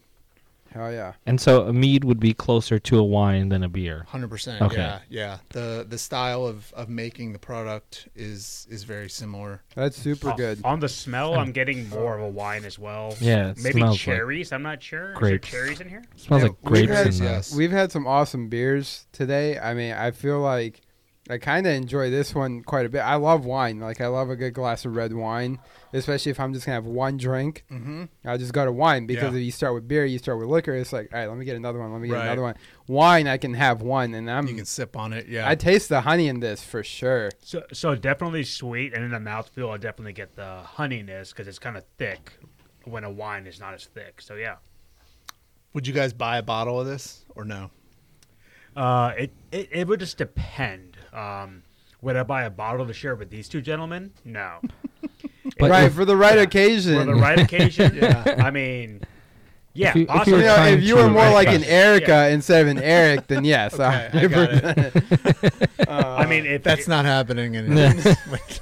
[SPEAKER 2] Hell yeah.
[SPEAKER 1] And so a mead would be closer to a wine than a beer.
[SPEAKER 4] hundred percent.
[SPEAKER 1] Okay.
[SPEAKER 4] Yeah, yeah. The the style of, of making the product is is very similar.
[SPEAKER 2] That's super
[SPEAKER 3] Uh,
[SPEAKER 2] good.
[SPEAKER 3] On the smell, I'm getting more of a wine as well.
[SPEAKER 1] Yeah, it
[SPEAKER 3] maybe
[SPEAKER 1] smells like
[SPEAKER 3] cherries. I'm not sure.
[SPEAKER 1] grapes.
[SPEAKER 3] Is there cherries in here?
[SPEAKER 1] smells
[SPEAKER 4] Yeah,
[SPEAKER 1] like
[SPEAKER 4] we've
[SPEAKER 1] grapes uh,
[SPEAKER 4] had-
[SPEAKER 1] in there.
[SPEAKER 4] yes.
[SPEAKER 2] We've had some awesome beers today. I mean, I feel like I kind of enjoy this one quite a bit. I love wine. Like, I love a good glass of red wine, especially if I'm just going to have one drink.
[SPEAKER 4] Mm-hmm.
[SPEAKER 2] I just go to wine because
[SPEAKER 3] Yeah.
[SPEAKER 2] if you start with beer, you start with liquor. It's like, all right, let me get another one. Let me get
[SPEAKER 4] Right.
[SPEAKER 2] another one. Wine, I can have one, and I'm
[SPEAKER 4] You can sip on it. Yeah.
[SPEAKER 2] I taste the honey in this for sure.
[SPEAKER 3] So, so definitely sweet, and in the mouthfeel, I definitely get the honeyness because it's kind of thick when a wine is not as thick. So yeah,
[SPEAKER 4] Would you guys buy a bottle of this or no?
[SPEAKER 3] uh, it, it it would just depend. Um, would I buy a bottle to share with these two gentlemen? No.
[SPEAKER 1] But
[SPEAKER 2] right
[SPEAKER 1] if-
[SPEAKER 2] for the right
[SPEAKER 3] yeah.
[SPEAKER 2] occasion.
[SPEAKER 3] For the right occasion,
[SPEAKER 4] Yeah.
[SPEAKER 3] I mean, yeah,
[SPEAKER 1] If you- if you
[SPEAKER 2] You
[SPEAKER 3] possibly.
[SPEAKER 1] were
[SPEAKER 2] know,
[SPEAKER 1] trying
[SPEAKER 2] if you were
[SPEAKER 1] to-
[SPEAKER 2] more
[SPEAKER 1] Right.
[SPEAKER 2] like an
[SPEAKER 1] Yeah.
[SPEAKER 2] Erica instead of an Eric, then yes.
[SPEAKER 4] Okay,
[SPEAKER 2] I
[SPEAKER 4] I got it.
[SPEAKER 3] I mean, if
[SPEAKER 4] That's not happening. Anymore.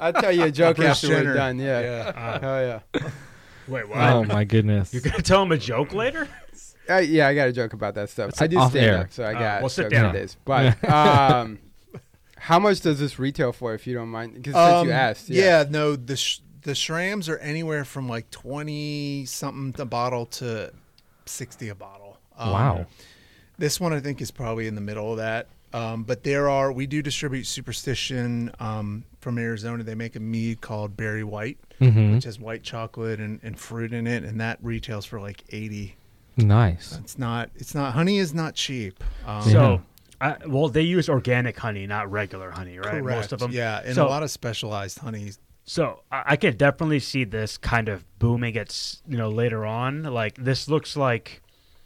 [SPEAKER 2] I'll tell you a joke
[SPEAKER 4] Bruce
[SPEAKER 2] after we're
[SPEAKER 4] Jenner. Um,
[SPEAKER 2] done. Yeah.
[SPEAKER 3] Uh,
[SPEAKER 2] Hell yeah.
[SPEAKER 3] wait, what?
[SPEAKER 1] Oh my goodness.
[SPEAKER 3] You're gonna tell him a joke later?
[SPEAKER 2] Uh, yeah, I got a joke about that stuff.
[SPEAKER 1] It's
[SPEAKER 2] I do
[SPEAKER 1] off
[SPEAKER 2] stand
[SPEAKER 1] air.
[SPEAKER 2] up, so I
[SPEAKER 3] Uh,
[SPEAKER 2] got
[SPEAKER 3] well, sit
[SPEAKER 2] jokes
[SPEAKER 3] down.
[SPEAKER 2] like this. But um, how much does this retail for, if you don't mind? Because since you
[SPEAKER 4] Um,
[SPEAKER 2] asked,
[SPEAKER 4] yeah. no, the sh- the shrams are anywhere from like twenty something a bottle to sixty a bottle. Um,
[SPEAKER 1] wow.
[SPEAKER 4] This one I think is probably in the middle of that. Um, but there are we do distribute superstition um, from Arizona. They make a mead called Berry White,
[SPEAKER 1] hmm
[SPEAKER 4] which has white chocolate and, and fruit in it, and that retails for like eighty.
[SPEAKER 1] Nice.
[SPEAKER 4] It's not. It's not. Honey is not cheap. Um,
[SPEAKER 3] So, I, well, they use organic honey, not regular honey, right? Most of them.
[SPEAKER 4] Yeah, and
[SPEAKER 3] so,
[SPEAKER 4] a lot of specialized honeys.
[SPEAKER 3] so I, I could definitely see this kind of booming. It's you know later on. Like this looks like,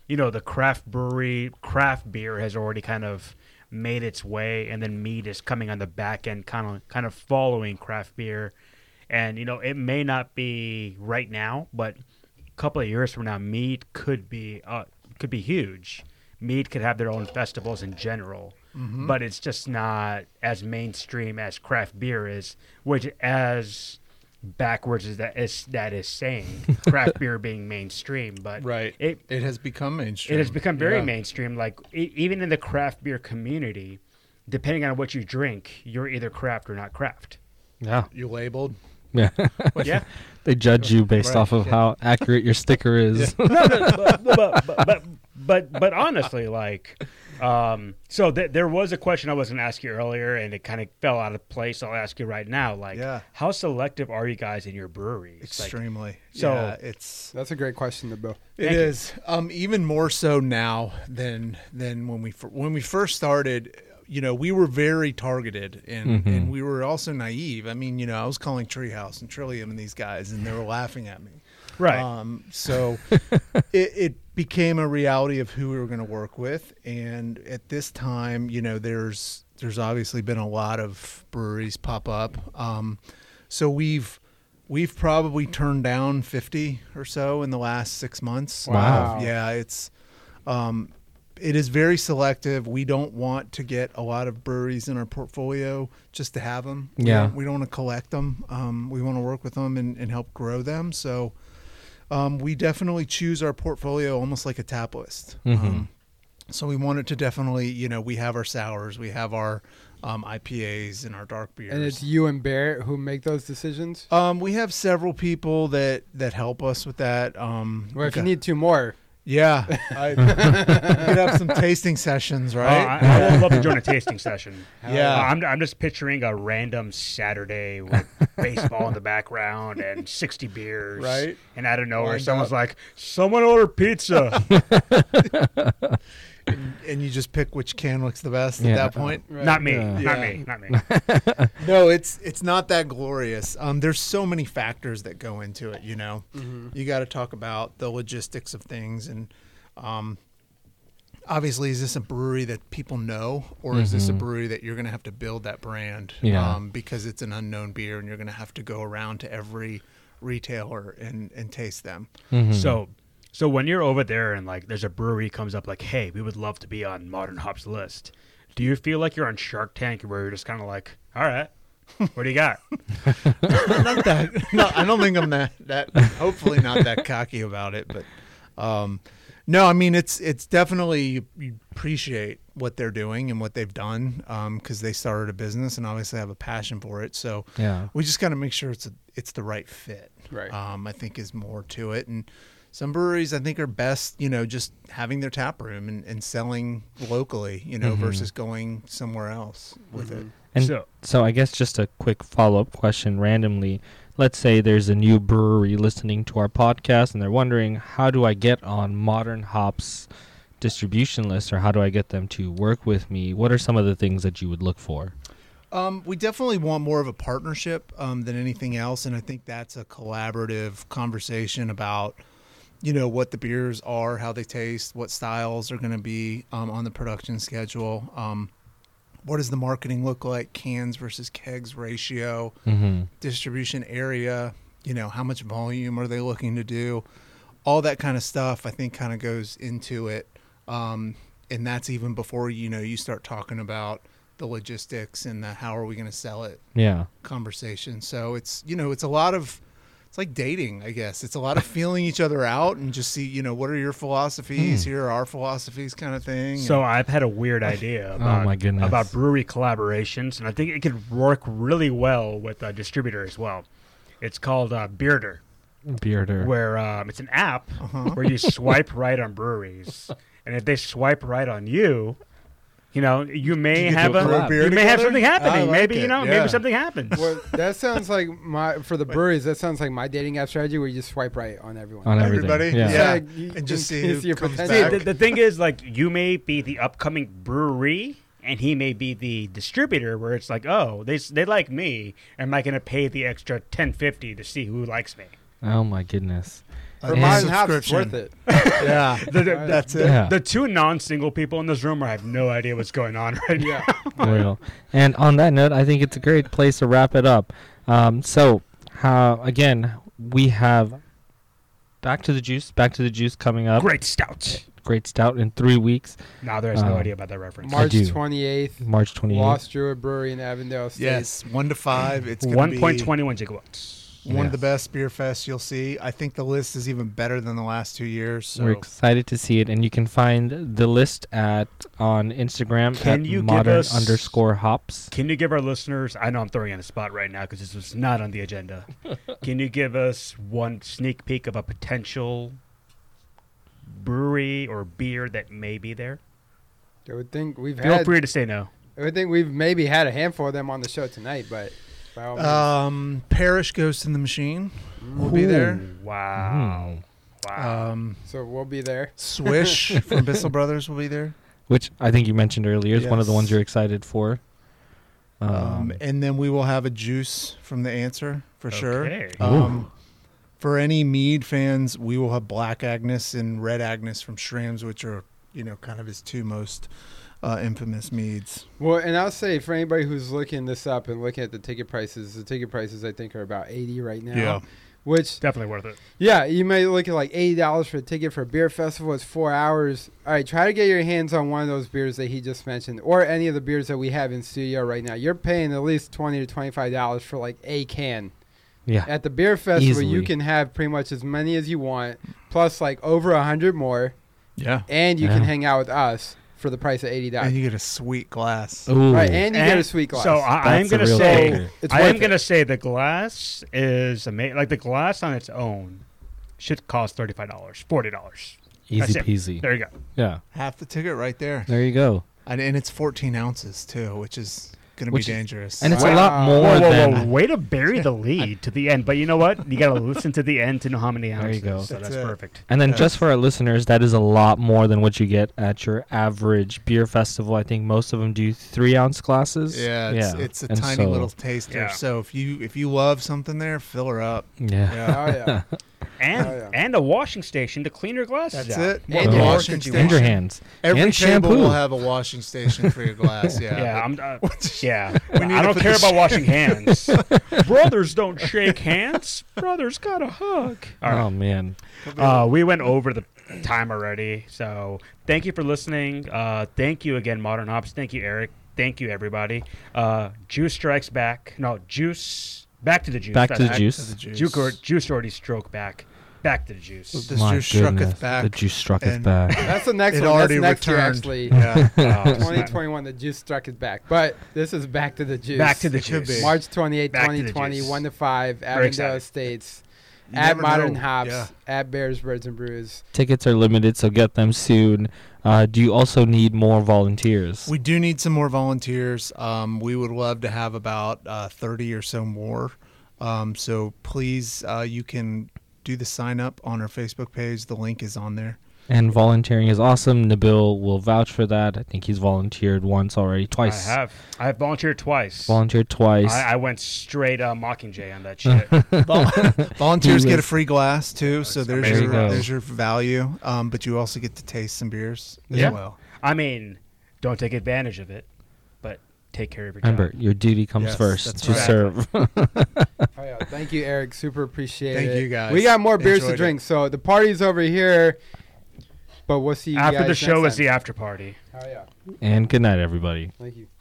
[SPEAKER 3] you know, the craft brewery craft beer has already kind of made its way, and then mead is coming on the back end, kind of kind of following craft beer, and you know it may not be right now, but a couple of years from now, mead could be uh, could be huge. Mead could have their own festivals in general, but it's just not as mainstream as craft beer is, which as backwards as that is that is saying craft beer being mainstream, but
[SPEAKER 4] Right.
[SPEAKER 3] it
[SPEAKER 4] It has become mainstream.
[SPEAKER 3] it has become very
[SPEAKER 4] Yeah.
[SPEAKER 3] mainstream. Like e- even in the craft beer community, depending on what you drink, you're either craft or not craft.
[SPEAKER 1] Yeah.
[SPEAKER 4] You labeled.
[SPEAKER 1] Yeah.
[SPEAKER 3] Yeah,
[SPEAKER 1] they judge you based
[SPEAKER 4] Right,
[SPEAKER 1] off of
[SPEAKER 4] yeah.
[SPEAKER 1] how accurate your sticker is.
[SPEAKER 3] but, but, but, but, but, but honestly, like, um, so th- there was a question I was going to ask you earlier, and it kind of fell out of place. I'll ask you right now. Like,
[SPEAKER 4] Yeah.
[SPEAKER 3] how selective are you guys in your breweries? Like,
[SPEAKER 4] Extremely.
[SPEAKER 3] so-
[SPEAKER 4] yeah, it's
[SPEAKER 2] That's a great question, to Bill.
[SPEAKER 4] it
[SPEAKER 3] Thank you.
[SPEAKER 4] is um, even more so now than than when we fir- when we first started. You know, we were very targeted,
[SPEAKER 3] Mm-hmm.
[SPEAKER 4] and and we were also naive. I mean, you know, I was calling Treehouse and Trillium and these guys, and they were laughing at me.
[SPEAKER 3] right.
[SPEAKER 4] Um, so it, it became a reality of who we were going to work with, and at this time, you know, there's there's obviously been a lot of breweries pop up. Um, so we've we've probably turned down 50 or so in the last six months.
[SPEAKER 2] Wow.
[SPEAKER 4] Of- yeah, it's um, it is very selective. We don't want to get a lot of breweries in our portfolio just to have them.
[SPEAKER 1] Yeah.
[SPEAKER 4] we don't want to collect them. Um, we want to work with them and, and help grow them. So um, we definitely choose our portfolio almost like a tap list.
[SPEAKER 2] Mm-hmm.
[SPEAKER 4] Um, so we want it to definitely, you know, we have our sours, we have our um, IPAs and our dark beers.
[SPEAKER 2] And it's you and Barrett who make those decisions.
[SPEAKER 4] um, we have several people that that help us with that. Um,
[SPEAKER 2] Well, if you
[SPEAKER 4] okay.
[SPEAKER 2] need two more,
[SPEAKER 4] yeah, I, we could have some tasting sessions,
[SPEAKER 3] Oh,
[SPEAKER 4] right?
[SPEAKER 3] I, I would love to join a tasting session.
[SPEAKER 4] Yeah.
[SPEAKER 3] Uh, I'm, I'm just picturing a random Saturday with baseball in the background and 60 beers.
[SPEAKER 4] Right.
[SPEAKER 3] And out of nowhere,
[SPEAKER 4] Lined
[SPEAKER 3] someone's
[SPEAKER 4] up.
[SPEAKER 3] like, someone order pizza.
[SPEAKER 4] and you just pick which can looks the best
[SPEAKER 1] Yeah.
[SPEAKER 4] at that point.
[SPEAKER 3] not me.
[SPEAKER 1] Yeah.
[SPEAKER 3] Not
[SPEAKER 4] Yeah.
[SPEAKER 3] me. Not me.
[SPEAKER 4] No, it's it's not that glorious. Um, there's so many factors that go into it. You know, you got to talk about the logistics of things, and um, obviously is this a brewery that people know or is this a brewery that you're going to have to build that brand um,
[SPEAKER 1] Yeah.
[SPEAKER 4] because it's an unknown beer and you're going to have to go around to every retailer and, and taste them
[SPEAKER 3] So, so when you're over there and like there's a brewery comes up like, hey, we would love to be on Modern Hops list. Do you feel like you're on Shark Tank where you're just kind of like, all right, what do you got?
[SPEAKER 4] not that no i don't think i'm that that hopefully not that cocky about it but um no i mean it's it's definitely you, you appreciate what they're doing and what they've done um because they started a business and obviously have a passion for it so
[SPEAKER 1] Yeah.
[SPEAKER 4] we just got to make sure it's a, it's the right fit
[SPEAKER 2] Right.
[SPEAKER 4] um i think is more to it and some breweries i think are best you know just having their tap room and, and selling locally you know versus going somewhere else with it
[SPEAKER 1] And so,
[SPEAKER 3] So-
[SPEAKER 1] I guess just a quick follow up question randomly. Let's say there's a new brewery listening to our podcast and they're wondering, how do I get on Modern Hops distribution list or how do I get them to work with me? What are some of the things that you would look for?
[SPEAKER 4] Um, we definitely want more of a partnership um, than anything else, and I think that's a collaborative conversation about, you know, what the beers are, how they taste, what styles are going to be um, on the production schedule. Um, what does the marketing look like? Cans versus kegs ratio,
[SPEAKER 1] Mm-hmm.
[SPEAKER 4] distribution area. You know, how much volume are they looking to do? All that kind of stuff. I think kind of goes into it, um, and that's even before you know you start talking about the logistics and the how are we going to sell it
[SPEAKER 1] Yeah.
[SPEAKER 4] conversation. So it's you know it's a lot of it's like dating, I guess. It's a lot of feeling each other out and just see you know what are your philosophies? Here are our philosophies, kind of thing.
[SPEAKER 3] So I've had a weird idea about,
[SPEAKER 1] Oh my goodness.
[SPEAKER 3] about brewery collaborations, and I think it could work really well with a distributor as well. It's called uh, Bearder,
[SPEAKER 1] Bearder.
[SPEAKER 3] where um, it's an app
[SPEAKER 4] uh-huh.
[SPEAKER 3] where you swipe right on breweries, and if they swipe right on you, you know you may
[SPEAKER 4] You
[SPEAKER 3] have
[SPEAKER 4] get to brew
[SPEAKER 3] a,
[SPEAKER 4] beer
[SPEAKER 3] you may have
[SPEAKER 4] together?
[SPEAKER 3] something
[SPEAKER 4] I
[SPEAKER 3] happening.
[SPEAKER 4] like
[SPEAKER 3] maybe
[SPEAKER 4] it,
[SPEAKER 3] you know
[SPEAKER 4] yeah.
[SPEAKER 3] maybe something happens.
[SPEAKER 2] Well, that sounds like my for the breweries. That sounds like my dating app strategy, where you just swipe right on everyone.
[SPEAKER 1] On everything.
[SPEAKER 4] everybody,
[SPEAKER 1] Yeah.
[SPEAKER 2] It's
[SPEAKER 4] yeah,
[SPEAKER 2] like you-
[SPEAKER 4] and just
[SPEAKER 2] in
[SPEAKER 4] see
[SPEAKER 2] case
[SPEAKER 4] who
[SPEAKER 2] you're
[SPEAKER 4] comes
[SPEAKER 2] potential-
[SPEAKER 3] See,
[SPEAKER 4] back.
[SPEAKER 3] the, the thing is, like, you may be the upcoming brewery, and he may be the distributor. Where it's like, oh, they s- they like me. Am I going to pay the extra ten fifty to see who likes me?
[SPEAKER 1] Oh my goodness.
[SPEAKER 2] for
[SPEAKER 4] Yeah.
[SPEAKER 2] modern hops, it's
[SPEAKER 4] Subscription.
[SPEAKER 2] worth it.
[SPEAKER 4] yeah,
[SPEAKER 3] The, the-
[SPEAKER 4] that's it.
[SPEAKER 1] Yeah.
[SPEAKER 3] the two non-single people in this room, I have no idea what's going on right now.
[SPEAKER 2] Yeah.
[SPEAKER 1] Well, and on that note, I think it's a great place to wrap it up. Um, so, how again, we have Back to the Juice, Back to the Juice coming up.
[SPEAKER 3] Great stout.
[SPEAKER 1] Great stout in three weeks,
[SPEAKER 3] Now there is
[SPEAKER 1] Um,
[SPEAKER 4] Uh,
[SPEAKER 3] no idea about that reference.
[SPEAKER 1] Mar-
[SPEAKER 2] March
[SPEAKER 1] do.
[SPEAKER 2] 28th,
[SPEAKER 1] March 28th.
[SPEAKER 2] Lost Druid Brewery in Avondale State.
[SPEAKER 4] Yes, one to five. It's gonna
[SPEAKER 3] One
[SPEAKER 4] be
[SPEAKER 3] point twenty one gigawatts.
[SPEAKER 4] One of the
[SPEAKER 1] Yes.
[SPEAKER 4] best beer fests you'll see. I think the list is even better than the last two years. So
[SPEAKER 1] We're excited to see it, and you can find the list at on Instagram
[SPEAKER 3] Can
[SPEAKER 1] at
[SPEAKER 3] you give
[SPEAKER 1] modern
[SPEAKER 3] us-
[SPEAKER 1] underscore hops.
[SPEAKER 3] Can you give our listeners? I know I'm throwing you on the spot right now because this was not on the agenda. Can you give us one sneak peek of a potential brewery or beer that may be there?
[SPEAKER 2] I would think we've
[SPEAKER 3] Feel
[SPEAKER 2] had.
[SPEAKER 3] free to say no.
[SPEAKER 2] I would think we've maybe had a handful of them on the show tonight, but by all means,
[SPEAKER 4] um, Parish Ghost in the Machine will be there.
[SPEAKER 3] Wow.
[SPEAKER 1] Hmm. Mm-hmm.
[SPEAKER 3] Wow.
[SPEAKER 2] Uh,
[SPEAKER 4] Um,
[SPEAKER 2] so we'll be there.
[SPEAKER 4] Swish from Bissell Brothers will be there.
[SPEAKER 1] Which I think you mentioned earlier is one of the ones
[SPEAKER 4] Yes.
[SPEAKER 1] you're excited for. Um,
[SPEAKER 4] Um, and then we will have a juice from the answer for
[SPEAKER 3] Okay.
[SPEAKER 4] sure.
[SPEAKER 3] Ooh.
[SPEAKER 4] Um, for any mead fans, we will have Black Agnes and Red Agnes from Shrams, which are you know kind of his two most uh, infamous meads.
[SPEAKER 2] Well, and I'll say for anybody who's looking this up and looking at the ticket prices, the ticket prices I think are about eighty right now.
[SPEAKER 4] Yeah.
[SPEAKER 2] Which
[SPEAKER 3] Definitely worth it.
[SPEAKER 2] Yeah, you may look at like eighty dollars for a ticket for a beer festival. It's four hours. All right, try to get your hands on one of those beers that he just mentioned, or any of the beers that we have in studio right now. You're paying at least twenty to twenty five dollars for like a can.
[SPEAKER 1] yeah.
[SPEAKER 2] At the beer festival, you
[SPEAKER 1] Easily.
[SPEAKER 2] can have pretty much as many as you want, plus like over a hundred more,
[SPEAKER 4] Yeah,
[SPEAKER 2] and you can
[SPEAKER 1] Yeah.
[SPEAKER 2] hang out with us for the price of eighty
[SPEAKER 4] and
[SPEAKER 2] dollars.
[SPEAKER 4] you get a sweet glass.
[SPEAKER 1] Ooh,
[SPEAKER 2] Right, and you get a
[SPEAKER 3] And
[SPEAKER 2] sweet glass.
[SPEAKER 3] So I, I am
[SPEAKER 1] That's the
[SPEAKER 3] going to
[SPEAKER 1] real
[SPEAKER 3] say,
[SPEAKER 1] kicker.
[SPEAKER 2] It's
[SPEAKER 3] I
[SPEAKER 2] worth
[SPEAKER 3] am
[SPEAKER 2] it.
[SPEAKER 3] going to say the glass is amazing. Like the glass on its own should cost thirty five dollars, forty dollars.
[SPEAKER 1] easy
[SPEAKER 3] That's
[SPEAKER 1] peasy.
[SPEAKER 3] There you go.
[SPEAKER 1] Yeah,
[SPEAKER 4] Half the ticket right there,
[SPEAKER 1] there you go.
[SPEAKER 4] and, and it's 14 ounces too, which is going to be
[SPEAKER 1] Which is-
[SPEAKER 4] dangerous.
[SPEAKER 1] And it's a
[SPEAKER 2] Wow.
[SPEAKER 1] lot more
[SPEAKER 3] Whoa, whoa,
[SPEAKER 1] than
[SPEAKER 3] whoa! Way to bury the lead to the end. But you know what? You got to listen to the end to know how many
[SPEAKER 1] There you
[SPEAKER 3] ounces.
[SPEAKER 1] go.
[SPEAKER 3] So
[SPEAKER 4] That's
[SPEAKER 3] that's
[SPEAKER 4] it.
[SPEAKER 3] perfect.
[SPEAKER 1] And then,
[SPEAKER 4] Yeah.
[SPEAKER 1] just for our listeners, that is a lot more than what you get at your average beer festival. I think most of them do three ounce glasses.
[SPEAKER 4] yeah, it's, it's a
[SPEAKER 1] And
[SPEAKER 4] tiny
[SPEAKER 1] so-
[SPEAKER 4] little taster.
[SPEAKER 3] Yeah.
[SPEAKER 4] So if you if you love something there, fill her up.
[SPEAKER 1] Yeah.
[SPEAKER 4] Yeah.
[SPEAKER 2] Oh yeah.
[SPEAKER 3] and
[SPEAKER 2] Oh, yeah.
[SPEAKER 3] and a washing station to clean your glasses.
[SPEAKER 4] That's
[SPEAKER 3] out.
[SPEAKER 4] it.
[SPEAKER 2] And
[SPEAKER 3] What more
[SPEAKER 2] your
[SPEAKER 3] could
[SPEAKER 4] washing
[SPEAKER 3] you
[SPEAKER 1] And your
[SPEAKER 3] want?
[SPEAKER 1] hands.
[SPEAKER 4] Every
[SPEAKER 1] and
[SPEAKER 4] table
[SPEAKER 1] shampoo.
[SPEAKER 4] will have a washing station for your glass. Yeah.
[SPEAKER 3] Yeah, I'm. Uh, yeah,
[SPEAKER 4] need
[SPEAKER 3] I
[SPEAKER 4] to
[SPEAKER 3] don't
[SPEAKER 4] put
[SPEAKER 3] care
[SPEAKER 4] this-
[SPEAKER 3] about washing hands. Brothers don't shake hands. Brothers got a hug. All right.
[SPEAKER 1] Oh man.
[SPEAKER 3] Uh, we went over the time already, so thank you for listening. Uh, thank you again, Modern Ops. Thank you, Eric. Thank you, everybody. Uh, Juice strikes back. No, Juice. Back to the Juice.
[SPEAKER 1] Back to the
[SPEAKER 3] That's-
[SPEAKER 1] juice.
[SPEAKER 4] The juice.
[SPEAKER 3] Juice, or- juice already stroke back. Back to the Juice.
[SPEAKER 4] This
[SPEAKER 1] My
[SPEAKER 4] juice struck
[SPEAKER 1] goodness,
[SPEAKER 4] us back.
[SPEAKER 1] The juice struck us
[SPEAKER 4] and-
[SPEAKER 1] back.
[SPEAKER 2] That's the next
[SPEAKER 4] It
[SPEAKER 2] one.
[SPEAKER 4] already
[SPEAKER 2] That's next
[SPEAKER 4] returned.
[SPEAKER 2] year, actually.
[SPEAKER 4] Yeah.
[SPEAKER 3] Oh, it's not-
[SPEAKER 2] 2021, the juice struck it back. But this is back to the juice.
[SPEAKER 3] back to the
[SPEAKER 4] It could
[SPEAKER 3] Juice.
[SPEAKER 4] be.
[SPEAKER 2] March 28,
[SPEAKER 3] Back to the
[SPEAKER 2] 2020,
[SPEAKER 3] juice.
[SPEAKER 2] 1 to 5, Avondale
[SPEAKER 3] excited.
[SPEAKER 2] Estates,
[SPEAKER 4] You
[SPEAKER 2] at
[SPEAKER 4] never
[SPEAKER 2] Modern
[SPEAKER 4] know.
[SPEAKER 2] Hops,
[SPEAKER 4] Yeah.
[SPEAKER 2] at Bears, Birds, and Brews.
[SPEAKER 1] Tickets are limited, so get them soon. Uh, do you also need more volunteers?
[SPEAKER 4] We do need some more volunteers. Um, we would love to have about uh, 30 or so more. Um, so please, uh, you can do the sign up on our Facebook page. The link is on there.
[SPEAKER 1] and volunteering is awesome. Nabil will vouch for that. I think he's volunteered once already,
[SPEAKER 3] I
[SPEAKER 1] twice.
[SPEAKER 3] have. I have volunteered twice.
[SPEAKER 1] Volunteered twice.
[SPEAKER 3] I, I went straight uh, Mockingjay on that shit.
[SPEAKER 4] Vol- volunteers
[SPEAKER 1] He
[SPEAKER 4] get a
[SPEAKER 1] was-
[SPEAKER 4] free glass too. So there's
[SPEAKER 1] There you
[SPEAKER 4] your
[SPEAKER 1] go.
[SPEAKER 4] there's your value. Um, but you also get to taste some beers as
[SPEAKER 3] Yeah.
[SPEAKER 4] well.
[SPEAKER 3] I mean, don't take advantage of it, but take care of your
[SPEAKER 1] Remember,
[SPEAKER 3] job.
[SPEAKER 1] your duty comes
[SPEAKER 4] Yes,
[SPEAKER 1] first
[SPEAKER 4] that's
[SPEAKER 1] to
[SPEAKER 4] right.
[SPEAKER 1] serve.
[SPEAKER 2] Oh, yeah. Thank you, Eric. Super appreciate it.
[SPEAKER 4] Thank you, guys.
[SPEAKER 2] We got more beers to
[SPEAKER 4] Enjoyed it.
[SPEAKER 2] drink, so the party's over here. But we'll see you
[SPEAKER 3] After
[SPEAKER 2] guys
[SPEAKER 3] the show
[SPEAKER 2] next
[SPEAKER 3] is the after party.
[SPEAKER 2] time. Oh, yeah.
[SPEAKER 1] and good night, everybody.
[SPEAKER 2] Thank you.